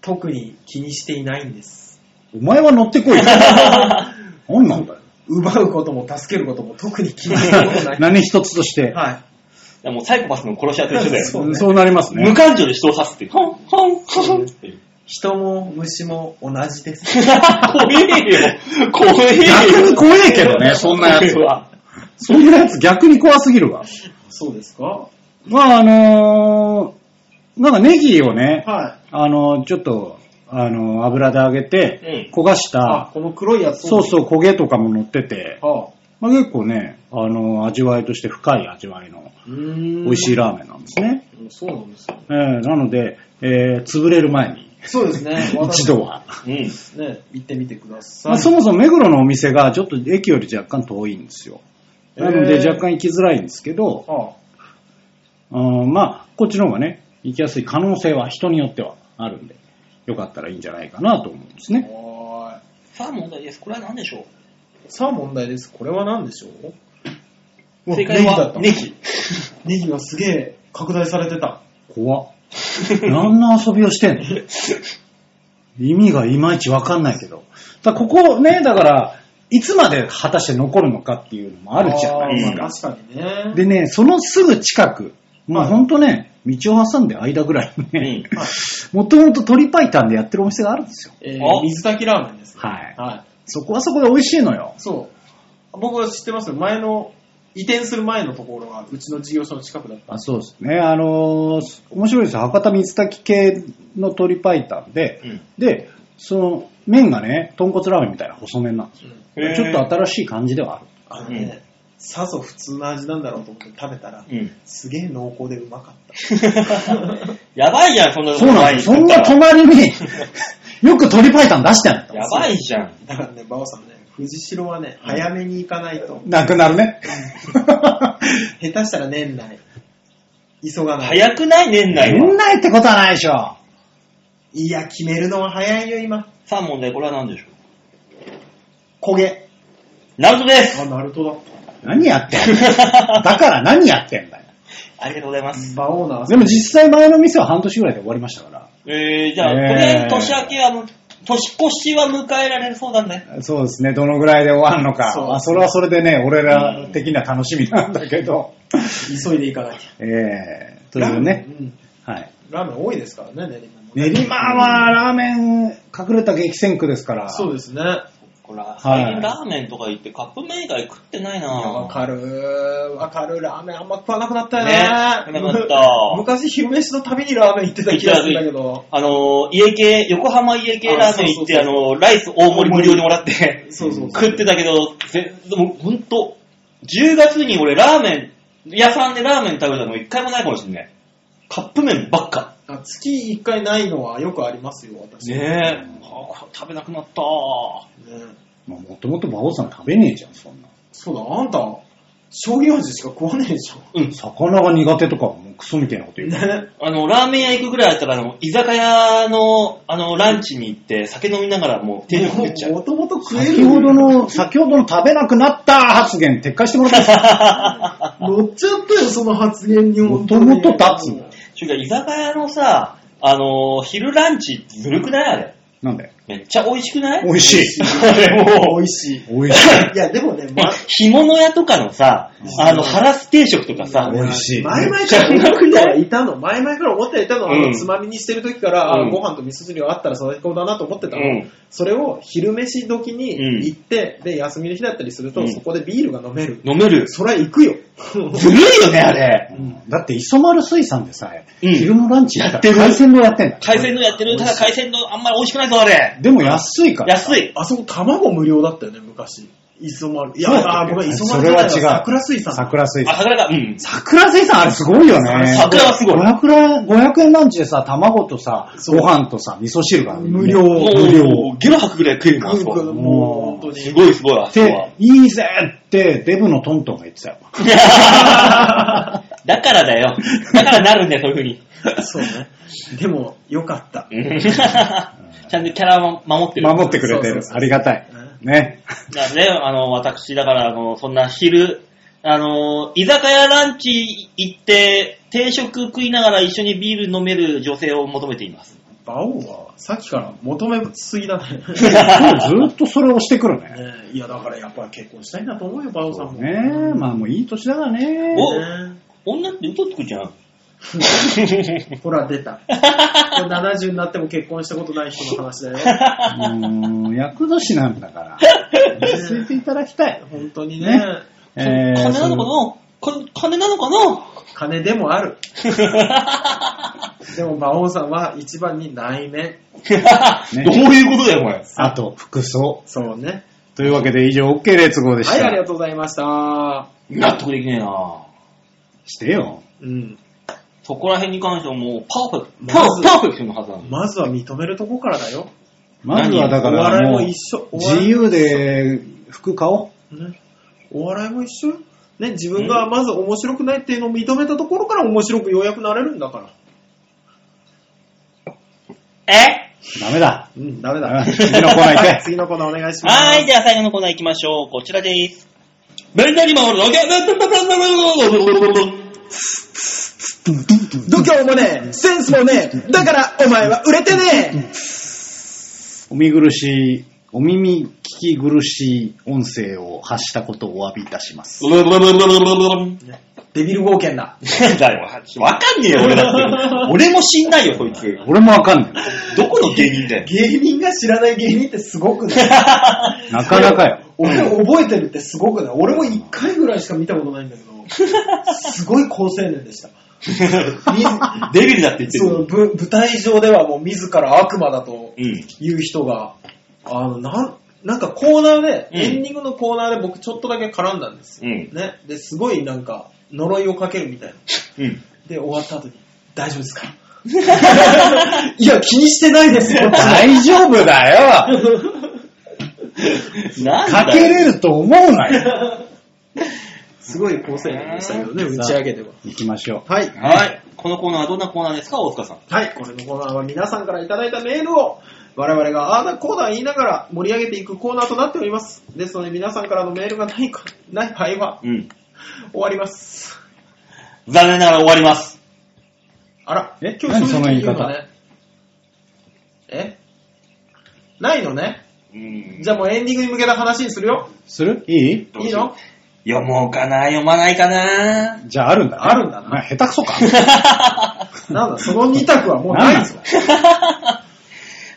Speaker 3: 特に気にしていないんです。
Speaker 4: お前は乗ってこいよ。何なんだよ。
Speaker 3: 奪うことも助けることも特に気にしたことない。
Speaker 4: 何一つとし
Speaker 3: [laughs] は
Speaker 4: て。
Speaker 3: い。
Speaker 2: ら。もうサイコパスの殺し屋と一緒だよ。
Speaker 3: そうね
Speaker 4: そうなりますね
Speaker 2: 無。感情で人を刺すっていう。ホン、ホン、ホンっていう。
Speaker 3: 人も虫も同じです。
Speaker 2: 怖えよ。 [laughs] 怖えよ。
Speaker 4: 逆に怖えけ
Speaker 2: [laughs]
Speaker 4: どね、そんなやつは。。そんなやつ逆に怖すぎるわ。
Speaker 3: そうですか
Speaker 4: まああのーなんかネギをね、
Speaker 3: は
Speaker 4: あのーちょっと、あのー油で揚げて
Speaker 2: う、
Speaker 4: 焦がし
Speaker 3: い。あ、
Speaker 4: た、
Speaker 3: この黒いやつ
Speaker 4: そう
Speaker 3: う。
Speaker 4: そう焦げとかも乗ってて、
Speaker 3: は
Speaker 4: まあ、結構ね、あのー味わいとして深い味わいの
Speaker 3: あ、うーん。
Speaker 4: 美味しい
Speaker 3: ら。
Speaker 4: ラーメンなんですね。
Speaker 3: そうなんですよ。
Speaker 4: えーなので、えー潰れる前に、
Speaker 3: そうですね。
Speaker 4: [laughs] 一度は。
Speaker 2: うん。
Speaker 3: 私ね、行ってみてください。
Speaker 4: まあ、そもそも目黒のお店がちょっと駅より若干遠いんですよ。なの
Speaker 3: え
Speaker 4: で
Speaker 3: ー
Speaker 4: 若干行きづらいんですけど、
Speaker 3: は
Speaker 4: うんまあ、こっちの方がね、行きやすい可能性は人によってはあるんで、よかったらいいんじゃないかなと思うんです
Speaker 3: あ、
Speaker 4: ね。
Speaker 3: は
Speaker 2: さあ問題です。これは何でしょ
Speaker 3: ーい。さあ問題です。これは何でしょう
Speaker 2: う正解はネギ。
Speaker 3: [laughs] ネギはすげえ拡大されてた。
Speaker 4: 怖っ。何の遊びをしてんの意味がいまいちわかんないけど。だここね、だから、いつまで果たして残るのかっていうのもあるじゃないです
Speaker 3: あー。
Speaker 4: か
Speaker 3: 確かにね。
Speaker 4: でね、そのすぐ近く、もうほんとね、道を挟んで間ぐらいに
Speaker 2: う
Speaker 4: ね、
Speaker 2: ん。
Speaker 3: はい
Speaker 4: もともと鳥パイタンでやってるお店があるんですよ。
Speaker 3: え
Speaker 2: あ
Speaker 3: ー、水炊きラーメンです、ね。
Speaker 4: はい
Speaker 3: は
Speaker 4: そこはそこで美味しいのよ
Speaker 3: い。。そう。僕は知ってますよ。前の、移転する前のところが、うちの事業所の近くだったん
Speaker 4: あ
Speaker 3: です。
Speaker 4: そうですね。あのー面白いですよ。博多水炊き系の鳥パイタンで、
Speaker 2: うん
Speaker 4: で、その麺がね、豚骨ラーメンみたいな細麺なんですよ。
Speaker 3: うん
Speaker 2: へー
Speaker 4: ちょっと新しい感じではある。
Speaker 3: あのね、さぞ普通の味なんだろうと思って食べたら、
Speaker 2: [laughs] うん。
Speaker 3: すげえ濃厚でうまかった。
Speaker 2: やばいじゃん、そんな
Speaker 4: そうなん
Speaker 2: 前
Speaker 4: で
Speaker 2: に
Speaker 4: すよ。そんな
Speaker 2: 行っ
Speaker 4: 隣に、よく鳥パイタン出してん
Speaker 2: た
Speaker 4: の。
Speaker 2: らやばいじゃん。
Speaker 3: だからね、バオさんね、藤代はね、早めに行かないと、
Speaker 4: なくなるね。
Speaker 3: [laughs] 下手したら年内、急がない。
Speaker 2: 早くない年内
Speaker 4: 変
Speaker 2: は。
Speaker 4: ないってことはないでしょ。
Speaker 3: いや、決めるのは早いよ、今。
Speaker 2: さあ問題、これは何でしょう
Speaker 3: 焦げ。
Speaker 2: ナルトです
Speaker 3: あ、ナルトだっ
Speaker 4: 何やってんのだから何やってんだよ。
Speaker 2: ありがとうございます。
Speaker 3: た。バオーナー
Speaker 4: でも実際前の店は半年ぐらいで終わりましたか
Speaker 2: えー、じゃあ、
Speaker 4: ねえ
Speaker 2: とりあえず年明けは、あの年越しは迎えられそうだね。
Speaker 4: ら。そうですね、どのぐらいで終わるのか。
Speaker 3: そう
Speaker 4: まあそれはそれでね、俺ら的な楽しみなんだけど。
Speaker 3: 急いで行かなきゃ。
Speaker 4: えー、とい
Speaker 3: ラ
Speaker 4: うね。
Speaker 3: ーメン。うん
Speaker 4: はい。
Speaker 3: ラーメン多いですからね、練馬もね。
Speaker 4: 練馬はラーメン隠れた激戦区ですから。
Speaker 3: そうですね。いや、
Speaker 2: ほら、
Speaker 4: い
Speaker 2: 最近ラーメンとか行ってカップ麺以外食ってないな
Speaker 3: わ
Speaker 2: ぁ。
Speaker 3: かる。わかる。ラーメンあんま食わなくなったよね。
Speaker 2: ね食わなくなった
Speaker 3: [laughs] 昔昼飯のたびにラーメン行ってた気がするんだけど。
Speaker 2: あのー、家系、横浜家系ラーメン行って、あ
Speaker 3: あそうそう
Speaker 2: のー、ライス大盛り無料でもらって、
Speaker 3: そうそうそう
Speaker 2: 食ってたけど、ぜでもほんと、10月に俺ラーメン、屋さんでラーメン食べたの一回もないかもしんない。カップ麺ばっか。
Speaker 3: あ月1回ないのはよくありますよ、私。
Speaker 2: ねえ。あー食べなくなったー
Speaker 3: ね
Speaker 4: まあもともと馬王さん食べねえじゃん、そんな。
Speaker 3: そうだ、あんた、将棋味しか食わねえじ
Speaker 2: うん。
Speaker 4: 魚が苦手とか、もうクソみたいなこと
Speaker 3: [laughs]
Speaker 4: 言う。
Speaker 3: ゃん。ね。
Speaker 2: あの、ラーメン屋行くぐらいだったら、あの、居酒屋の、あの、ランチに行って、酒飲みながらもう定食食っちゃ
Speaker 3: [laughs]
Speaker 2: う。
Speaker 3: もともと食える。
Speaker 4: 先ほどの、先ほどの食べなくなった発言撤回してもらっていいですか
Speaker 3: 乗っちゃったよ、その発言に。
Speaker 4: もともと立つの
Speaker 2: ちゅうか、居酒屋のさ、あのー、昼ランチずるくないあれ。
Speaker 4: なんで
Speaker 2: めっちゃ美味しくない
Speaker 4: 美味しい。
Speaker 2: [laughs] あれもう
Speaker 3: 美味しい。
Speaker 4: 美味しい。
Speaker 3: いや、でもね、
Speaker 2: ま
Speaker 3: ま
Speaker 2: あ、干物屋とかのさ、あの、腹ス定食とかさ、
Speaker 4: 美味しい
Speaker 3: 前々から思ってはいたの。前々から思ってはいたの。あ
Speaker 2: う
Speaker 3: の
Speaker 2: ん
Speaker 3: つまみにしてる時から、あ
Speaker 2: うん
Speaker 3: ご飯と味噌汁があったら最高だなと思ってたの。
Speaker 2: うん
Speaker 3: それを昼飯時
Speaker 2: うん
Speaker 3: に行って、で、休みの日だったりすると、
Speaker 2: うん
Speaker 3: そこでビールが飲める。
Speaker 2: 飲める。
Speaker 3: そりゃ
Speaker 2: [laughs]
Speaker 3: 行くよ。
Speaker 2: ずるいよね、あれ。
Speaker 4: だって、磯丸水産でさえ、
Speaker 2: うん
Speaker 4: 昼のランチやっ
Speaker 2: やって
Speaker 4: て
Speaker 2: る
Speaker 4: 海鮮丼やってんだ。
Speaker 2: 海鮮丼やってる、ただ海鮮丼あんまり美味しくないぞ、あれ。
Speaker 4: でも安いから。
Speaker 2: 安い。
Speaker 3: あそこ卵無料だったよね、昔。磯丸。いや、
Speaker 4: そうだっけ
Speaker 3: あー、ごめん、磯
Speaker 4: そ
Speaker 3: 丸
Speaker 4: れ
Speaker 3: じゃ
Speaker 4: は
Speaker 3: ない
Speaker 4: 違
Speaker 3: わ
Speaker 4: う。
Speaker 3: 桜水産。
Speaker 4: 桜水
Speaker 2: あ、
Speaker 4: 産。
Speaker 2: 桜が、うん。
Speaker 4: 桜水産あれすごいよね。
Speaker 2: 桜はすごい
Speaker 4: 500円、500円ランチでさ、卵とさ、
Speaker 3: そう
Speaker 4: ご飯とさ、味噌汁がね
Speaker 3: 無料。
Speaker 2: も
Speaker 4: 無料
Speaker 2: う、ゲロ吐くぐらい食えるもん、あそ
Speaker 3: もう、
Speaker 2: こ。
Speaker 3: もう本当に。
Speaker 2: すごいすごい、あそこは
Speaker 4: で。、いいぜって、デブのトントンが言ってたよ。
Speaker 2: [laughs] だからだよ。だからなるんだよ、そういう
Speaker 3: そうね。でも、よかった。
Speaker 2: 風に。ちゃんとキャラも守ってる。
Speaker 4: 守ってくれて
Speaker 3: そうそう
Speaker 4: る。
Speaker 3: そう
Speaker 4: ありがたい。ね。
Speaker 2: だからね、あの、私、だから、あの、そんな昼、あの、居酒屋ランチ行って、定食食いながら一緒にビール飲める女性を求めています。
Speaker 3: 馬王は、さっきから求めすぎだ
Speaker 2: [laughs]
Speaker 3: ね。
Speaker 4: もうずっとそれをしてくるね。
Speaker 3: ねいや、だからやっぱり結婚したいんだと思うよ、馬王さんも。
Speaker 4: ねえ、まあもういい年だからね。
Speaker 2: お
Speaker 3: ね
Speaker 2: 女って嘘つくじゃん。
Speaker 3: ほら、出た。これ70になっても結婚したことない人の話だ
Speaker 4: [laughs]
Speaker 3: よ。
Speaker 4: うーん、厄年なんだから。落ち着いていただきたい。
Speaker 3: 本当にね。
Speaker 4: ねえ
Speaker 2: 金
Speaker 4: ー
Speaker 2: な
Speaker 4: その
Speaker 2: のかなか金なのかな
Speaker 3: 金でもある。
Speaker 2: [laughs]
Speaker 3: でも、馬王さんは一番に内面。
Speaker 4: ね
Speaker 2: どういうことだよ、これ。
Speaker 4: あと、服装。
Speaker 3: そうね。
Speaker 4: というわけで以上、OK 列号でした。
Speaker 3: はい、ありがとうございました。
Speaker 2: 納得できねえな
Speaker 4: してよ。
Speaker 3: うん。
Speaker 2: そこら辺に関してはもうパーフェクト、パ
Speaker 3: ま
Speaker 2: ー
Speaker 3: ず
Speaker 2: パーフェクトのはずなの。
Speaker 3: まずは認めるとこからだよ。
Speaker 4: まずはだ
Speaker 3: お
Speaker 4: から、
Speaker 3: 笑い
Speaker 4: も
Speaker 3: も
Speaker 4: う
Speaker 3: 一緒。お笑い
Speaker 4: 自由で服買おう。
Speaker 3: ね、お笑いも一緒よね、自分がまず面白くないっていうのを認めたところから面白くようやくなれるんだから。
Speaker 2: え
Speaker 4: ダメだ。
Speaker 3: うん、ダメ
Speaker 4: ダメ
Speaker 3: だ。
Speaker 4: だ [laughs] 次のコーナー行
Speaker 3: [laughs]
Speaker 4: け
Speaker 3: 次のコーナーお願いします。
Speaker 2: はい、では最後のコーナー行きましょう。こちらです。ベンダリマンのロケ、ブンブンブンブンブンブンブンブンブンブンブン
Speaker 3: 度胸もねえ、センスもねえ、だからお前は売れてね
Speaker 4: お見苦しい、お耳聞き苦しい音声を発したことをお詫びいたします。
Speaker 2: ルルルルルルルン。
Speaker 3: えデビル冒険だ。
Speaker 2: だよ、わかんねえよ、俺だ [laughs] って。俺も知んないよ、こいつ。
Speaker 4: 俺もわかんない。
Speaker 2: どこの芸人 [laughs] だよ。
Speaker 3: 芸人が知らない芸人ってすごくない
Speaker 4: [laughs] なかな
Speaker 3: [laughs]
Speaker 4: かよ。
Speaker 3: 俺覚えてるってすごくない俺も1回ぐらいしか見たことないんだけど、すごい好青年でした。み
Speaker 2: デビルだって言
Speaker 4: [laughs]
Speaker 2: って
Speaker 3: そ
Speaker 2: る
Speaker 3: う
Speaker 2: の。
Speaker 3: ぶ舞台上ではもう自ら悪魔だと
Speaker 2: うん。
Speaker 3: いう人が、あの、なんなんかコーナーで、
Speaker 2: うん
Speaker 3: エンディングのコーナーで僕ちょっとだけ絡んだんです
Speaker 2: う
Speaker 3: よ。
Speaker 2: ん。
Speaker 3: ね。で、すごいなんか呪いをかけるみたいな。
Speaker 2: うん。
Speaker 3: で、終わった後に、大丈夫ですか [laughs] いや、気にしてないで
Speaker 2: [laughs]
Speaker 3: すよ。
Speaker 4: 大丈夫だよ
Speaker 2: なんだよ
Speaker 4: かけれると思うなよ
Speaker 3: [laughs] すごい好青年でしたけどね、打ち上げでは。
Speaker 4: [laughs] 行きましょう。
Speaker 3: はい。
Speaker 2: はい。このコーナーはどんなコーナーですか、大塚さん。
Speaker 3: はい、これのコーナーは皆さんからいただいたメールを我々があーだこーだ言いながら盛り上げていくコーナーとなっております。ですので皆さんからのメールがないかない場合は
Speaker 2: うん。
Speaker 3: 終わります。
Speaker 2: 残念ながら終わります。
Speaker 3: あら、
Speaker 4: え
Speaker 3: 今日正直言うの
Speaker 4: 何その言い
Speaker 3: ね。えないのね
Speaker 2: うん
Speaker 3: じゃあもうエンディングに向けた話にするよ。
Speaker 4: するいい
Speaker 2: どう
Speaker 3: いい
Speaker 2: しよ
Speaker 3: の
Speaker 2: 読もうかな、読まないかな。
Speaker 4: じゃああるんだね。
Speaker 3: あるんだな
Speaker 4: まあ下手くそか。
Speaker 3: なんだ、その2択は
Speaker 4: [laughs]
Speaker 3: もうないぞ。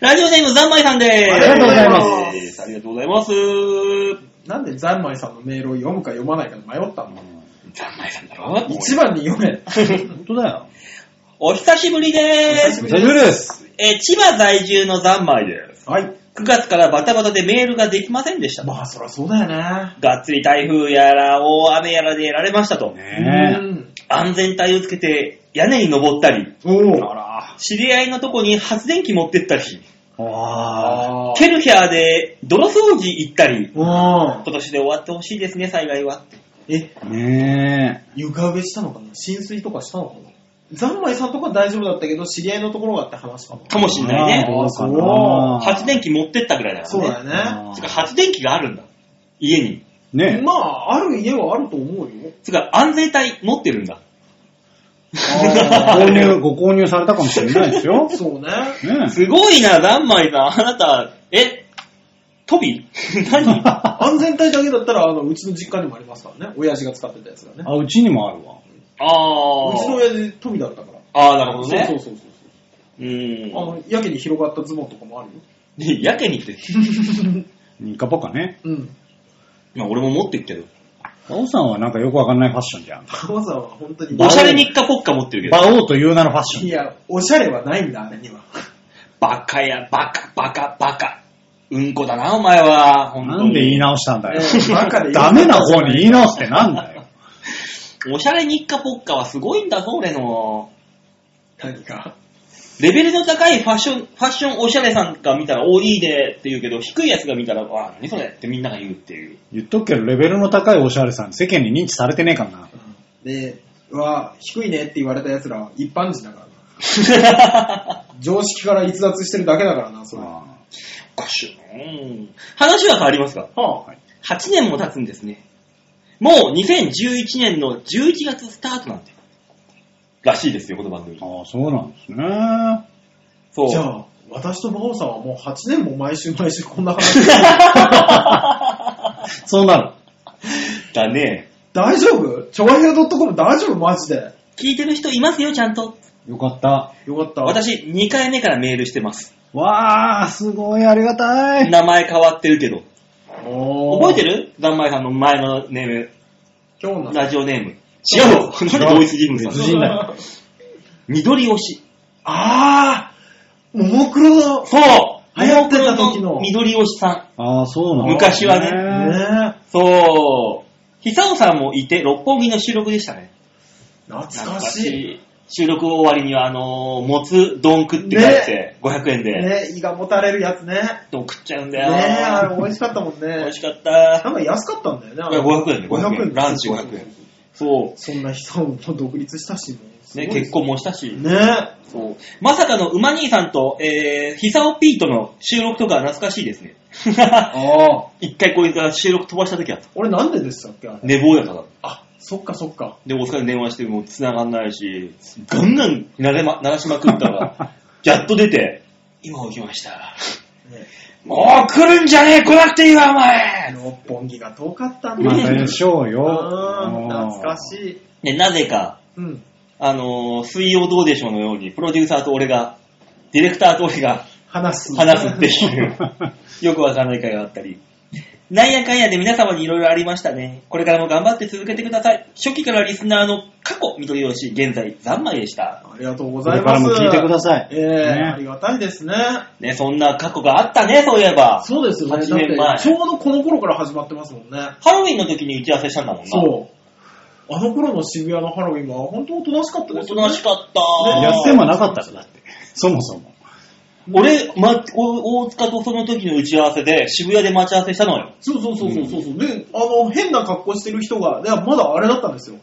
Speaker 2: ラジオネーム、ざんまいさんで
Speaker 3: あ
Speaker 2: す。。
Speaker 3: りがとうございます
Speaker 2: ありがとうございます。
Speaker 3: なんでザンマイさんのメールを読むか読まないか迷ったの
Speaker 2: ざんまいさんだろ
Speaker 3: 一番に読め。
Speaker 4: 本当だよ。
Speaker 2: お久しぶりで
Speaker 3: お久し
Speaker 2: す
Speaker 3: ぶ。
Speaker 4: 大丈夫です。
Speaker 2: え、千葉在住のざんまいです。
Speaker 3: はい。
Speaker 2: 9月からバタバタでメールができませんでした。
Speaker 3: まあそりゃそうだよね。
Speaker 2: がっつり台風やら大雨やらでやられましたと。
Speaker 4: ね
Speaker 3: うん
Speaker 2: 安全帯をつけて屋根に登ったり、
Speaker 4: え。
Speaker 3: お
Speaker 4: あ
Speaker 3: お。
Speaker 4: ら。
Speaker 2: 知り合いのとこに発電機持ってったり、
Speaker 4: あ
Speaker 3: あー
Speaker 2: ケルヒャーで泥掃除行ったり、
Speaker 3: うん。
Speaker 2: 今年で終わってほしいですね、災害は。
Speaker 3: え、
Speaker 4: あ。ね
Speaker 3: 床上したのかな浸水とかしたのかなざんまいさんとかは大丈夫だったけど、知り合いのところがって話かも。
Speaker 2: かもしんない
Speaker 4: え。
Speaker 2: ね。
Speaker 4: どうか
Speaker 3: あ
Speaker 4: な。
Speaker 2: 発電機持ってったぐらいだか
Speaker 3: そうだ
Speaker 2: ら
Speaker 3: よ
Speaker 2: ね。
Speaker 3: ね。
Speaker 2: つうか発電機があるんだ。家に。
Speaker 4: ね
Speaker 3: まあ、ある家はあると思うよ。
Speaker 2: つうか安全帯持ってるんだ。
Speaker 4: ご購入、ご購入されたかもしれないです [laughs] よ。
Speaker 3: [laughs] そうね。
Speaker 4: ね [laughs]
Speaker 2: すごいな、ざんまいさん。あなた、え、トビ何あ
Speaker 3: 安全帯だけだったら、あの、うちの実家にもありますからね。親父が使ってたやつがね。
Speaker 4: あ、うちにもあるわ。
Speaker 2: あ
Speaker 3: うち
Speaker 2: ー。
Speaker 3: の親父、飛びだったから。
Speaker 2: ああ、なるほどね。
Speaker 3: そうそうそうそうう。
Speaker 2: ん
Speaker 3: あの、やけに広がったズボンとかもあるよ。 [laughs]
Speaker 2: ねやけにって。
Speaker 4: ニカポカね。
Speaker 3: うん。
Speaker 2: まあ俺も持ってるけど。
Speaker 4: バオさんはなんかよくわかんないファッションじゃん。
Speaker 3: わざわざ本当に。
Speaker 2: おしゃれにっかポッカ持ってるけど。
Speaker 4: バオという名のファッシ
Speaker 3: い
Speaker 4: ョン。
Speaker 3: や、おしゃれはないんだ、あれには。
Speaker 2: バカや、バカ、バカ、バカ。うんこだな、お前は。本当
Speaker 4: な
Speaker 2: に
Speaker 4: んで言い直したんだよ。
Speaker 3: ええバカで
Speaker 4: ダメな方に言い直すってなんだよ。
Speaker 2: おしゃれ日課ポッカはすごいんだぞ、俺の。
Speaker 3: 何か。
Speaker 2: レベルの高いファッション、ファッションおしゃれさんが見たら、おーいいねって言うけど、低いやつが見たら、わあ、何それってみんなが言うっていう。
Speaker 4: 言っとくけど、レベルの高いオシャレさん、世間に認知されてねえからな。
Speaker 3: で、うわ、低いねって言われた奴らは一般人だから
Speaker 2: [laughs]
Speaker 3: な。常識から逸脱してるだけだからな、それ。は
Speaker 4: あ
Speaker 2: おかしいなうん話は変わりますが、
Speaker 3: あ、
Speaker 2: 8年も経つんですね。もう2011年の11月スタートなんて。らしいですよ、この番組。
Speaker 4: あ、そうなんですね。
Speaker 2: そう。
Speaker 3: じゃあ、私と魔王さんはもう8年も毎週毎週こんな
Speaker 2: [laughs]
Speaker 3: 話してる
Speaker 4: そうなる。
Speaker 2: だね。
Speaker 3: 大丈夫チョアヘア .com 大丈夫マジで。
Speaker 2: 聞いてる人いますよ、ちゃんと。
Speaker 4: よかった。
Speaker 3: よかった。
Speaker 2: 私、2回目からメールしてます。
Speaker 4: わあ、すごい、ありがたい。
Speaker 2: 名前変わってるけど。
Speaker 3: 覚
Speaker 2: 覚えてるざんまいさんの前のネー
Speaker 3: 今日
Speaker 2: ム、
Speaker 3: の
Speaker 2: ラジオネーム。違うよ
Speaker 4: 違う
Speaker 2: 何同一人物な
Speaker 4: 別
Speaker 2: の
Speaker 4: 人だよ。
Speaker 2: 緑推し。
Speaker 3: あー、ももクロの、ね
Speaker 2: そう
Speaker 3: 流行ってた時
Speaker 2: モノク
Speaker 3: の
Speaker 2: ロ緑推しさん。
Speaker 4: ああ、そうなんだ
Speaker 2: 昔はね
Speaker 4: ね
Speaker 3: え
Speaker 2: そう。久尾さんもいて、六本木の収録でしたね。
Speaker 3: 懐
Speaker 2: 懐
Speaker 3: か
Speaker 2: か
Speaker 3: しい。
Speaker 2: しい。収録終わりには、あのー、もつ丼食って帰って、500円で。
Speaker 3: ね胃がもたれるやつね。ね
Speaker 2: 丼食っちゃうん
Speaker 3: え、
Speaker 2: だよ。
Speaker 3: あれ美味しかったもん
Speaker 2: 美
Speaker 3: ね
Speaker 2: 味。しかった。
Speaker 3: なんか安かったんだよねあれ。
Speaker 2: 500円で500円。ランチ500円。。そ
Speaker 3: そんな人ももう独立したし、も
Speaker 2: う。ね、結
Speaker 3: 構
Speaker 2: 婚もしたし。
Speaker 3: ねえ。
Speaker 2: そう。まさかの馬兄さんと、えー、ヒサオピーとの収録とか懐かしいですね。
Speaker 3: ああ。
Speaker 2: [laughs] 一回こいつが収録飛ばした時あった。
Speaker 3: 俺なんででしたっけあれ。
Speaker 2: 寝坊やから。
Speaker 3: あ、そっかそっか。
Speaker 2: で、大塚に電話しても繋がんないし、ガンガン鳴れま、鳴らしまくったら、
Speaker 3: [laughs]
Speaker 2: やっと出て、今起きました。もう来るんじゃねえ来なくていいわ、お前
Speaker 3: 六本木が遠かったん
Speaker 4: ま
Speaker 3: だ
Speaker 4: たでしょうよ。
Speaker 3: [laughs] うん
Speaker 4: もう
Speaker 3: 懐か
Speaker 4: [laughs]
Speaker 3: しい。
Speaker 2: で、なぜか、
Speaker 3: うん。
Speaker 2: あのー水曜どうでしょうのように、プロデューサーと俺が、ディレクターと俺が
Speaker 3: 話す。
Speaker 2: 話すって [laughs] いう、よくわからない会があったり。なんやかんやで皆様にいろいろありましたね。これからも頑張って続けてください。初期からリスナーの過去、緑吉、現在、三枚でした。
Speaker 3: ありがとうご
Speaker 4: こ
Speaker 3: ざい
Speaker 4: れ
Speaker 3: ま
Speaker 4: から
Speaker 3: す。
Speaker 4: も聞いてください。
Speaker 3: ええ
Speaker 4: ね
Speaker 3: ありがたいですね。
Speaker 2: ね、そんな過去があったね、そういえば。
Speaker 3: そうですよね。
Speaker 2: 8年前
Speaker 3: だってちょうどこの頃から始まってますもんね。
Speaker 2: ハロウィンの時に打ち合わせしたんだもんな。
Speaker 3: そう。あの頃の渋谷のハロウィンは本当おとなしかったで
Speaker 2: お
Speaker 3: す
Speaker 2: と
Speaker 3: よね。
Speaker 2: なしかった、
Speaker 3: ね
Speaker 4: やってもなかったらだって。そもそも。
Speaker 2: 俺、ま、お大塚とその時の打ち合わせで渋谷で待ち合わせしたのよ。
Speaker 3: そうそうそうそうそうそう、で、あの、変な格好してる人が、いや、まだあれだったんですよ。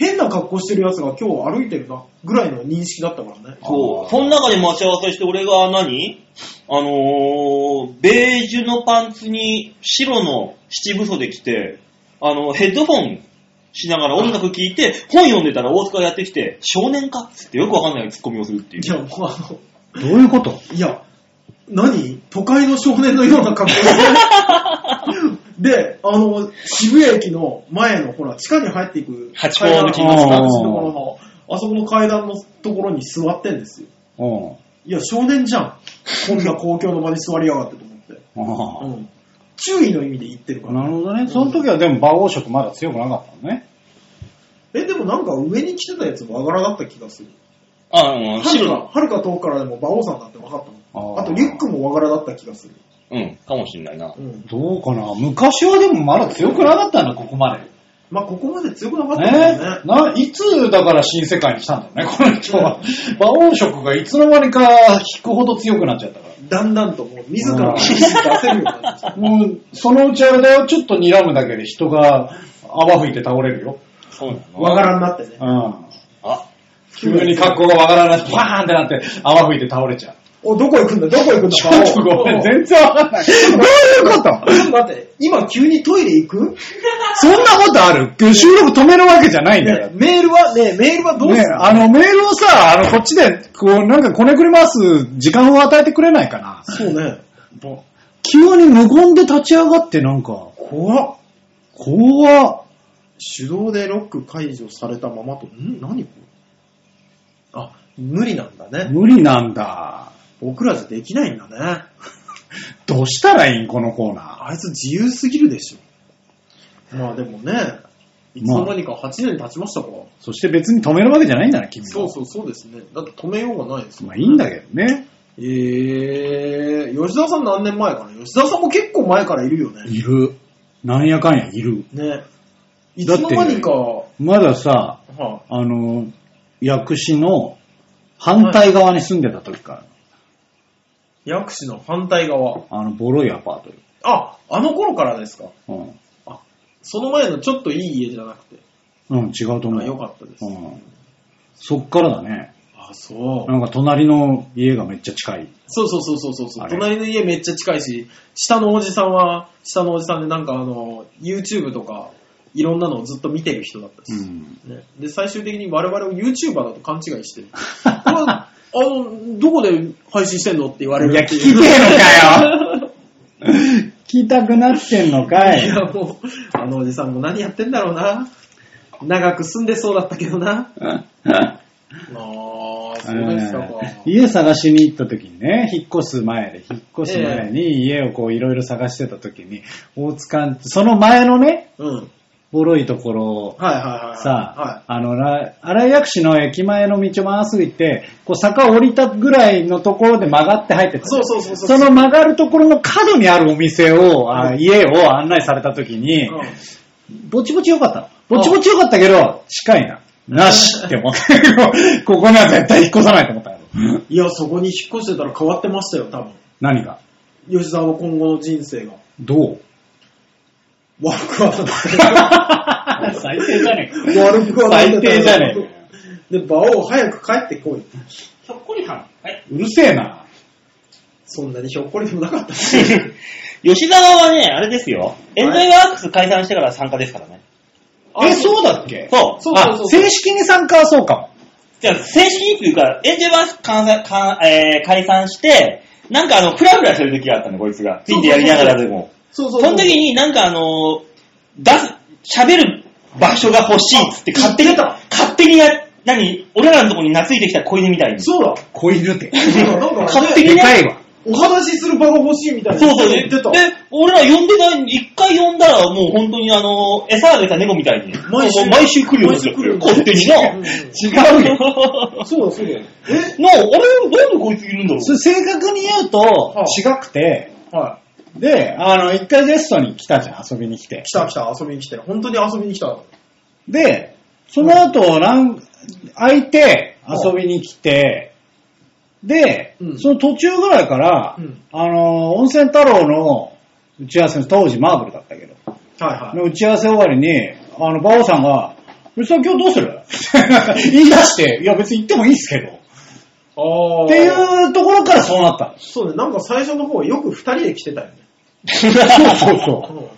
Speaker 3: 変な格好してるやつが今日歩いてるな、ぐらいの認識だったからね。
Speaker 2: そ
Speaker 4: あー
Speaker 2: う。その中で待ち合わせして、俺が何あのー、ベージュのパンツに白の七分袖着て、あの、ヘッドフォンしながら音楽聴いて、本読んでたら大塚がやってきて、少年かっつってよくわかんないツッコミをするってい。
Speaker 3: いうや、もうあの、
Speaker 4: どういうこと
Speaker 3: いや、何都会の少年のような格好して [laughs] るで、あの、渋谷駅の前の、ほら、地下に入っていく
Speaker 2: 八甲の
Speaker 3: 階
Speaker 2: 金
Speaker 3: 段
Speaker 2: の
Speaker 4: 砂
Speaker 3: あそこのあそこの階段のところに座ってんですよ。
Speaker 4: うん。
Speaker 3: いや、少年じゃん。こんな公共の場に座りやがってと思って。
Speaker 4: あ
Speaker 3: うん。注意の意味で言ってるか
Speaker 4: あ
Speaker 3: ら。
Speaker 4: なるほどね。その時はでも、馬王色まだ強くなかったのね。
Speaker 3: え、でもなんか上に来てたやつも和柄だった気がする。
Speaker 2: あ、うん、
Speaker 3: はる
Speaker 2: 白
Speaker 3: か、
Speaker 2: の。
Speaker 3: はるか遠くからでも馬王さんだって分かったもん。
Speaker 4: あー
Speaker 3: あとリュックも和柄だった気がする。
Speaker 2: うん、かもしんないな。
Speaker 3: うん。
Speaker 4: どうかな昔はでもまだ強くなかったんだ、ここまで。
Speaker 3: まあ、ここまで強くなかったもんね。
Speaker 4: ねないつだから新世界に来たんだろうね、この人は。馬王色がいつの間にか引くほど強くなっちゃったから。
Speaker 3: だんだんともう自ら
Speaker 4: うん
Speaker 3: 出せるようにな
Speaker 4: [laughs]
Speaker 3: ってきた。
Speaker 4: もう、そのうちあれだよ、ちょっと睨むだけで人が泡吹いて倒れるよ。
Speaker 2: そうな
Speaker 3: 和柄になってね。
Speaker 4: うん。
Speaker 2: あ、
Speaker 4: 急に格好がわからない。バーンってなって泡吹いて倒れちゃう。
Speaker 3: お、どこ行くんだどこ行くんだ
Speaker 4: ちょっとごめん、全然わかんない。どういうこと
Speaker 3: ちょっと待って、今急にトイレ行く
Speaker 4: そんなことある収録止めるわけじゃないんだよ
Speaker 3: ね。メールは、ねメールはどうす
Speaker 4: ね
Speaker 3: る
Speaker 4: あの、メールをさ、あの、こっちで、こう、なんかこねくり回す時間を与えてくれないかな。
Speaker 3: そうね。
Speaker 4: 急に無言で立ち上がって、なんか、
Speaker 3: 怖っ。
Speaker 4: 怖っ。
Speaker 3: 手動でロック解除されたままと、ん何これあ、無理なんだね。
Speaker 4: 無理なんだ。
Speaker 3: 僕らじゃできないんだね。
Speaker 4: どうしたらいいんこのコーナ
Speaker 3: あいつ自由すぎるでしょ。まあでもね、いつの間にか8年経ちましたか。
Speaker 4: ー。そして別に止めるわけじゃないんだな、君は。
Speaker 3: そうそうそうですね。だって止めようがないですもん
Speaker 4: まあいいんだけどね。
Speaker 3: えー、吉田さん何年前かな吉田さんも結構前からいるよね。
Speaker 4: いる。なんやかんやいる。
Speaker 3: ね。いつの間にか、は
Speaker 4: まださ、
Speaker 3: い
Speaker 4: あの、薬師の反対側に住んでた時から、
Speaker 3: 薬師の反対側。
Speaker 4: あの、ボロいアパートよ。
Speaker 3: あ、あの頃からですか。
Speaker 4: うん。
Speaker 3: その前のちょっといい家じゃなくて。
Speaker 4: うん、違うと思う。
Speaker 3: あ、よかったです。
Speaker 4: うん。そっからだね。
Speaker 3: あ、そう。
Speaker 4: なんか隣の家がめっちゃ近い。
Speaker 3: そうそうそうそうそうそ
Speaker 4: あ
Speaker 3: う。
Speaker 4: れ
Speaker 3: 隣の家めっちゃ近いし、下のおじさんは、下のおじさんでなんかあの、YouTube とか、いろんなのをずっと見てる人だったし。
Speaker 4: うん。
Speaker 3: ね、で最終的に我々を YouTuber だと勘違い
Speaker 4: [laughs]
Speaker 3: してる。これはあの、どこで配信してんのって言われる
Speaker 4: いや、聞
Speaker 3: って
Speaker 4: き
Speaker 3: い
Speaker 4: てえ
Speaker 3: う
Speaker 4: のかよ [laughs] 聞きたくなってんのかい
Speaker 3: いや、もう、あのおじさんも何やってんだろうな。長く住んでそうだったけどな。ああ、そうですかか。
Speaker 4: えー家探しに行った時にね、引っ越す前で、引っ越す前に家をこういろいろ探してた時に、大塚ん、その前のね、
Speaker 3: うん。はい
Speaker 4: ボロいところを
Speaker 3: はいはいはい。
Speaker 4: さ
Speaker 3: は
Speaker 4: あ、あの、ら荒井薬師の駅前の道をまっすぐ行って、こう坂を降りたぐらいのところで曲がって入ってっ
Speaker 3: い。
Speaker 4: た。
Speaker 3: そうそうそうそう。
Speaker 4: その曲がるところの角にあるお店を、あ家を案内された時に、
Speaker 3: うん
Speaker 4: ぼちぼち良かったの。ぼちぼち良かったけど、近いな。なしって思ったけど、ここには絶対引っ越さないと思ったよ。
Speaker 3: いや、そこに引っ越してたら変わってましたよ、多分。
Speaker 4: 何が
Speaker 3: 吉沢の今後の人 [laughs] 生が。
Speaker 4: ど [laughs] う
Speaker 3: 悪くはな
Speaker 4: 最低じゃね
Speaker 3: い。悪くはない。
Speaker 4: 最低じゃねえかよ
Speaker 3: え。で、馬王早く帰ってこい。
Speaker 2: ひょっこりはん。 [laughs] はい。
Speaker 4: うるせえな。
Speaker 3: そんなにひょっこりでもなか [laughs] った。
Speaker 2: 吉沢はね、あれですよ。エンジョイワークス解散してから参加ですからね。
Speaker 4: え、そうだっけ
Speaker 2: そう
Speaker 3: そう
Speaker 4: あ
Speaker 3: そうそう
Speaker 4: 正式に参加はそうかも。
Speaker 2: じゃあ、正式にというか、エンジェルは解散かん、えー解散して、なんかあの、フラフラしてる時があったの、こいつが。ピンでやりながらでも。
Speaker 3: そうそ
Speaker 2: そう
Speaker 3: そう。
Speaker 2: の時になんかあの、出す、喋る場所が欲しいっつって、勝手に、
Speaker 3: 言ってた
Speaker 2: 勝手にや、何俺らのとこに懐いてきた子犬みたいに。
Speaker 3: そうだ。
Speaker 4: 子犬って。
Speaker 3: なんか [laughs]
Speaker 2: 勝手
Speaker 3: ね、
Speaker 2: に
Speaker 4: でか
Speaker 2: ね。
Speaker 4: いわ。
Speaker 3: お話しする場が欲しいみたいな。
Speaker 2: そうそう。
Speaker 3: 言
Speaker 2: で、
Speaker 3: っ
Speaker 2: で
Speaker 3: てた。
Speaker 2: 俺ら呼んでない、一回呼んだらもう本当にあの、餌あげた猫みたいに。
Speaker 3: 毎週
Speaker 2: もう毎週来るようになって
Speaker 3: 毎週来るようにな
Speaker 2: 勝手にな。
Speaker 4: 違うよ。
Speaker 2: の、
Speaker 3: そうだそうだよ。え
Speaker 2: 俺、 [laughs] なんでこいついるんだろう
Speaker 4: それ正確に言うと
Speaker 3: あ、
Speaker 4: 違くて、
Speaker 3: は
Speaker 4: で、あの、一回ゲストに来たじゃん、遊びに来て
Speaker 3: い。。来た来た、遊びに来て。本当に遊びに来た。
Speaker 4: で、その後、ラン、空いて、遊びに来て、で
Speaker 3: う、ん
Speaker 4: その途中ぐらいから
Speaker 3: うん、
Speaker 4: あの、温泉太郎の打ち合わせの、当時マーブルだったけど、
Speaker 3: はいはい。
Speaker 4: の打ち合わせ終わりに、あの、馬王さんが、別に今日どうする言い出して、いや別に行ってもいいっすけど。
Speaker 3: ああ。
Speaker 4: っていうところからそうなった。
Speaker 3: そうね、なんか最初の方よく二人で来てたよね。
Speaker 4: そう
Speaker 3: う
Speaker 4: そ
Speaker 3: ん
Speaker 4: う。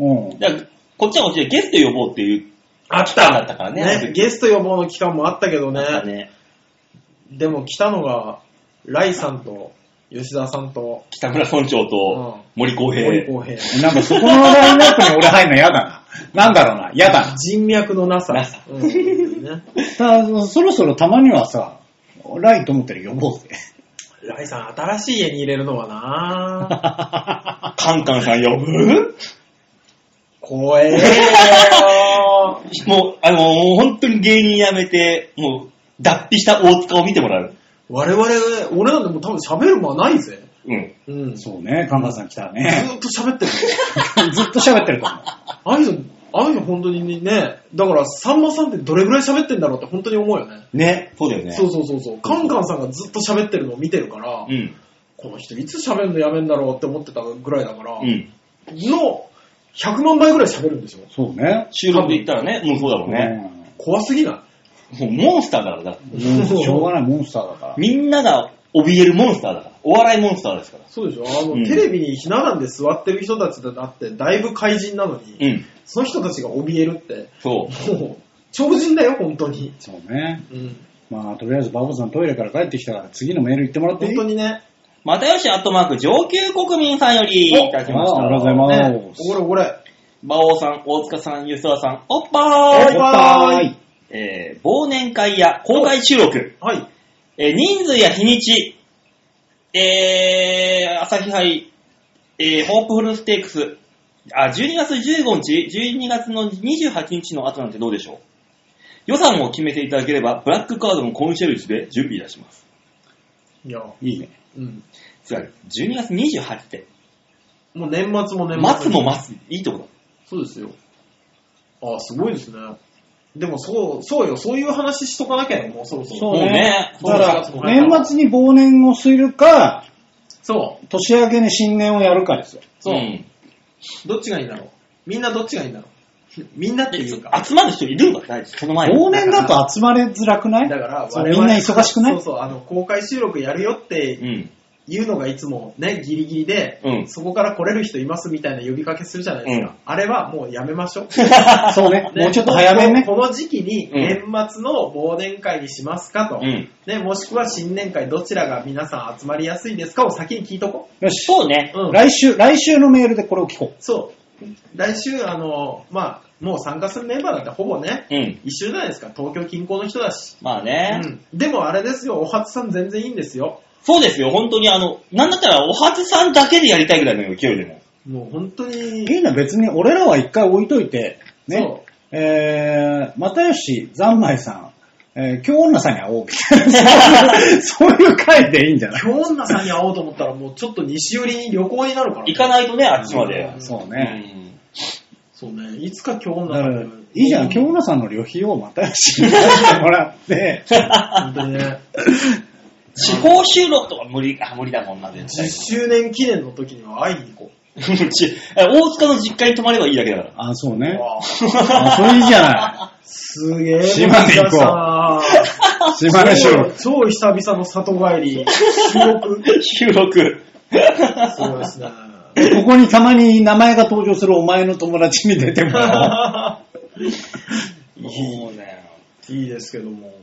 Speaker 4: うん。
Speaker 2: だからこっちはこっちでゲスト呼ぼうっていう、あ、来たんだったからね。
Speaker 3: ね、ゲスト予防の期間もあったけどね。
Speaker 2: なんかね。
Speaker 3: でも来たのが、ライさんと、吉沢さんと、
Speaker 2: 北村村長と森公平。
Speaker 3: 森公平。
Speaker 4: なんかそこのラインナップに俺入るの嫌だな。なんだろうな、嫌だな。
Speaker 3: 人脈のなさ。
Speaker 2: なさ
Speaker 3: うんね、
Speaker 4: ただ、そろそろたまにはさ、ライト思ったら呼ぼうぜ。
Speaker 3: ライさん、新しい家に入れるのは
Speaker 2: [laughs]
Speaker 3: な
Speaker 2: カンカンさん呼ぶ
Speaker 3: 怖えよ
Speaker 2: もう、あの、もう本当に芸人辞めて、もう、脱皮した大塚を見てもらう。
Speaker 3: 我々、俺なんてもう多分喋る間ないぜ。
Speaker 2: うん。
Speaker 3: うん。ず
Speaker 4: そうね、カンカンさん来た
Speaker 3: [laughs]
Speaker 4: らね。
Speaker 3: ーっと喋ってる。
Speaker 4: ずっと喋ってると思う。
Speaker 3: あの人、あの人本当にね、だからさんまさんってどれぐらい喋ってんだろうって本当に思うよね。
Speaker 2: ね。そうだよね。
Speaker 3: そうそうそうそう。カンカンさんがずっと喋ってるのを見てるから、
Speaker 2: うん。
Speaker 3: この人いつ喋るのやめんだろうって思ってたぐらいだから、
Speaker 2: うん。
Speaker 3: の100万倍ぐらい喋るんでしょ
Speaker 4: そうね。
Speaker 2: 収録で言ったらね、もうそうだろうね。
Speaker 3: 怖すぎな
Speaker 2: もうモンスターだから、だって
Speaker 4: うん。もうしょうがないモンスターだから。
Speaker 2: みんなが怯えるモンスターだから。お笑いモンスターですから。
Speaker 3: いそうでしょあの、
Speaker 2: うん
Speaker 3: テレビにひな壇で座ってる人たちだってだいぶ怪人なのに、
Speaker 2: うん。
Speaker 3: その人たちが怯えるって [laughs]
Speaker 2: そう。
Speaker 3: もう超人だよ本当に、
Speaker 4: そうね。
Speaker 3: うん、
Speaker 4: まあ、とりあえずバボさんトイレから帰ってきたから次のメール行ってもらってい
Speaker 3: 本
Speaker 4: い
Speaker 3: 当にね
Speaker 2: またよし、アットマーク、上級国民さんより、いただきました。
Speaker 4: あありがとうございます
Speaker 3: ねおごれおごれ
Speaker 2: 馬王さん、大塚さん、吉沢さん、おっぱ
Speaker 3: お
Speaker 2: ー
Speaker 3: っ
Speaker 2: い
Speaker 3: ぱ
Speaker 4: は
Speaker 3: ー
Speaker 4: い
Speaker 3: い。
Speaker 2: えー、忘年会や公開収録、
Speaker 3: はい
Speaker 2: えー、人数や日にち、えー、朝日杯、えー、ホープフルステークス、あ、12月15日、12月の28日の後なんてどうでしょう予算を決めていただければ、ブラックカードのコンシェルジュで準備いたします。
Speaker 3: いや
Speaker 4: いいね。
Speaker 3: うん
Speaker 2: つまり、12月28って、
Speaker 3: もう年末も年末
Speaker 2: 待つも待つ、いいとこだ。
Speaker 3: そうですよああすごいですねでもそうそうよそういう話しとかなきゃよもうそろそろ
Speaker 4: そう
Speaker 2: もうね
Speaker 4: だか
Speaker 3: そ
Speaker 4: ら
Speaker 3: うそう、
Speaker 4: 年末に忘年をするか、
Speaker 3: そ
Speaker 4: 年明けに新年をやるかですよ。
Speaker 3: そう
Speaker 2: うん
Speaker 3: うどっちがいいんだろうみんなどっちがいいんだろうみんなっていうか
Speaker 2: 集まる人いるのかないその前に
Speaker 4: 忘年だと集まれづらくない
Speaker 3: だから
Speaker 4: そうみんな忙しくない
Speaker 3: そうそう、あの、公開収録やるよっ
Speaker 2: う
Speaker 3: て
Speaker 2: ん。
Speaker 3: いうのがいつもね、ギリギリで、
Speaker 2: うん
Speaker 3: そこから来れる人いますみたいな呼びかけするじゃないですか。
Speaker 2: うん
Speaker 3: あれはもうやめましょう。
Speaker 4: そうね。
Speaker 3: ね
Speaker 4: [laughs] もうちょっと早めにね
Speaker 3: こ。のこの時期に
Speaker 2: うん
Speaker 3: 年末の忘年会にしますかと、
Speaker 2: うん
Speaker 3: ね、もしくは新年会どちらが皆さん集まりやすいですかを先に聞いとこ
Speaker 4: よし。
Speaker 2: そうね
Speaker 3: う。。うん、
Speaker 4: 来週、来週のメールでこれを聞こ
Speaker 3: そう。来週、あの、まあ、もう参加するメンバーなんてほぼね、
Speaker 2: うん。
Speaker 3: 一緒じゃないですか。東京近郊の人だし。
Speaker 2: まあね。
Speaker 3: うん、でもあれですよ、お初さん全然いいんですよ。
Speaker 2: そうですよ、本当にあの、なんだったら、おはずさんだけでやりたいぐらいの勢いでも。
Speaker 3: もう本当
Speaker 4: う。
Speaker 3: に
Speaker 4: いいな、別に俺らは一回置いといて、ね
Speaker 3: そ。
Speaker 4: えー、又吉、三昧さん、えー、京女さんに会おうみたいな。そういう回でいいんじゃない
Speaker 3: 今日女さんに会おうと思ったら、もうちょっと西寄りに旅行になるから、
Speaker 2: 行かないとね、あっちまで
Speaker 3: う。ん
Speaker 4: そう
Speaker 2: う
Speaker 4: ね。
Speaker 2: ん
Speaker 3: そうね。いつか今日
Speaker 4: だ
Speaker 3: 女
Speaker 4: か
Speaker 3: さ
Speaker 4: ら、い
Speaker 3: ん。
Speaker 4: いじゃん、京女さんの旅費を又吉に出してもらって、
Speaker 3: 本当にね。
Speaker 2: 地方収録とか無理、あ、無理だもんな、絶
Speaker 3: 10
Speaker 2: 対。
Speaker 3: 周年記念の時には会いに行こ
Speaker 2: [laughs] ちえ大塚の実家に泊まればいいだけだから。 [laughs]
Speaker 4: あ、そう
Speaker 3: う。
Speaker 4: ね。
Speaker 3: わあ
Speaker 4: あ、それいいじゃな
Speaker 3: すげえ。
Speaker 4: 島根行こうい。島根収録。
Speaker 3: 超超久々の里帰り。収録。
Speaker 2: 収録。
Speaker 3: すごいですね。
Speaker 4: ここにたまに名前が登場するお前の友達に出てもらおう。
Speaker 2: そうね。
Speaker 3: いいですけども。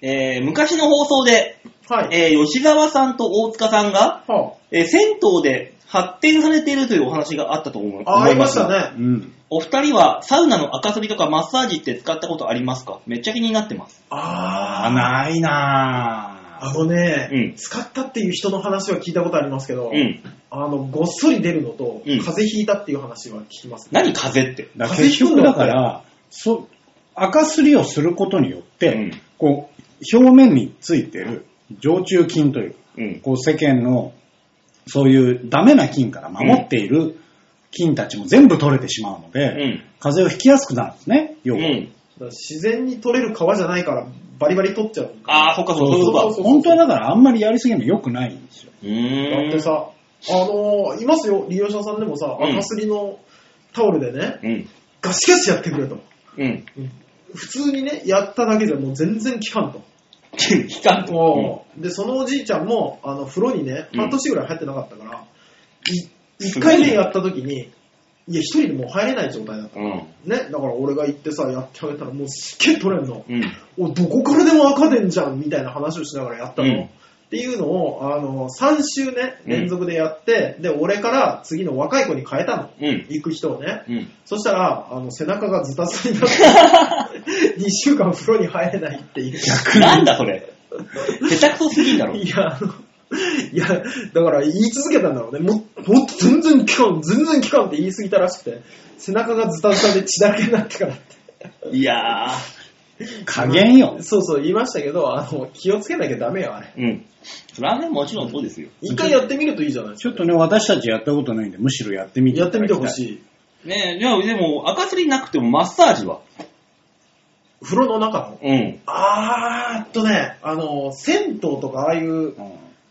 Speaker 2: えー昔の放送で、
Speaker 3: はい。
Speaker 2: えー吉沢さんと大塚さんが、
Speaker 3: は
Speaker 2: えー銭湯で発展されているというお話があったと思い
Speaker 3: あ、あ
Speaker 2: 思
Speaker 3: あ
Speaker 2: い
Speaker 3: り
Speaker 2: ま。
Speaker 3: ますした。ね。
Speaker 4: うん。
Speaker 2: お二人はサウナの赤すりとかマッサージって使ったことありますかめっちゃ気になってます。
Speaker 3: あ
Speaker 4: あ、ないなぁ。
Speaker 3: あのね、
Speaker 2: うん
Speaker 3: 使ったっていう人の話は聞いたことありますけど、
Speaker 2: うん。
Speaker 3: あの、ごっそり出るのと、
Speaker 2: うん
Speaker 3: 風邪ひいたっていう話は聞きます、
Speaker 2: 何風邪って。
Speaker 4: だから
Speaker 3: 風
Speaker 4: 結
Speaker 3: 邪ひくん
Speaker 4: 局
Speaker 3: だ
Speaker 4: だから、そ赤すりをすることによって、
Speaker 2: うん
Speaker 4: こう、表面についてる常中菌という、
Speaker 2: うん。
Speaker 4: こう世間のそういうダメな菌から守っている菌たちも全部取れてしまうので、
Speaker 2: うん。
Speaker 4: 風邪をひきやすくなるんですね、
Speaker 2: う
Speaker 4: 要は。
Speaker 2: ん。
Speaker 3: だから自然に取れる皮じゃないから、バリバリ取っちゃうのか。
Speaker 2: ああ、そっかそっか、そういうことか。
Speaker 3: そう
Speaker 4: 本当はだからあんまりやりすぎるの良くないんですよ。
Speaker 2: うーん。
Speaker 3: だってさ、あのーいますよ、利用者さんでもさ、
Speaker 2: うん
Speaker 3: 赤すりのタオルでね、
Speaker 2: うん。
Speaker 3: ガシガシやってくれと。
Speaker 2: うん。 [laughs]
Speaker 3: 普通にね、やっただけじゃもう全然効かんと。
Speaker 2: 期間と。
Speaker 3: おうで、そのおじいちゃんも、あの、風呂にね、
Speaker 2: うん
Speaker 3: 半年ぐらい入ってなかったから、い一、
Speaker 2: すごいね
Speaker 3: 回目やった時に、いや、一人でもう入れない状態だった。
Speaker 2: うん。うん。
Speaker 3: ね、だから俺が行ってさ、やってあげたらもうすっげえ取れんの。
Speaker 2: うん。
Speaker 3: お、どこからでも赤でんじゃんみたいな話をしながらやったの。
Speaker 2: うん
Speaker 3: っていうのを、あの、3週ね、
Speaker 2: うん
Speaker 3: 連続でやって、で、俺から次の若い子に変えたの。
Speaker 2: うん。
Speaker 3: 行く人をね。
Speaker 2: うん。
Speaker 3: そしたら、あの、背中がズタズタにな
Speaker 2: [laughs]
Speaker 3: って、2週間風呂に入れないっていう。
Speaker 2: なんだそれ。下手くそすぎんだろ。
Speaker 3: いや、あのいや、だから言い続けたんだろうね。ももっと全然効かん、全然効かんって言い過ぎたらしくて、背中がズタズタで血だらけになってからって。
Speaker 2: いやー。
Speaker 4: 加減よ。
Speaker 3: そうそう、言いましたけど、あの、気をつけなきゃダメよ、あれ。
Speaker 2: うん。それはね、もちろんそうですよ。
Speaker 3: 一回やってみるといいじゃないです
Speaker 4: ち
Speaker 3: か、
Speaker 4: ょっとね、私たちやったことないんで、むしろやってみて
Speaker 3: やってみてほ
Speaker 4: い。
Speaker 3: しい。
Speaker 2: ねえ、じゃあ、でも、赤すりなくてもマッサージは。
Speaker 3: 風呂の中の。
Speaker 2: うん。
Speaker 3: あーっとね、あの、銭湯とかああいう
Speaker 4: うん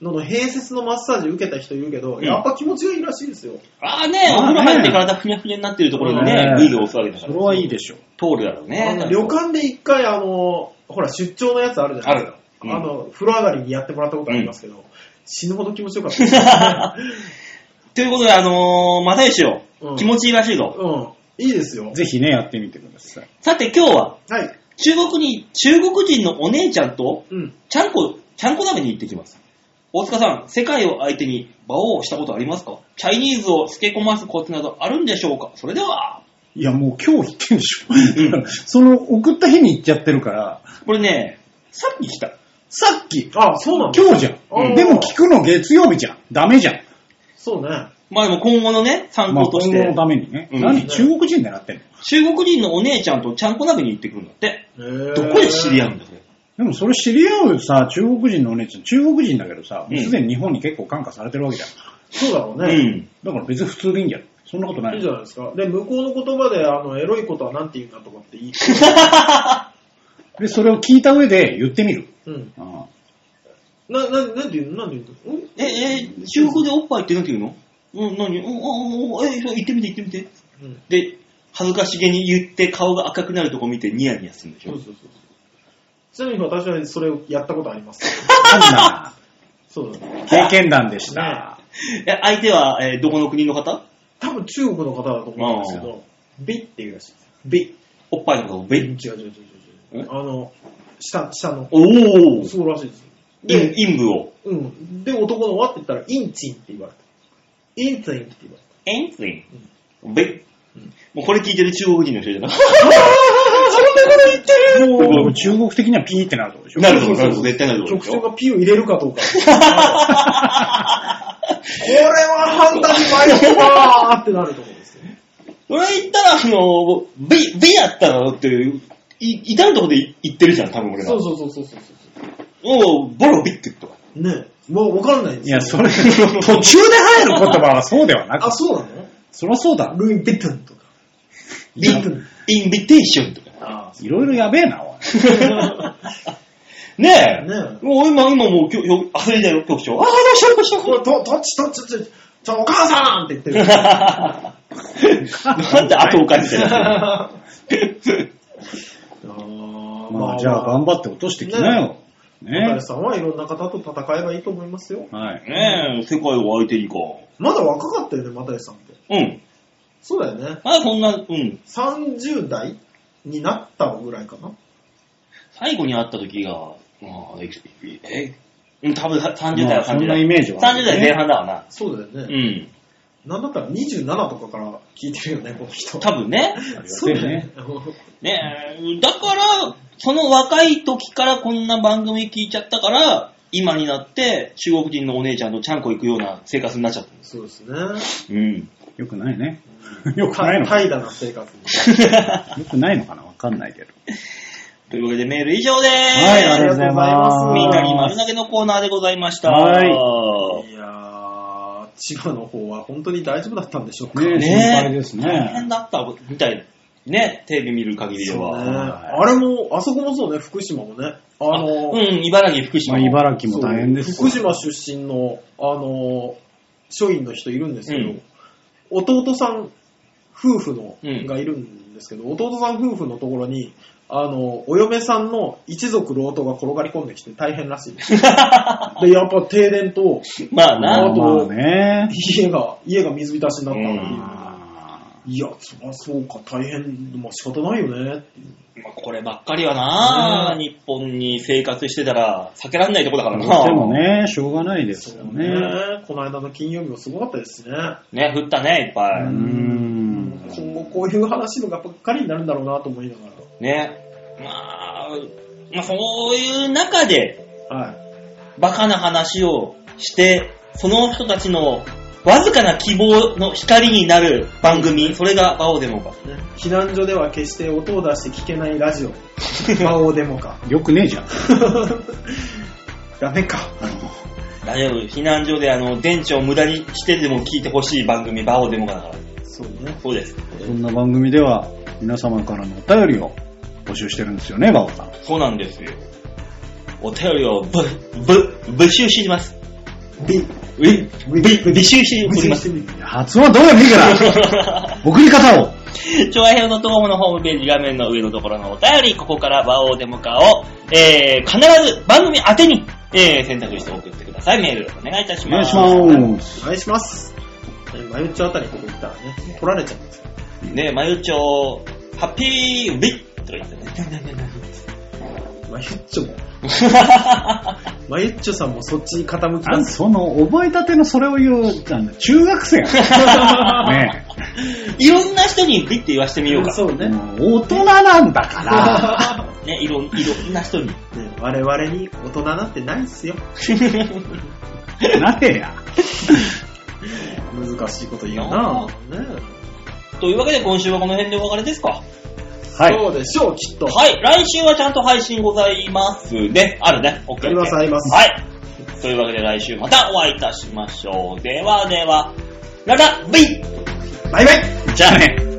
Speaker 3: のの併設のマッサージ受けた人いるけど、
Speaker 2: うん
Speaker 3: やっぱ気持ちがいいらしいですよ。
Speaker 2: ああね、お風呂入って体ふにゃふにゃになってるところにね
Speaker 4: ね、
Speaker 2: グイグイ押すわけだか
Speaker 4: そ
Speaker 2: ら
Speaker 4: れ。はいいでしょう。
Speaker 2: 通るだろう
Speaker 3: あ
Speaker 2: ね
Speaker 3: の。旅館で一回あの、ほら、出張のやつあるじゃないで
Speaker 2: ある
Speaker 3: すか。
Speaker 2: うん
Speaker 3: あの、風呂上がりにやってもらったことありますけど、死ぬほど気持ちよかったです [laughs] ね。
Speaker 2: ということで、あのー、正義よ
Speaker 3: う、ん
Speaker 2: 気持ちいいらしいぞ。
Speaker 3: うん。いいですよ。
Speaker 4: ぜひね、やってみてください。
Speaker 2: さて、今日は、
Speaker 3: はい。
Speaker 2: 中国に、中国人のお姉ちゃんと、
Speaker 3: うん。
Speaker 2: ちゃんこ、ちゃんこ鍋に行ってきます。大塚さん、世界を相手に馬王をしたことありますかチャイニーズを透け込ますコツなどあるんでしょうかそれでは、
Speaker 4: いや、もう今日行ってんでしょ。だからその送った日に行っちゃってるから、
Speaker 2: これね、さっき来た。
Speaker 4: さっき、
Speaker 3: あ、そうなの
Speaker 4: 今日じゃ
Speaker 3: うん
Speaker 4: ん。でも聞くの月曜日じゃん。ダメじゃん。
Speaker 3: そうね。
Speaker 2: まあでも今後のね、参
Speaker 4: まあ
Speaker 2: 考とし
Speaker 4: 今後
Speaker 2: て
Speaker 4: の、ためにね。
Speaker 2: うん
Speaker 4: 何中国人狙ってんの
Speaker 2: 中国人のお姉ちゃんとちゃんこ鍋に行ってくるんだって。
Speaker 3: ど
Speaker 2: どこで知り合うんだ、それ。
Speaker 4: でもそれ知り合うさ、中国人のお姉ちゃん、中国人だけどさ、
Speaker 2: うん
Speaker 4: もうすでに日本に結構感化されてるわけじゃん。
Speaker 3: そうだろう
Speaker 2: う
Speaker 3: ね。
Speaker 2: ん。
Speaker 4: だから別に普通でいいんじゃん。そんなことない
Speaker 3: いい
Speaker 4: い
Speaker 3: じゃないですか。で、向こうの言葉で、あの、エロいことはなんて言うんだとかっていい。
Speaker 4: で、それを聞いた上で言ってみる。
Speaker 3: うん。
Speaker 4: あ
Speaker 3: な、な、なんて言うのなんて言うのん
Speaker 2: え、え、中国でおっぱいってなんて言うのうん、何うんああ、ああえ、そう行ってみて行ってみて。
Speaker 3: うん。
Speaker 2: で、恥ずかしげに言って顔が赤くなるとこ見てニヤニヤするんでし
Speaker 3: そ
Speaker 2: ょ
Speaker 3: うそうそうそう。ちなみに私はそれをやったことあります。
Speaker 4: あそんな
Speaker 3: そうだね。
Speaker 4: 経験談でした。
Speaker 2: え、相手は、えーどこの国の方
Speaker 3: 多分中国の方だと思うんですけど、ビっていうらしいです。ビ。
Speaker 2: おっぱいの方をベ
Speaker 3: 違う
Speaker 2: ッ。
Speaker 3: 違う違う違
Speaker 2: え
Speaker 3: う。あの、下、下の。
Speaker 2: おお
Speaker 3: そうらしいですよ。
Speaker 2: 陰
Speaker 3: で、
Speaker 2: 陰部を。
Speaker 3: うん。で、男の輪って言ったら、インチンって言われた。インチンって言われ
Speaker 2: エンスイン。ベッ。もうこれ聞いてる中国人の人じゃな
Speaker 3: [laughs] た。も
Speaker 4: もう中国的にはピーってなるってことでしょ。
Speaker 2: なるぞ、なるぞ、絶対なるぞ。
Speaker 3: 局長がピを入れるかどうか。これは判断に迷うわーってなると思うんですよ。
Speaker 2: それ言ったら、あの、ベ、ベやったらだって、い、至るとこで言ってるじゃん、多分俺ら。
Speaker 3: そうそうそうそうそうそ
Speaker 2: おうボロビックとか。
Speaker 3: う。ねもうわかんないんで
Speaker 4: い
Speaker 3: すよ。
Speaker 4: や、それ、 [laughs] 途中で入る言葉はそうではな
Speaker 3: あ、
Speaker 4: く、
Speaker 3: そうなの
Speaker 4: そりゃそうだ。
Speaker 3: ルイ・ヴィトゥンとか。
Speaker 2: ビ
Speaker 3: ビッグ
Speaker 2: インビテーションとか。
Speaker 3: あ
Speaker 4: いろいろやべえな、おい。
Speaker 2: ねえ。
Speaker 3: ねえ
Speaker 2: もう今、今もう、きょよ焦りだよ、局長。ああ、ど [laughs] うしたどうした
Speaker 3: これ、と、とっちとっちとっち、ちょ、お母さんって言ってる。 [laughs]
Speaker 2: なんで後を返してる
Speaker 3: あー
Speaker 4: まあ、じゃあ頑張って落としてきなよ。
Speaker 3: 小
Speaker 4: ね
Speaker 3: 谷。さんはいろんな方と戦えばいいと思いますよ。
Speaker 4: はい。
Speaker 2: ねえ、世界を相手にか。
Speaker 3: まだ若かったよね、又吉さんって。
Speaker 2: うん。
Speaker 3: そうだよね。
Speaker 2: まだこんな、うん。
Speaker 3: 30代になったぐらいかな。
Speaker 2: 最後に会った時が、まあえ、え、うん多分30代
Speaker 4: まあ
Speaker 2: は
Speaker 4: そ
Speaker 2: 30
Speaker 4: んなイ
Speaker 2: 代。
Speaker 4: メージはある
Speaker 2: 30
Speaker 4: ね。
Speaker 2: 代前半だわな。
Speaker 3: そうだよね。
Speaker 2: うん。
Speaker 3: なんだったら27とかから聞いてるよね、この人。
Speaker 2: 多分ね。
Speaker 3: そうだよね。
Speaker 2: ねえ、だから、その若い時からこんな番組聞いちゃったから、今になって中国人のお姉ちゃんとちゃんこ行くような生活になっちゃったんです。
Speaker 3: [laughs] そうですね。
Speaker 2: うん。
Speaker 4: よくないね。 [laughs] よくないのか
Speaker 3: 怠惰な生活に。
Speaker 4: よくないのかなわかんないけど。
Speaker 2: というわけでメール以上でーす。
Speaker 4: はい、ありがとうございます。
Speaker 2: みんなに丸投げのコーナーでございました。
Speaker 4: はい
Speaker 3: やー、千葉の方は本当に大丈夫だったんでしょうか。
Speaker 4: ねえ、
Speaker 2: ね
Speaker 4: 心配です
Speaker 2: 大変
Speaker 4: ね。
Speaker 2: だったみたい。ね、テレビ見る限りで
Speaker 3: そうね
Speaker 2: は。
Speaker 3: あれも、あそこもそうね、福島もね。あ
Speaker 2: あ
Speaker 3: の、
Speaker 2: うん、茨城、福
Speaker 4: ま
Speaker 2: 島。
Speaker 4: あ、茨城も大変です
Speaker 3: そう
Speaker 4: よ。
Speaker 3: 福島出身の、あの、署員の人いるんですけど、
Speaker 2: うん
Speaker 3: 弟さん夫婦の
Speaker 2: うん
Speaker 3: がいるんですけど、弟さん夫婦のところに、あの、お嫁さんの一族老頭が転がり込んできて大変らしい
Speaker 4: [laughs]
Speaker 3: です。で、やっぱ停電と
Speaker 2: まあ
Speaker 4: ま
Speaker 2: な。
Speaker 4: あまあね。
Speaker 3: 家が、家が水浸しになったっていう
Speaker 4: あ
Speaker 3: いや、そりゃそうか、大変、まあ仕方ないよねっていう。
Speaker 2: まあこればっかりはな、
Speaker 3: ね
Speaker 2: 日本に生活してたら避けられないとこだからな。
Speaker 4: ーでも。ね、しょうがないですよね。
Speaker 3: この間の金曜日もすごかったですしね。
Speaker 2: ね、降ったね、いっぱ
Speaker 4: う
Speaker 2: い。
Speaker 4: ーん。
Speaker 3: 今後こういう話のがばっかりになるんだろうなと思いなが
Speaker 2: ね。まあ、まあ、そういう中で、
Speaker 3: ら。はい。
Speaker 2: バカな話をして、その人たちのわずかな希望の光になる番組、それがバオデモか。
Speaker 3: ね避難所では決して音を出して聞けないラ [laughs] ジオ。魔王デモか。
Speaker 4: よくねえじゃん。
Speaker 3: ダメか。
Speaker 4: あの
Speaker 2: 大丈夫。避難所であの、電池を無駄にしてでも聞いてほしい番組、バオデモカだから。
Speaker 3: そうね。
Speaker 2: そうです。
Speaker 4: そんな番組では皆様からのお便りを募集してるんですよね、バオさん。
Speaker 2: そうなんですよ。お便りをぶ、ぶ、募集します。
Speaker 3: ビ、
Speaker 2: うい、ぶ、募集しております。
Speaker 4: 発音はどうでもいいから送り方を
Speaker 2: [laughs] 調和表のトームのホームページ画面の上のところのお便り、ここから和王デモカを、えー、必ず番組宛てに、えー、選択して送ってください。メールお願いいたし
Speaker 4: お
Speaker 2: ま
Speaker 4: 願い
Speaker 2: す。
Speaker 4: します。
Speaker 3: お願いします。ね眉内あたりここ行ったらね、取られちゃうんですよ。
Speaker 2: ね、まゆちょ、ハッピーウィッとか言ってね。
Speaker 3: 眉内 [laughs] も。眉内さんもそっちに傾き
Speaker 4: あ
Speaker 3: だ
Speaker 4: ん
Speaker 3: す。
Speaker 4: その、覚えたてのそれを言う、あの中学生やんね
Speaker 2: いろんな人にビッて言わしてみようか。
Speaker 3: そう
Speaker 4: え。
Speaker 3: ね。ね
Speaker 4: もう大人なんだから。
Speaker 2: ね、いろん、いろんな人に。 [laughs]
Speaker 3: [laughs] 我々に大人なんてないっすよ。
Speaker 4: なてや。
Speaker 3: 難しいこと言うなぁ。ね
Speaker 2: というわけで今週はこの辺でお別れですか。
Speaker 4: はい。
Speaker 3: そうでしょう、きっと。
Speaker 2: はい、来週はちゃんと配信ございますね。あるね。OK。
Speaker 3: あります、あります。
Speaker 2: はい。というわけで来週またお会いいたしましょう。ではでは、ララ、ビイ
Speaker 3: バイバイ
Speaker 2: じゃあね。